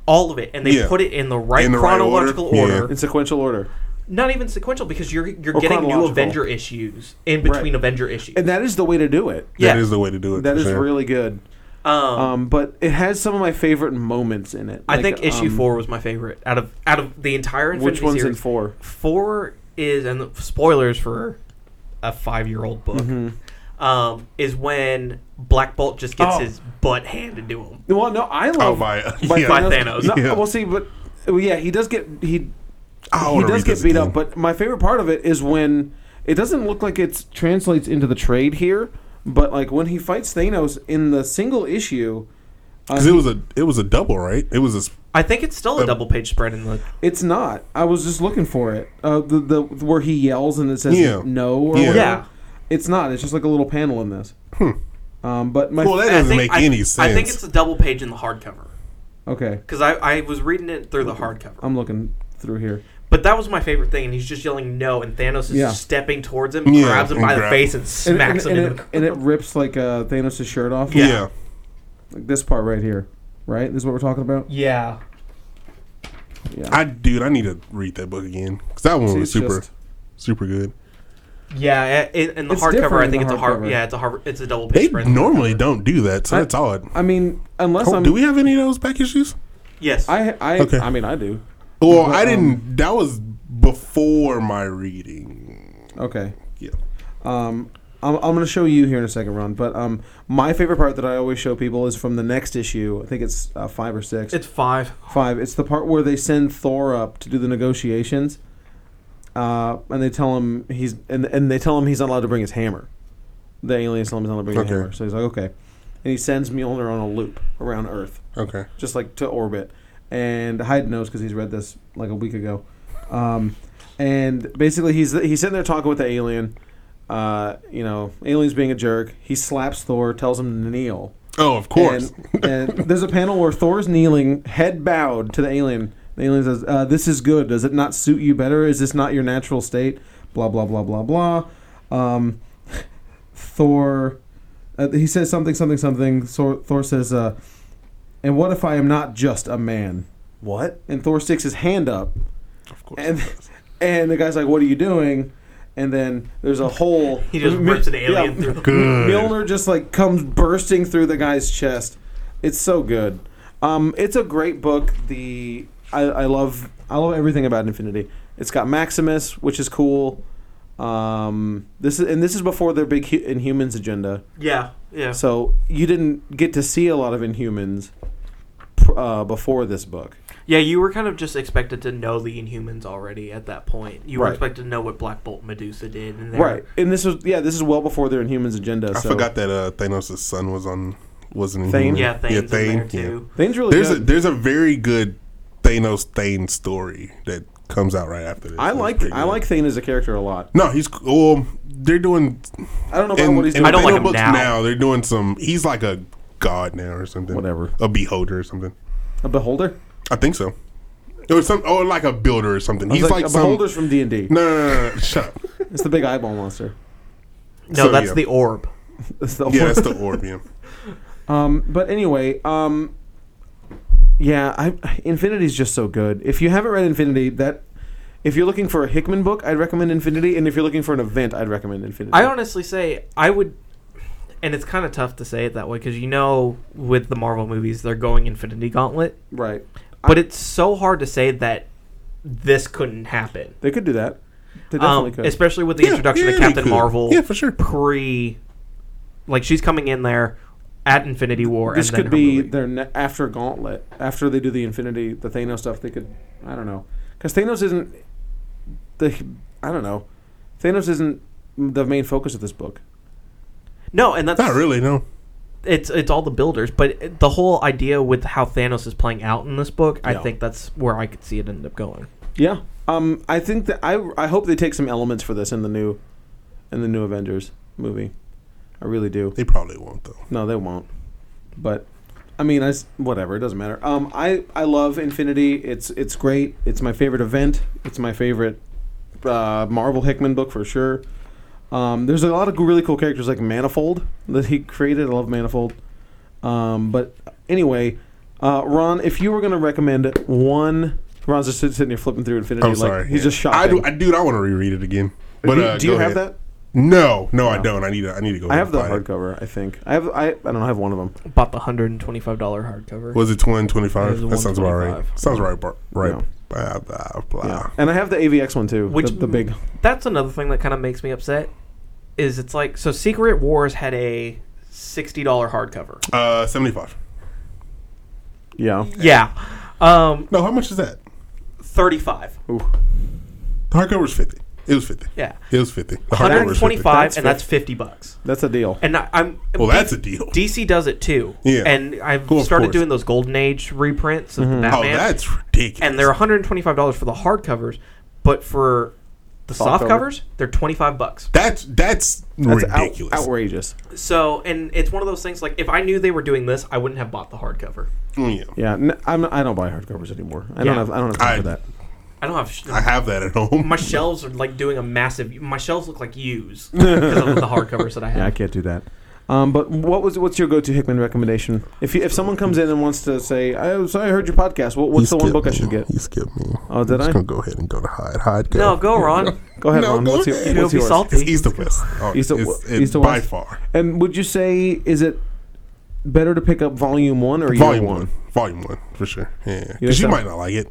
Speaker 4: all of it, and they
Speaker 2: Yeah.
Speaker 4: put it in the right
Speaker 2: In the right
Speaker 4: chronological
Speaker 2: order?
Speaker 4: order.
Speaker 2: Yeah.
Speaker 1: in sequential order,
Speaker 4: Not even sequential because you're you're
Speaker 1: Or
Speaker 4: getting new
Speaker 1: chronological.
Speaker 4: Avenger issues in between Avenger issues.
Speaker 1: and that is the way to do it.
Speaker 4: yeah,
Speaker 2: That is the way to do it.
Speaker 1: That
Speaker 2: for
Speaker 1: is
Speaker 2: sure.
Speaker 1: really good.
Speaker 4: um,
Speaker 1: Um, but it has some of my favorite moments in it.
Speaker 4: I
Speaker 1: Like,
Speaker 4: think issue
Speaker 1: um,
Speaker 4: four was my favorite out of out of the entire Infinity
Speaker 1: Which one's in
Speaker 4: series.
Speaker 1: four?
Speaker 4: four is and spoilers for a five year old book. um, is when Black Bolt just gets
Speaker 1: Mm-hmm. Oh.
Speaker 4: his butt handed to him.
Speaker 1: Well, no, I love
Speaker 2: Oh, by-
Speaker 1: by
Speaker 2: yeah.
Speaker 4: By Thanos.
Speaker 1: No,
Speaker 2: Yeah.
Speaker 1: Well, see, but well, yeah, he does get he
Speaker 2: I
Speaker 1: he
Speaker 2: wanna
Speaker 1: does
Speaker 2: read
Speaker 1: get
Speaker 2: this
Speaker 1: beat
Speaker 2: again.
Speaker 1: up. But my favorite part of it is when it doesn't look like it translates into the trade here, but like when he fights Thanos in the single issue, uh,
Speaker 2: 'Cause it was a it was a double, right? It was a s-
Speaker 4: I think it's still a
Speaker 2: Um,
Speaker 4: double page spread in the.
Speaker 1: it's not. I was just looking for it. Uh, the the where he yells and it says
Speaker 2: Yeah.
Speaker 1: no or
Speaker 2: Yeah. Hmm.
Speaker 1: whatever.
Speaker 4: Yeah.
Speaker 1: It's not. It's just like a little panel in this. Um, but my
Speaker 2: well that
Speaker 4: I
Speaker 2: doesn't make
Speaker 4: think- I-
Speaker 2: any sense.
Speaker 4: I think it's a double page in the hardcover
Speaker 1: okay,
Speaker 4: because I, I was reading it through the hardcover.
Speaker 1: I'm looking through here.
Speaker 4: But that was my favorite thing, and he's just yelling no, and Thanos is
Speaker 1: Yeah.
Speaker 4: just stepping towards him,
Speaker 2: Yeah,
Speaker 4: grabs him
Speaker 2: and
Speaker 4: by the
Speaker 2: grab-
Speaker 4: face, and
Speaker 1: And,
Speaker 4: smacks
Speaker 1: and,
Speaker 4: him.
Speaker 1: and
Speaker 4: in
Speaker 1: it, and it rips like uh, Thanos' shirt off.
Speaker 2: yeah.
Speaker 1: Like this part right here. Right? This is what we're talking about?
Speaker 4: the... Yeah.
Speaker 2: I dude, I need to read that book again because that one
Speaker 1: See,
Speaker 2: was
Speaker 1: it's
Speaker 2: super
Speaker 1: just-
Speaker 2: super good.
Speaker 4: Yeah, in, in the
Speaker 1: It's
Speaker 4: hardcover,
Speaker 1: different
Speaker 4: I
Speaker 1: in
Speaker 4: think
Speaker 1: the
Speaker 4: it's a hard.
Speaker 1: hardcover.
Speaker 4: Yeah, it's a hard. It's a double page
Speaker 2: They
Speaker 4: spread.
Speaker 2: normally don't do that, so
Speaker 1: I-
Speaker 2: that's odd.
Speaker 1: I mean, unless
Speaker 2: Oh,
Speaker 1: I'm.
Speaker 2: do we have any of those back issues?
Speaker 4: Yes.
Speaker 1: I, I,
Speaker 2: Okay.
Speaker 1: I mean, I do.
Speaker 2: Well,
Speaker 1: But,
Speaker 2: I
Speaker 1: um,
Speaker 2: didn't. that was before my reading.
Speaker 1: Okay.
Speaker 2: Yeah.
Speaker 1: Um, I'm, I'm going to show you here in a second, Ron. But um, my favorite part that I always show people is from the next issue. I think it's uh, five or six.
Speaker 3: It's five.
Speaker 1: five. It's the part where they send Thor up to do the negotiations, uh, and they tell him he's and, and they tell him he's not allowed to bring his hammer. The aliens tell him he's not allowed to bring
Speaker 2: Okay.
Speaker 1: his hammer, so he's like, okay. And he sends Mjolnir on a loop around Earth,
Speaker 2: Okay.
Speaker 1: just like to orbit. And Hyde knows because he's read this like a week ago. Um, and basically, he's he's sitting there talking with the alien. Uh, you know, alien's being a jerk. He slaps Thor, tells him to kneel.
Speaker 2: Oh, of course.
Speaker 1: And, and there's a panel where Thor's kneeling, head bowed to the alien. The alien says, uh, "This is good. Does it not suit you better? Is this not your natural state?" Blah blah blah blah blah. Um, Thor, uh, he says something something something. Thor, Thor says, uh, "And what if I am not just a man?" What? And Thor sticks his hand up,
Speaker 2: of course.
Speaker 1: and and the guy's like, "What are you doing?" And then there's a hole.
Speaker 4: he just
Speaker 1: Mi-
Speaker 4: rips an alien
Speaker 1: yeah.
Speaker 4: through. The...
Speaker 2: good.
Speaker 1: Milner just like comes bursting through the guy's chest. It's so good. Um, it's a great book. The I, I love I love everything about Infinity. It's got Maximus, which is cool. Um, this is and this is before their big hu- Inhumans agenda.
Speaker 4: Yeah. Yeah.
Speaker 1: So you didn't get to see a lot of Inhumans pr- uh, before this book.
Speaker 4: Yeah. You were kind of just expected to know the Inhumans already at that point. You
Speaker 1: Right.
Speaker 4: were expected to know what Black Bolt, Medusa did, and their-
Speaker 1: Right, and this was yeah, this is well before their Inhumans agenda.
Speaker 2: I
Speaker 1: so
Speaker 2: forgot that uh, Thanos' son was on wasn't in
Speaker 1: Thane?
Speaker 2: Human.
Speaker 4: Yeah, Thane's in there
Speaker 2: yeah.
Speaker 4: too.
Speaker 1: Thane's really
Speaker 2: There's a
Speaker 1: good.
Speaker 2: there's a very good Thanos Thane story that comes out right after this.
Speaker 1: I
Speaker 2: It's
Speaker 1: like
Speaker 2: pretty
Speaker 1: I
Speaker 2: good.
Speaker 1: like Thane as a character a lot.
Speaker 2: No, he's cool. They're doing
Speaker 1: I don't know about
Speaker 2: in,
Speaker 1: what he's
Speaker 2: in
Speaker 1: doing.
Speaker 4: I don't
Speaker 2: Thanos
Speaker 4: like him
Speaker 2: books
Speaker 4: now.
Speaker 2: They're doing some. He's like a god now or something.
Speaker 1: Whatever.
Speaker 2: A beholder or something.
Speaker 1: a beholder.
Speaker 2: I think so. Or some or like a builder or something.
Speaker 1: I was
Speaker 2: He's like,
Speaker 1: a
Speaker 2: some.
Speaker 1: beholder's from D and D.
Speaker 2: No, no, no, no, no. Shut up.
Speaker 1: It's the big eyeball monster.
Speaker 3: No,
Speaker 2: So,
Speaker 3: that's
Speaker 2: yeah.
Speaker 3: the orb.
Speaker 1: It's the
Speaker 2: Yeah, that's the orb. Yeah.
Speaker 1: um, but anyway, um, yeah, I, Infinity's just so good. If you haven't read Infinity, that if you're looking for a Hickman book, I'd recommend Infinity, and if you're looking for an event, I'd recommend Infinity.
Speaker 3: I
Speaker 4: I e- honestly say I would, and it's kind of tough to say it that way because you know with the Marvel movies they're going Infinity Gauntlet,
Speaker 1: right.
Speaker 3: I-
Speaker 4: but it's so hard to say that this couldn't happen.
Speaker 1: They could do that. They definitely
Speaker 4: Um,
Speaker 1: could.
Speaker 4: especially with the
Speaker 2: Yeah,
Speaker 4: introduction
Speaker 2: yeah,
Speaker 4: of
Speaker 2: they
Speaker 4: Captain
Speaker 2: could.
Speaker 4: Marvel.
Speaker 2: Yeah, for sure.
Speaker 4: Pre, like she's coming in there at Infinity War.
Speaker 1: This
Speaker 4: and then
Speaker 1: could
Speaker 4: her
Speaker 1: be
Speaker 4: movie.
Speaker 1: their ne- after Gauntlet. After they do the Infinity, the Thanos stuff, they could. I don't know, because Thanos isn't the. I don't know. Thanos isn't the main focus of this book.
Speaker 4: no, and that's
Speaker 2: Not really. No.
Speaker 4: It's it's all the builders, but it- the whole idea with how Thanos is playing out in this book, I
Speaker 1: Yeah.
Speaker 4: think that's where I could see it end up going.
Speaker 1: Yeah. Um, I think that I I hope they take some elements for this in the new, in the new Avengers movie. I really do.
Speaker 2: They probably won't though.
Speaker 1: No, they won't. But I mean, I s- whatever. It doesn't matter. Um, I I love Infinity. It's it's great. It's my favorite event. It's my favorite uh, Marvel Hickman book for sure. Um, there's a lot of really cool characters like Manifold that he created. I love Manifold. Um, but anyway, uh, Ron, if you were going to recommend one, Ron's just sit- sitting here flipping through Infinity.
Speaker 2: I'm
Speaker 1: like,
Speaker 2: Oh, sorry.
Speaker 1: He's
Speaker 2: yeah.
Speaker 1: just shocked.
Speaker 2: I do, I, dude. I want to reread it again. But
Speaker 1: do,
Speaker 2: uh,
Speaker 1: do you
Speaker 2: go
Speaker 1: have
Speaker 2: ahead.
Speaker 1: that?
Speaker 2: No, no, I
Speaker 1: No.
Speaker 2: don't. I need to. I need to go.
Speaker 1: I have the
Speaker 2: ahead and find
Speaker 1: hardcover. I think I have. I I don't know, I have one of them.
Speaker 3: Bought the hundred and twenty-five dollar hardcover.
Speaker 2: it. Was it one twenty
Speaker 3: It
Speaker 2: five?
Speaker 3: was
Speaker 2: That sounds about right.
Speaker 3: 125.
Speaker 2: Sounds right. Bar, right.
Speaker 1: Yeah.
Speaker 2: Blah, blah, blah.
Speaker 1: Yeah, and I have the AVX one too.
Speaker 3: Which-
Speaker 1: the, the big
Speaker 3: That's another thing that kind of makes me upset.
Speaker 4: is it's like so Secret Wars had a sixty dollar hardcover.
Speaker 2: Uh, seventy five.
Speaker 1: Yeah.
Speaker 4: Yeah, um,
Speaker 2: No, how much is that?
Speaker 4: thirty five.
Speaker 1: Ooh.
Speaker 2: The hardcover was fifty. It was fifty.
Speaker 4: Yeah,
Speaker 2: It was fifty. The
Speaker 4: one
Speaker 2: hardcover
Speaker 4: hundred
Speaker 2: was
Speaker 4: twenty
Speaker 2: 50.
Speaker 4: five,
Speaker 1: That's
Speaker 4: and that's fifty bucks.
Speaker 1: That's a deal.
Speaker 4: And I, I'm
Speaker 2: Well, that's a deal.
Speaker 4: DC does it too.
Speaker 2: Yeah.
Speaker 4: and I've
Speaker 2: Well, of
Speaker 4: started
Speaker 2: course.
Speaker 4: doing those Golden Age reprints of the
Speaker 2: Oh,
Speaker 4: Batman.
Speaker 2: that's ridiculous.
Speaker 4: and they're one hundred and twenty five dollars for the hardcovers, but for the soft,
Speaker 1: Softcover.
Speaker 4: covers, they're twenty five bucks.
Speaker 2: that's that's,
Speaker 1: That's out-
Speaker 2: ridiculous.
Speaker 1: outrageous.
Speaker 4: So, and it's one of those things like if I knew they were doing this, I wouldn't have bought the hardcover.
Speaker 2: Mm, yeah.
Speaker 1: Yeah, n- I'm, I don't buy hardcovers anymore. I don't
Speaker 4: Yeah.
Speaker 1: have I don't have time
Speaker 2: I-
Speaker 1: for that.
Speaker 4: I don't have. Sh-
Speaker 2: I have that at home.
Speaker 4: my shelves are like doing a massive. My shelves look like U's because of the hardcovers that I
Speaker 1: Yeah, I
Speaker 4: have.
Speaker 1: can't do that. Um, but what was what's your go-to Hickman recommendation? If you, if someone comes in and wants to say, I, was- I heard your podcast. What, what's the one book I should get?
Speaker 2: You skipped me.
Speaker 1: Oh, did
Speaker 2: I'm just
Speaker 1: I?
Speaker 2: gonna go ahead and go to hide. Hide.
Speaker 4: No, go Ron.
Speaker 1: Go ahead,
Speaker 2: No,
Speaker 1: Ron.
Speaker 2: go
Speaker 1: what's your,
Speaker 2: ahead.
Speaker 1: what's
Speaker 4: It'll be
Speaker 1: yours?
Speaker 4: salty.
Speaker 2: It's east of west. Oh,
Speaker 1: East of-
Speaker 2: it's,
Speaker 1: east
Speaker 2: it's
Speaker 1: of
Speaker 2: by
Speaker 1: west.
Speaker 2: far.
Speaker 1: And would you say is it better to pick up Volume One or
Speaker 2: Volume
Speaker 1: year
Speaker 2: one. Volume one for sure. Yeah,
Speaker 1: You
Speaker 2: because you
Speaker 1: think so?
Speaker 2: might not like it.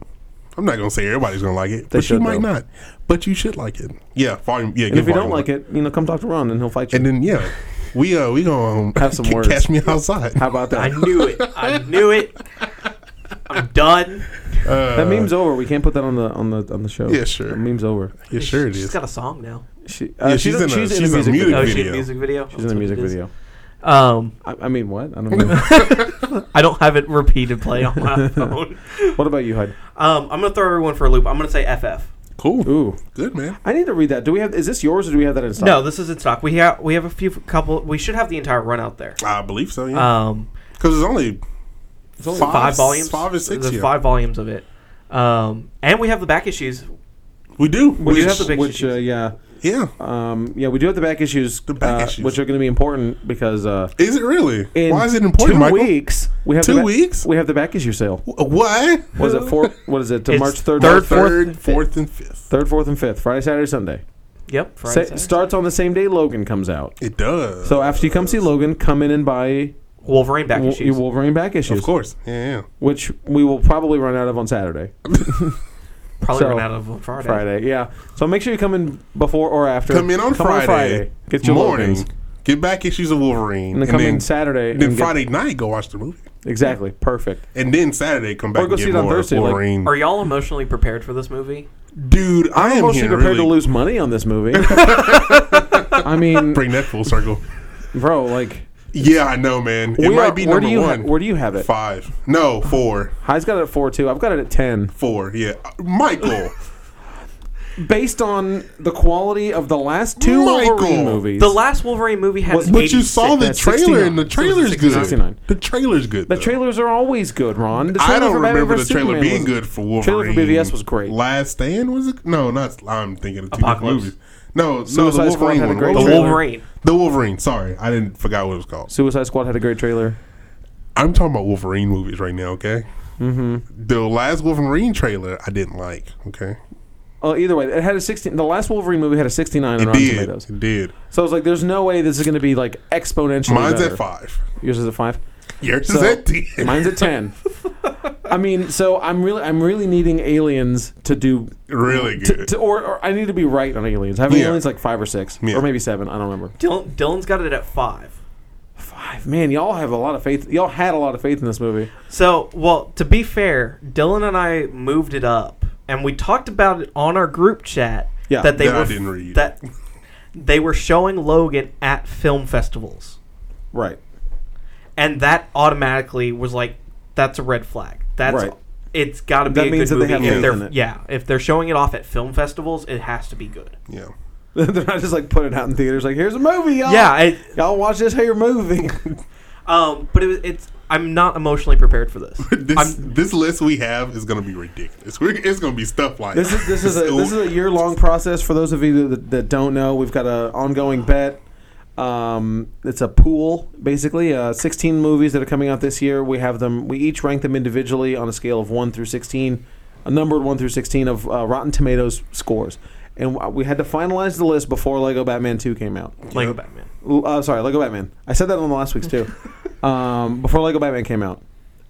Speaker 2: I'm not gonna say everybody's gonna like it,
Speaker 1: They
Speaker 2: but
Speaker 1: should,
Speaker 2: you might
Speaker 1: though.
Speaker 2: not. But you should like it. Yeah, volume. Yeah,
Speaker 1: And if you don't like it, you know, come talk to Ron and he'll fight you.
Speaker 2: and then yeah, we uh we gonna um,
Speaker 1: Have some
Speaker 2: ca-
Speaker 1: words.
Speaker 2: Catch me outside.
Speaker 1: How about
Speaker 4: I
Speaker 1: that?
Speaker 4: knew it. I knew it. I'm done.
Speaker 2: Uh,
Speaker 1: that meme's over. We can't put that on the on the on the show.
Speaker 2: Yeah, sure.
Speaker 1: That meme's over.
Speaker 2: yeah, sure it
Speaker 4: She's
Speaker 2: is.
Speaker 4: got a song now.
Speaker 1: She, uh,
Speaker 2: Yeah,
Speaker 1: she's, in, a, she's, in
Speaker 2: she's
Speaker 1: a music video.
Speaker 4: Oh,
Speaker 1: She's
Speaker 4: she in
Speaker 2: Video.
Speaker 4: a music video. She's
Speaker 1: in a music video.
Speaker 4: Um,
Speaker 1: I, I mean, what? I don't know.
Speaker 4: I don't have it repeated play on my phone.
Speaker 1: what about you, Hud?
Speaker 4: Um, I'm gonna throw everyone for a loop. I'm gonna say FF.
Speaker 2: Cool.
Speaker 1: Ooh,
Speaker 2: Good man.
Speaker 1: I need to read that. Do we have? Is this yours or do we have that in stock?
Speaker 4: No, this is in stock. We have we have a few couple. We should have the entire run out there.
Speaker 2: I believe so.
Speaker 1: Uh,
Speaker 2: Yeah.
Speaker 4: Um,
Speaker 2: Because there's only
Speaker 4: only
Speaker 2: Five,
Speaker 4: five, volumes.
Speaker 2: five or six,
Speaker 4: There's
Speaker 2: yeah.
Speaker 4: five volumes of it. Um, and we have the back issues.
Speaker 2: we do.
Speaker 4: We do
Speaker 2: Which-
Speaker 4: have the big
Speaker 1: Which, uh,
Speaker 4: issues.
Speaker 1: yeah,
Speaker 2: yeah.
Speaker 1: um, yeah, we do have the back issues,
Speaker 2: The back
Speaker 1: uh,
Speaker 2: issues.
Speaker 1: which are going to be important because uh,
Speaker 2: Is it really?
Speaker 1: in
Speaker 2: Why is it important,
Speaker 1: two
Speaker 2: Michael?
Speaker 1: weeks we have
Speaker 2: Two
Speaker 1: the ba-
Speaker 2: weeks?
Speaker 1: we have the back issue sale.
Speaker 2: Wh- What?
Speaker 1: Was it four? What is it? To
Speaker 4: It's
Speaker 1: March third,
Speaker 4: third,
Speaker 1: fourth,
Speaker 2: Third, fourth, and fifth.
Speaker 1: third, fourth, and fifth. Friday, Saturday, Sunday.
Speaker 4: Yep.
Speaker 1: Sa-
Speaker 4: Friday, Saturday.
Speaker 1: starts on the same day Logan comes out.
Speaker 2: It does.
Speaker 1: So after you come see Logan, come in and buy
Speaker 4: Wolverine back
Speaker 1: Wo-
Speaker 4: issues.
Speaker 1: Wolverine back
Speaker 2: of
Speaker 1: issues,
Speaker 2: course. Yeah.
Speaker 1: which we will probably run out of on Saturday,
Speaker 4: Probably
Speaker 1: so-
Speaker 4: run out of on Friday.
Speaker 1: Friday. Yeah. So make sure you come in before or after.
Speaker 2: Come in on Friday.
Speaker 1: Get your
Speaker 2: morning.
Speaker 1: Logans.
Speaker 2: Get back issues of Wolverine.
Speaker 1: And then come in Saturday.
Speaker 2: then
Speaker 1: and get-
Speaker 2: Friday night, go watch the movie.
Speaker 1: Exactly. Perfect.
Speaker 2: And then Saturday, come back
Speaker 1: Or go
Speaker 2: and
Speaker 1: see
Speaker 2: get
Speaker 1: it on
Speaker 2: more
Speaker 1: Thursday, like-
Speaker 2: Wolverine.
Speaker 4: Are y'all emotionally prepared for this movie?
Speaker 2: Dude, I
Speaker 1: I'm
Speaker 2: am
Speaker 1: mostly
Speaker 2: here
Speaker 1: prepared
Speaker 2: really
Speaker 1: to lose money on this movie. I mean,
Speaker 2: Bring that full circle.
Speaker 1: bro, like
Speaker 2: yeah, I know, man. It
Speaker 1: where-
Speaker 2: might be
Speaker 1: where
Speaker 2: number
Speaker 1: do you ha-
Speaker 2: one.
Speaker 1: where do you have it?
Speaker 2: Five. No, four.
Speaker 1: High's got it at four two. I've got it at ten.
Speaker 2: Four. Yeah. Uh, Michael.
Speaker 1: Based on the quality of the last two
Speaker 2: Michael.
Speaker 1: Wolverine movies,
Speaker 4: The last Wolverine movie had
Speaker 1: Was-
Speaker 4: an
Speaker 2: but you
Speaker 4: 86.
Speaker 2: saw the
Speaker 1: that's
Speaker 2: trailer,
Speaker 1: 69.
Speaker 2: and the
Speaker 1: So it's
Speaker 2: trailer's good.
Speaker 1: 69.
Speaker 2: The trailer's good.
Speaker 1: the
Speaker 2: though.
Speaker 1: trailers are always good. Ron, the
Speaker 2: I
Speaker 1: trailer
Speaker 2: don't
Speaker 1: for Batman
Speaker 2: remember the
Speaker 1: vs
Speaker 2: trailer
Speaker 1: Superman
Speaker 2: being
Speaker 1: was-
Speaker 2: good for Wolverine.
Speaker 1: trailer for BVS was great.
Speaker 2: Last Stand was it? No, not. I'm thinking of two
Speaker 4: Apocalypse.
Speaker 2: different movies. No,
Speaker 1: Suicide
Speaker 2: no, the
Speaker 1: Squad
Speaker 2: Wolverine
Speaker 1: had a
Speaker 2: one.
Speaker 1: great
Speaker 2: What was
Speaker 4: the
Speaker 1: trailer.
Speaker 2: it?
Speaker 4: Wolverine.
Speaker 2: The Wolverine. Sorry, I didn't forgot what it was called.
Speaker 1: Suicide Squad had a great trailer.
Speaker 2: I'm talking about Wolverine movies right now. Okay. Mm-hmm. The last Wolverine trailer I didn't like. Okay.
Speaker 1: Oh, either way, it had a sixteen. The last Wolverine movie had a sixty-nine on
Speaker 2: It
Speaker 1: Rotten
Speaker 2: did.
Speaker 1: Tomatoes.
Speaker 2: It did.
Speaker 1: So I was like, "There's no way this is going to be like exponentially."
Speaker 2: Mine's
Speaker 1: better.
Speaker 2: at five.
Speaker 1: Yours is at five.
Speaker 2: Yours
Speaker 1: So-
Speaker 2: is at ten.
Speaker 1: Mine's at ten. I mean, so I'm really, I'm really needing aliens to do
Speaker 2: Really
Speaker 1: to-
Speaker 2: good.
Speaker 1: to- or, or I need to be right on aliens. Having
Speaker 2: Yeah.
Speaker 1: aliens like five or six,
Speaker 2: Yeah.
Speaker 1: or maybe seven. I don't remember.
Speaker 4: Dylan, Dylan's got it at five.
Speaker 1: Five. Man, y'all have a lot of faith. Y'all had a lot of faith in this movie.
Speaker 4: So, well, to be fair, Dylan and I moved it up, and we talked about it on our group chat.
Speaker 1: Yeah,
Speaker 4: that they
Speaker 2: that I
Speaker 4: were
Speaker 2: didn't read.
Speaker 4: that they were showing Logan at film festivals,
Speaker 1: Right.
Speaker 4: and that automatically was like, that's a red flag. That's
Speaker 1: Right.
Speaker 4: it's got to be
Speaker 1: That
Speaker 4: a
Speaker 1: means
Speaker 4: good
Speaker 1: that they
Speaker 4: movie.
Speaker 1: have
Speaker 4: if
Speaker 1: faith
Speaker 4: they're
Speaker 1: in it.
Speaker 4: yeah, if they're showing it off at film festivals, it has to be good.
Speaker 2: yeah.
Speaker 1: They're not just like putting it out in theaters. Like, here's a movie, y'all.
Speaker 4: Yeah, I,
Speaker 1: y'all watch this here movie.
Speaker 4: um, but it, was- it's I'm not emotionally prepared for this.
Speaker 2: This,
Speaker 4: I'm,
Speaker 2: this list we have is gonna be ridiculous. We're, it's gonna be stuff like
Speaker 1: this is this is a this is a year long process. For those of you that, that don't know, we've got an ongoing bet. Um, it's a pool, basically. Uh, 16 movies that are coming out this year. We have them. We each rank them individually on a scale of one through 16, a numbered one through 16 of uh, Rotten Tomatoes scores. And w- we had to finalize the list before Lego Batman 2 came out.
Speaker 4: Lego Batman.
Speaker 1: L- Uh, sorry, Lego Batman. I said that on the last week's too. um, before Lego Batman came out,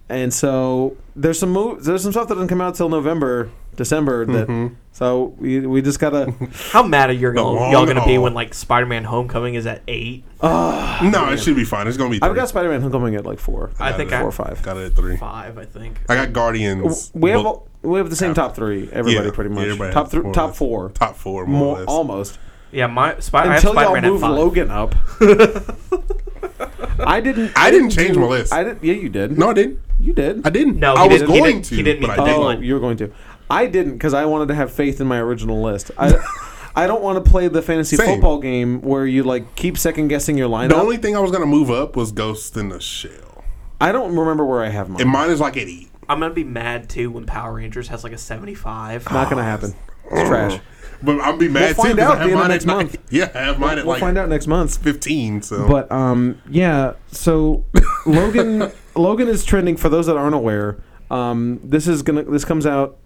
Speaker 1: And so there's some mo- there's some stuff that doesn't come out till November, December. That
Speaker 4: Mm-hmm.
Speaker 1: so we, we just gotta.
Speaker 4: How mad are you
Speaker 2: The
Speaker 4: gonna,
Speaker 2: long
Speaker 4: y'all gonna be
Speaker 2: haul.
Speaker 4: when like Spider-Man: Homecoming is at eight?
Speaker 2: No, it should be fine. It's gonna be. Three.
Speaker 1: I've got Spider-Man Homecoming at like four.
Speaker 4: I think
Speaker 1: four
Speaker 4: I
Speaker 1: or five.
Speaker 2: Got it at three.
Speaker 4: five. I think.
Speaker 2: I got Guardians.
Speaker 1: We have
Speaker 2: but-
Speaker 1: all, we have the same top three. Everybody
Speaker 2: Yeah,
Speaker 1: pretty much.
Speaker 2: everybody
Speaker 1: top
Speaker 2: has
Speaker 1: three,
Speaker 2: more or
Speaker 1: top
Speaker 2: less.
Speaker 1: four.
Speaker 2: top four, more,
Speaker 1: More,
Speaker 2: or less.
Speaker 1: almost
Speaker 4: Yeah, my Spi- I have
Speaker 1: until y'all
Speaker 4: Spider-Man at
Speaker 1: move
Speaker 4: five.
Speaker 1: Logan up. I didn't.
Speaker 2: I didn't change
Speaker 1: do-
Speaker 2: my list.
Speaker 1: I didn't. Yeah, you did.
Speaker 2: No, I didn't.
Speaker 1: you did.
Speaker 2: I didn't.
Speaker 4: No,
Speaker 2: I
Speaker 4: he
Speaker 2: was
Speaker 4: didn't- he
Speaker 2: going
Speaker 4: didn't-
Speaker 2: to,
Speaker 4: he didn't
Speaker 2: but
Speaker 4: meet
Speaker 2: I
Speaker 4: the
Speaker 2: didn't.
Speaker 1: Oh,
Speaker 4: deadline.
Speaker 1: you were going to. I didn't because I wanted to have faith in my original list. I, I don't want to play the fantasy
Speaker 2: Same.
Speaker 1: football game where you like keep second guessing your lineup.
Speaker 2: The only thing I was gonna move up was Ghost in the Shell,
Speaker 1: I don't remember where I have mine.
Speaker 2: and mine is like at eight.
Speaker 4: I'm gonna be mad too when Power Rangers has like a 75.
Speaker 1: Not gonna happen. It's trash.
Speaker 2: But I'll be mad
Speaker 1: We'll
Speaker 2: too.
Speaker 1: find
Speaker 2: 'cause
Speaker 1: out
Speaker 2: I have
Speaker 1: the end of
Speaker 2: mine at
Speaker 1: next
Speaker 2: nine-
Speaker 1: month.
Speaker 2: Yeah, I have mine at
Speaker 1: We'll
Speaker 2: like
Speaker 1: find out next month.
Speaker 2: fifteen. So,
Speaker 1: But um, yeah. So Logan, Logan is trending. For those that aren't aware, um, this is gonna. This comes out.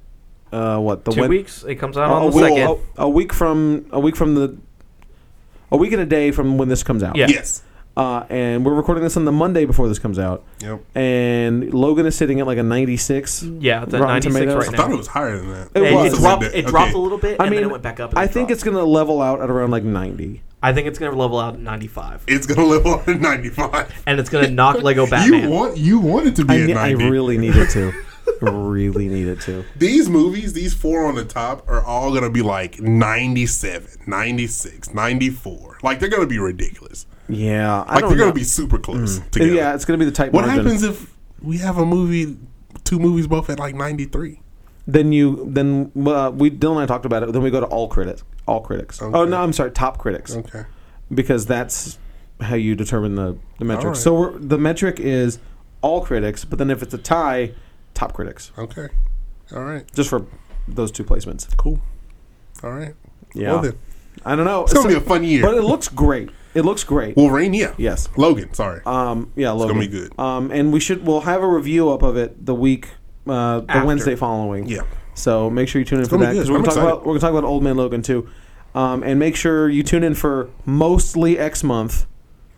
Speaker 1: Uh, what the Oh,
Speaker 4: Two
Speaker 1: Wed-
Speaker 4: weeks. It comes out
Speaker 1: a,
Speaker 4: on
Speaker 1: a
Speaker 4: the
Speaker 1: week-
Speaker 4: second.
Speaker 1: a- a week from a week from the a week and a day from when this comes out.
Speaker 4: Yeah.
Speaker 2: yes,
Speaker 1: Uh, and we're recording this on the Monday before this comes out.
Speaker 2: yep.
Speaker 1: And Logan is sitting at like a 96.
Speaker 4: yeah, it's at
Speaker 1: Rotten
Speaker 4: 96
Speaker 1: Tomatoes.
Speaker 2: I
Speaker 4: right
Speaker 2: thought
Speaker 4: now.
Speaker 2: it was higher than that.
Speaker 1: It
Speaker 4: It,
Speaker 1: was.
Speaker 4: it dropped. It
Speaker 2: Okay.
Speaker 4: dropped a little bit,
Speaker 1: I
Speaker 4: and then
Speaker 1: mean,
Speaker 4: it went back up. and
Speaker 1: I
Speaker 4: then
Speaker 1: think
Speaker 4: dropped.
Speaker 1: it's going to level out at around like 90.
Speaker 4: I think it's gonna level out at 95,
Speaker 2: It's gonna level out at ninety five.
Speaker 4: and it's gonna knock Lego
Speaker 2: You
Speaker 4: Batman.
Speaker 2: want you want it to be
Speaker 1: I,
Speaker 2: at
Speaker 1: ne- I
Speaker 2: ninety.
Speaker 1: really need it to. really need it to.
Speaker 2: these movies, these four on the top, are all going to be like 97, 96, 94. Like, they're going to be ridiculous.
Speaker 1: Yeah. I
Speaker 2: Like,
Speaker 1: don't
Speaker 2: they're going
Speaker 1: know. Mm.
Speaker 2: to be super close together.
Speaker 1: Yeah, it's going to be the tight
Speaker 2: what
Speaker 1: margin.
Speaker 2: happens if we have a movie, two movies both at like 93?
Speaker 1: Then you, then uh, we, Dylan and I talked about it. Then we go to all critics. All critics. Oh,
Speaker 2: Okay.
Speaker 1: no, I'm sorry. Top critics.
Speaker 2: Okay.
Speaker 1: because that's how you determine the, the metric.
Speaker 2: right.
Speaker 1: So we're, the metric is all critics, but then if it's a tie, top critics,
Speaker 2: Okay. All right.
Speaker 1: just for those two placements.
Speaker 2: Cool. All right.
Speaker 1: Yeah.
Speaker 2: Well, then.
Speaker 1: I don't know.
Speaker 2: It's going to
Speaker 1: So-
Speaker 2: be a fun year.
Speaker 1: but it looks great. It looks great.
Speaker 2: Wolverine, uh, yeah. Uh,
Speaker 1: yes.
Speaker 2: Logan, sorry.
Speaker 1: Um, yeah, Logan.
Speaker 2: gonna be good.
Speaker 1: Um, and we should we'll have a review up of it the week, uh, the
Speaker 4: After.
Speaker 1: Wednesday following.
Speaker 2: yeah.
Speaker 1: So make sure you tune in for
Speaker 2: gonna
Speaker 1: that
Speaker 2: be good.
Speaker 1: because we're
Speaker 2: I'm
Speaker 1: gonna talk
Speaker 2: excited.
Speaker 1: about we're gonna talk about Old Man Logan too, um, and make sure you tune in for mostly X month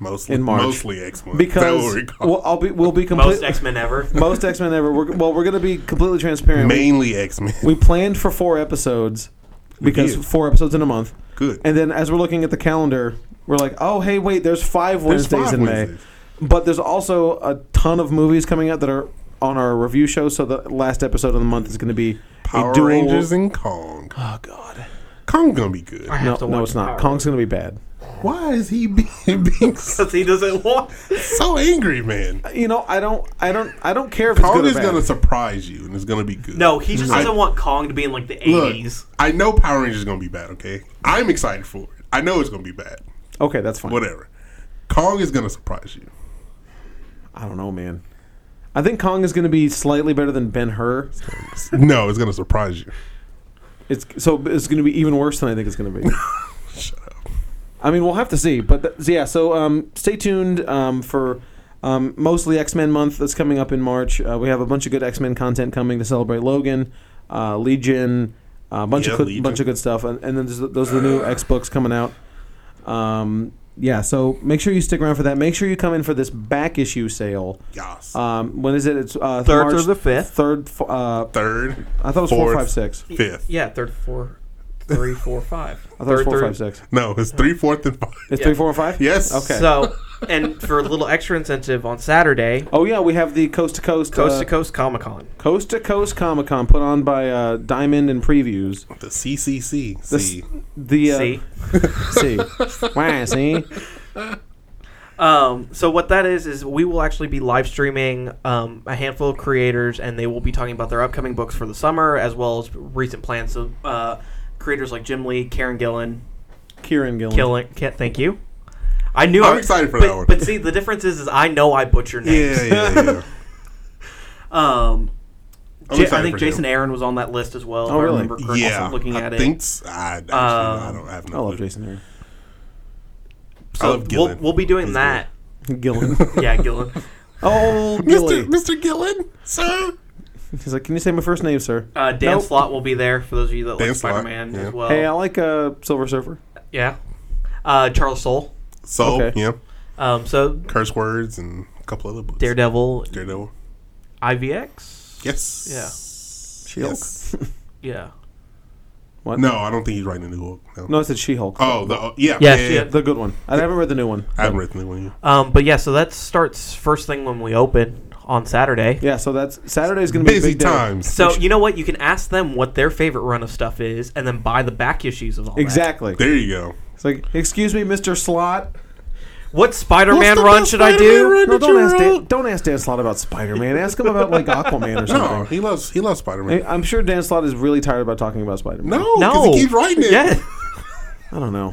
Speaker 2: Mostly.
Speaker 1: in March.
Speaker 2: Mostly X-Men.
Speaker 1: because
Speaker 2: Is that what we
Speaker 1: we'll, I'll be we'll be
Speaker 4: Most
Speaker 1: completely
Speaker 4: X Men ever.
Speaker 1: most X Men ever. We're, well, we're going to be completely transparent. We,
Speaker 2: Mainly X-Men.
Speaker 1: we planned for four episodes because
Speaker 2: did.
Speaker 1: four episodes in a month,
Speaker 2: Good.
Speaker 1: and then as we're looking at the calendar, we're like, oh hey wait, there's five
Speaker 2: There's
Speaker 1: Wednesdays
Speaker 2: five
Speaker 1: in
Speaker 2: Wednesdays.
Speaker 1: May, but there's also a ton of movies coming out that are on our review show. So the last episode of the month is going to be
Speaker 2: Power
Speaker 1: a dual.
Speaker 2: Rangers and Kong.
Speaker 1: oh god,
Speaker 2: Kong gonna be good.
Speaker 4: I
Speaker 1: no,
Speaker 4: have to
Speaker 1: no,
Speaker 4: watch
Speaker 1: it's not.
Speaker 4: Power
Speaker 1: Kong's going to be bad.
Speaker 2: Why is he being, being so,
Speaker 4: Because he doesn't want.
Speaker 2: so angry, man?
Speaker 1: You know, I don't, I don't, I don't care if it's
Speaker 2: Kong
Speaker 1: good or
Speaker 2: is
Speaker 1: bad.
Speaker 2: gonna surprise you, and it's gonna be good.
Speaker 4: No, he just
Speaker 2: I-
Speaker 4: doesn't want Kong to be in like the
Speaker 2: Look,
Speaker 4: 80s.
Speaker 2: I know Power Rangers is gonna be bad. Okay, I'm excited for it. I know it's gonna be bad.
Speaker 1: okay, that's fine.
Speaker 2: Whatever. Kong is gonna surprise you.
Speaker 1: I don't know, man. I think Kong is going to be slightly better than Ben Hur.
Speaker 2: No, it's gonna surprise you.
Speaker 1: It's so it's going to be even worse than I think it's going to be. I mean, we'll have to see, but th- so yeah. So um, stay tuned um, for um, mostly X Men month that's coming up in March. Uh, we have a bunch of good X Men content coming to celebrate Logan, uh, Legion, a bunch
Speaker 2: Yeah,
Speaker 1: of good,
Speaker 2: Legion.
Speaker 1: bunch of good stuff, and, and then there's, those are the new X books coming out. Um, yeah, so make sure you stick around for that. Make sure you come in for this back issue sale.
Speaker 2: Yes.
Speaker 1: Um, when is it? It's uh,
Speaker 4: Third
Speaker 1: March
Speaker 4: through the fifth.
Speaker 1: Third. f- Uh,
Speaker 2: Third,
Speaker 1: I thought it was four,
Speaker 2: Fourth.
Speaker 1: five, six.
Speaker 2: fifth.
Speaker 4: Yeah, third, four, three, four, five.
Speaker 1: I thought it was
Speaker 4: Third,
Speaker 1: four,
Speaker 4: third-
Speaker 1: five, six.
Speaker 2: No, it's three, fourth, and five.
Speaker 1: It's
Speaker 4: Yeah.
Speaker 1: three, four, and five.
Speaker 2: Yes.
Speaker 1: Okay.
Speaker 4: So, and for a little extra incentive on Saturday,
Speaker 1: Oh yeah, we have the coast to coast,
Speaker 4: Coast
Speaker 1: uh,
Speaker 4: to Coast Comic Con.
Speaker 1: coast to coast Comic Con put on by uh, Diamond and Previews.
Speaker 2: The CCC.
Speaker 1: The
Speaker 2: C.
Speaker 1: s- the uh,
Speaker 4: See,
Speaker 1: see, Why, see?
Speaker 4: um, so what that is is we will actually be live streaming um, a handful of creators, and they will be talking about their upcoming books for the summer, as well as recent plans of uh, creators like Jim Lee, Karen Gillan,
Speaker 1: Kieran Gillen.
Speaker 4: Killing. Can't thank you. I knew.
Speaker 2: I'm
Speaker 4: I-
Speaker 2: excited for
Speaker 4: but,
Speaker 2: that one.
Speaker 4: But see, the difference is, is I know I butcher names.
Speaker 2: Yeah, yeah, yeah.
Speaker 4: Um,
Speaker 2: I'm
Speaker 4: Ja- I
Speaker 2: excited
Speaker 4: think
Speaker 2: for
Speaker 4: Jason
Speaker 2: him.
Speaker 4: Aaron was on that list as well.
Speaker 1: Oh,
Speaker 4: if
Speaker 1: really?
Speaker 4: I remember correctly
Speaker 2: yeah.
Speaker 4: from looking at
Speaker 2: I
Speaker 4: it.
Speaker 2: think. s- I, actually, I
Speaker 4: Um,
Speaker 2: don't have
Speaker 1: I
Speaker 2: no.
Speaker 1: love
Speaker 2: clue.
Speaker 1: Jason Aaron.
Speaker 4: So
Speaker 2: I love
Speaker 4: we'll,
Speaker 2: Gillen.
Speaker 4: we'll be doing
Speaker 2: He's
Speaker 4: that.
Speaker 1: Gillen.
Speaker 4: yeah, Gillen.
Speaker 1: Oh, Gilly.
Speaker 2: Mr. Mr. Gillen, sir.
Speaker 1: He's like, can you say my first name, sir?
Speaker 4: Uh, Dan
Speaker 1: Nope.
Speaker 4: Slott will be there for those of you that
Speaker 2: Dan
Speaker 4: like
Speaker 2: Slott,
Speaker 4: Spider Man
Speaker 2: yeah.
Speaker 4: as well.
Speaker 1: Hey, I like uh, Silver Surfer.
Speaker 4: yeah. Uh, Charles Soule.
Speaker 2: So
Speaker 1: Okay.
Speaker 2: yeah,
Speaker 4: Um, so
Speaker 2: curse words and a couple other books.
Speaker 4: Daredevil.
Speaker 2: Daredevil.
Speaker 4: IVX.
Speaker 2: Yes.
Speaker 4: Yeah.
Speaker 1: She-Hulk?
Speaker 2: Yes.
Speaker 4: Yeah.
Speaker 1: What?
Speaker 2: No, I don't think he's writing the new book. No.
Speaker 1: No, I said She-Hulk.
Speaker 2: Oh, the, oh, yeah.
Speaker 3: Yeah,
Speaker 2: yeah,
Speaker 3: she-
Speaker 2: yeah.
Speaker 1: The good one. I haven't read the new one.
Speaker 2: I haven't read the new one yet.
Speaker 4: Um, but yeah, so that starts first thing when we open on Saturday.
Speaker 1: Yeah, so that's Saturday's going to be a
Speaker 2: Busy
Speaker 1: big day.
Speaker 2: times.
Speaker 4: So you know what? You can ask them what their favorite run of stuff is, and then buy the back issues of all that.
Speaker 1: Exactly.
Speaker 2: There you go.
Speaker 1: It's like, excuse me, Mister Slot.
Speaker 4: What Spider-Man
Speaker 2: What's the
Speaker 4: run
Speaker 2: best
Speaker 4: should I
Speaker 2: Spider-Man
Speaker 4: do?
Speaker 2: run?
Speaker 1: No,
Speaker 2: Did
Speaker 1: don't
Speaker 2: you
Speaker 1: ask Dan,
Speaker 2: wrote-
Speaker 1: don't ask Dan Slot about Spider Man. ask him about like Aquaman or something.
Speaker 2: No, he loves he loves Spider
Speaker 1: I-
Speaker 2: Man.
Speaker 1: I'm sure Dan Slot is really tired about talking about Spider Man.
Speaker 2: No, because Oh, he keeps writing it.
Speaker 4: Yeah.
Speaker 1: I don't know.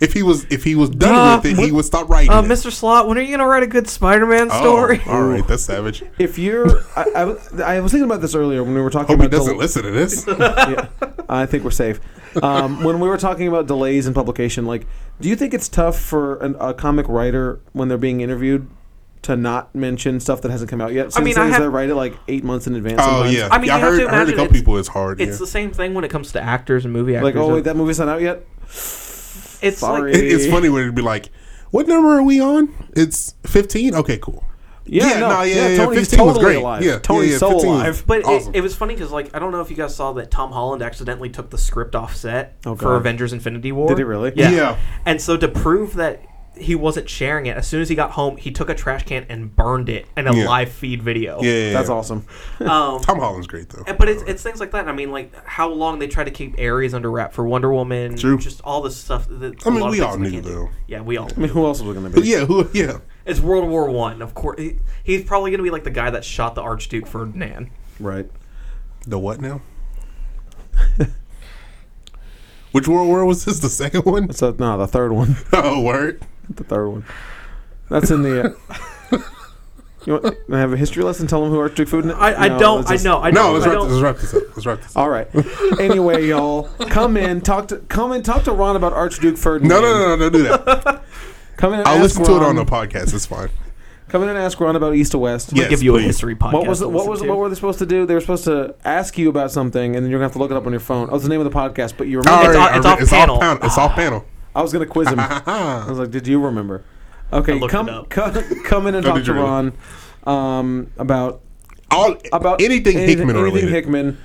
Speaker 2: If he was if he was done
Speaker 4: Uh,
Speaker 2: with it, he
Speaker 4: what-
Speaker 2: would stop writing.
Speaker 4: Uh,
Speaker 2: it.
Speaker 4: Mr. Slot, when are you gonna write a good Spider-Man
Speaker 2: Oh,
Speaker 4: story?
Speaker 2: all right, that's savage.
Speaker 1: If you're, I, I w- I was thinking about this earlier when we were talking
Speaker 2: Hope he
Speaker 1: about.
Speaker 2: doesn't
Speaker 1: del-
Speaker 2: listen to this.
Speaker 1: yeah, I think we're safe. Um, when we were talking about delays in publication, like, do you think it's tough for an, a comic writer when they're being interviewed to not mention stuff that hasn't come out yet? Since
Speaker 4: mean, I
Speaker 1: things
Speaker 4: have-
Speaker 1: they write it like eight months in advance.
Speaker 2: Oh
Speaker 1: sometimes.
Speaker 2: yeah,
Speaker 4: I mean,
Speaker 2: Yeah,
Speaker 4: you have
Speaker 2: heard,
Speaker 4: to
Speaker 2: I heard a
Speaker 4: imagine
Speaker 2: couple
Speaker 4: it's-
Speaker 2: people. It's hard.
Speaker 4: It's
Speaker 2: yeah.
Speaker 4: the same thing when it comes to actors and movie actors.
Speaker 1: Like, oh wait, that movie's not out yet.
Speaker 4: it's
Speaker 1: sorry.
Speaker 4: like
Speaker 2: It- it's funny when it'd be like, "What number are we on?" It's fifteen. Okay, cool.
Speaker 1: Yeah, no,
Speaker 2: nah,
Speaker 1: yeah, Tony's totally alive.
Speaker 2: Yeah,
Speaker 1: Tony's
Speaker 2: yeah, yeah,
Speaker 1: so
Speaker 2: 15 was
Speaker 1: alive.
Speaker 4: But
Speaker 2: awesome.
Speaker 4: it, it was funny because, like, I don't know if you guys saw that Tom Holland accidentally took the script off set
Speaker 1: Oh, God.
Speaker 4: for Avengers Infinity War.
Speaker 1: Did he really?
Speaker 4: Yeah.
Speaker 2: Yeah.
Speaker 4: And so to prove that he wasn't sharing it, as soon as he got home, he took a trash can and burned it in a
Speaker 2: Yeah.
Speaker 4: live feed video.
Speaker 2: yeah, yeah,
Speaker 1: That's
Speaker 2: yeah.
Speaker 1: awesome.
Speaker 4: Um,
Speaker 2: Tom Holland's great though.
Speaker 4: and- but it's, it's things like that. I mean, like, how long they try to keep Ares under wrap for Wonder Woman.
Speaker 2: True.
Speaker 4: Just all this stuff. That,
Speaker 2: I
Speaker 4: a
Speaker 2: mean,
Speaker 4: lot of
Speaker 2: we
Speaker 4: things
Speaker 2: all
Speaker 4: they
Speaker 2: knew,
Speaker 4: can't do.
Speaker 2: though.
Speaker 4: Yeah, we all
Speaker 1: I mean,
Speaker 4: knew.
Speaker 1: who else was going to
Speaker 2: But
Speaker 1: be?
Speaker 2: yeah, who? Yeah,
Speaker 4: It's World War One, of course. He, he's probably going to be, like, the guy that shot the Archduke Ferdinand.
Speaker 1: Right.
Speaker 2: the what now? Which World War was this? The second one?
Speaker 1: So no, the third one.
Speaker 2: Oh, word.
Speaker 1: The third one. That's in the. Uh, you want can I have a history lesson? Tell them who Archduke Food.
Speaker 4: I, I don't. I know. I
Speaker 2: No,
Speaker 4: don't.
Speaker 2: let's
Speaker 4: I
Speaker 2: wrap,
Speaker 4: don't-
Speaker 2: this, let's wrap this up. Let's wrap this up.
Speaker 1: All right. Anyway, y'all, come in, talk to come in, talk to Ron about Archduke Ferdinand.
Speaker 2: No, no, no, no, don't do that.
Speaker 1: Come in. And
Speaker 2: I'll
Speaker 1: ask
Speaker 2: listen to it
Speaker 1: Ron-
Speaker 2: on the podcast. It's fine.
Speaker 1: Come in and ask Ron about East to West.
Speaker 2: Yeah.
Speaker 4: give you a
Speaker 2: please.
Speaker 4: history podcast.
Speaker 1: What was
Speaker 4: to
Speaker 1: it, what
Speaker 4: listen
Speaker 1: was
Speaker 4: to.
Speaker 1: what were they supposed to do? They were supposed to ask you about something, and then you're gonna have to look it up on your phone. Oh, it's the name of the podcast, but you remember?
Speaker 2: All
Speaker 4: It's
Speaker 2: right,
Speaker 4: off- it's
Speaker 2: all
Speaker 4: off
Speaker 2: right, it's
Speaker 4: panel. Ah.
Speaker 2: off panel. It's off panel.
Speaker 1: I was gonna quiz him. I was like, "Did you remember?" Okay,
Speaker 4: looked
Speaker 1: come
Speaker 4: it up.
Speaker 1: come come in and
Speaker 2: Oh,
Speaker 1: talk
Speaker 2: did
Speaker 1: to
Speaker 2: you really?
Speaker 1: Ron um, about
Speaker 2: All
Speaker 1: about
Speaker 2: about anything, Hickman
Speaker 1: anything
Speaker 2: related.
Speaker 1: Hickman.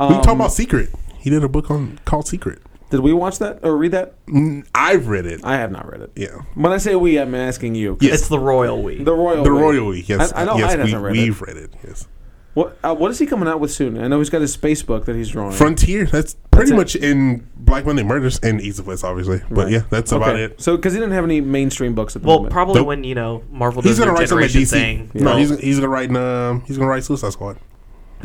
Speaker 2: we were talking
Speaker 1: Um,
Speaker 2: about Secret. He did a book on called Secret.
Speaker 1: Did we watch that or read that?
Speaker 2: Mm, I've read it.
Speaker 1: I have not read it.
Speaker 2: Yeah.
Speaker 1: When I say we, I'm asking you.
Speaker 2: Yes.
Speaker 4: It's the royal we.
Speaker 1: The Royal.
Speaker 2: The
Speaker 1: We.
Speaker 2: Royal We. Yes.
Speaker 1: I- I know
Speaker 2: yes,
Speaker 1: Hyde
Speaker 2: we,
Speaker 1: hasn't read it.
Speaker 2: we've read it. Yes.
Speaker 1: What uh, What is he coming out with soon? I know he's got his space book that he's drawing.
Speaker 2: Frontier. That's pretty
Speaker 1: it.
Speaker 2: much in Black Monday Murders and East of West, obviously. But
Speaker 1: Right.
Speaker 2: yeah, that's
Speaker 1: Okay.
Speaker 2: about it.
Speaker 1: So because he didn't have any mainstream books at the
Speaker 4: well,
Speaker 1: moment.
Speaker 4: probably
Speaker 2: Nope.
Speaker 4: when you know Marvel does
Speaker 2: He's gonna
Speaker 4: their
Speaker 2: write something
Speaker 4: generation
Speaker 2: DC.
Speaker 4: thing.
Speaker 2: No,
Speaker 1: Yeah.
Speaker 2: he's, he's gonna write. Um, he's gonna write Suicide Squad.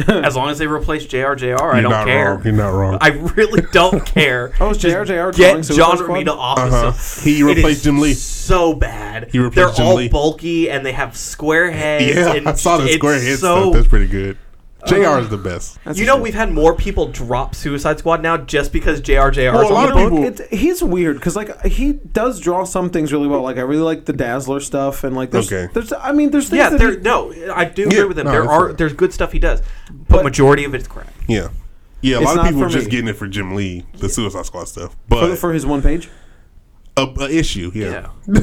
Speaker 4: as long as they replace JRJR, I
Speaker 2: You're
Speaker 4: don't
Speaker 2: not
Speaker 4: care.
Speaker 2: Wrong. You're not wrong.
Speaker 4: I really don't care.
Speaker 1: Oh, is
Speaker 4: Just
Speaker 1: JRJR drawing
Speaker 4: get
Speaker 1: Suicide
Speaker 4: John
Speaker 1: Squad?
Speaker 4: Romita off of
Speaker 2: Uh-huh.
Speaker 4: stuff.
Speaker 2: He
Speaker 4: It
Speaker 2: replaced
Speaker 4: is
Speaker 2: Jim Lee.
Speaker 4: So bad.
Speaker 2: He replaced
Speaker 4: They're
Speaker 2: Jim
Speaker 4: all
Speaker 2: Lee.
Speaker 4: bulky and they have square heads.
Speaker 2: yeah,
Speaker 4: and
Speaker 2: I saw the
Speaker 4: it's
Speaker 2: square head
Speaker 4: so
Speaker 2: stuff. That's pretty good. JR is the best.
Speaker 1: Um, That's
Speaker 4: you
Speaker 1: a
Speaker 4: know,
Speaker 1: shame.
Speaker 4: we've had more people drop Suicide Squad now just because JRJR.
Speaker 2: Well,
Speaker 4: is
Speaker 2: a
Speaker 4: on
Speaker 2: lot of
Speaker 4: the book.
Speaker 2: people-
Speaker 1: Look, it's, he's weird because like he does draw some things really well. Like I really like the Dazzler stuff and like there's,
Speaker 2: Okay.
Speaker 1: there's I mean there's things
Speaker 4: Yeah,
Speaker 1: that
Speaker 4: there.
Speaker 1: he-
Speaker 4: No, I do
Speaker 2: Yeah,
Speaker 4: agree with him.
Speaker 2: no,
Speaker 4: there
Speaker 2: that's
Speaker 4: are
Speaker 2: fair.
Speaker 4: there's good stuff he does, but,
Speaker 1: But-
Speaker 4: majority of it's crap.
Speaker 2: Yeah. Yeah, a
Speaker 1: It's
Speaker 2: lot of
Speaker 1: not
Speaker 2: people
Speaker 1: for
Speaker 2: are just
Speaker 1: me.
Speaker 2: getting it for Jim Lee, the Suicide Squad stuff.
Speaker 1: for,
Speaker 2: But
Speaker 1: for his one page.
Speaker 2: a, a issue, yeah.
Speaker 4: Yeah.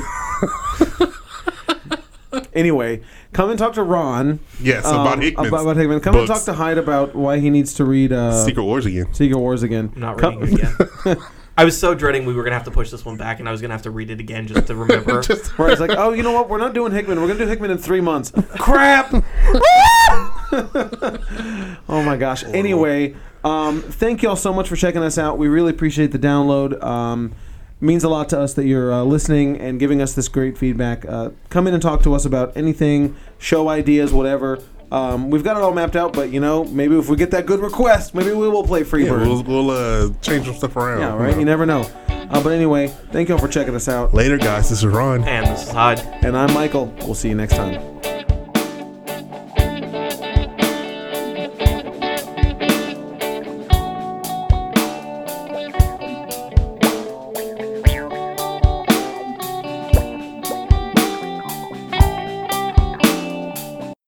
Speaker 1: Anyway, come and talk to Ron
Speaker 2: Yes,
Speaker 1: um,
Speaker 2: about Hickman's
Speaker 1: about, about Hickman. Come and
Speaker 2: books.
Speaker 1: talk to Hyde about why he needs to read uh, Secret.
Speaker 2: Secret Wars again.
Speaker 1: Wars again.
Speaker 4: I'm not
Speaker 1: Come-
Speaker 4: reading it again. I was so dreading we were gonna have to push this one back, and I was gonna have to read it again just to remember.
Speaker 2: Just
Speaker 1: Where it's like, oh, you know what? We're not doing Hickman. We're gonna do Hickman in three months. Crap. oh my gosh. Anyway, um, thank y'all so much for checking us out. We really appreciate the download. Um, means a lot to us that you're uh, listening and giving us this great feedback. Uh, come in and talk to us about anything, show ideas, whatever. Um, we've got it all mapped out, but you know, maybe if we get that good request, maybe we will play Freebird.
Speaker 2: yeah, we'll, we'll uh, change some stuff around.
Speaker 1: yeah, right. You never know. Uh, but anyway, thank y'all for checking us out,
Speaker 2: Later, guys. This is Ron.
Speaker 4: and this is Hyde.
Speaker 1: and I'm Michael. We'll see you next time.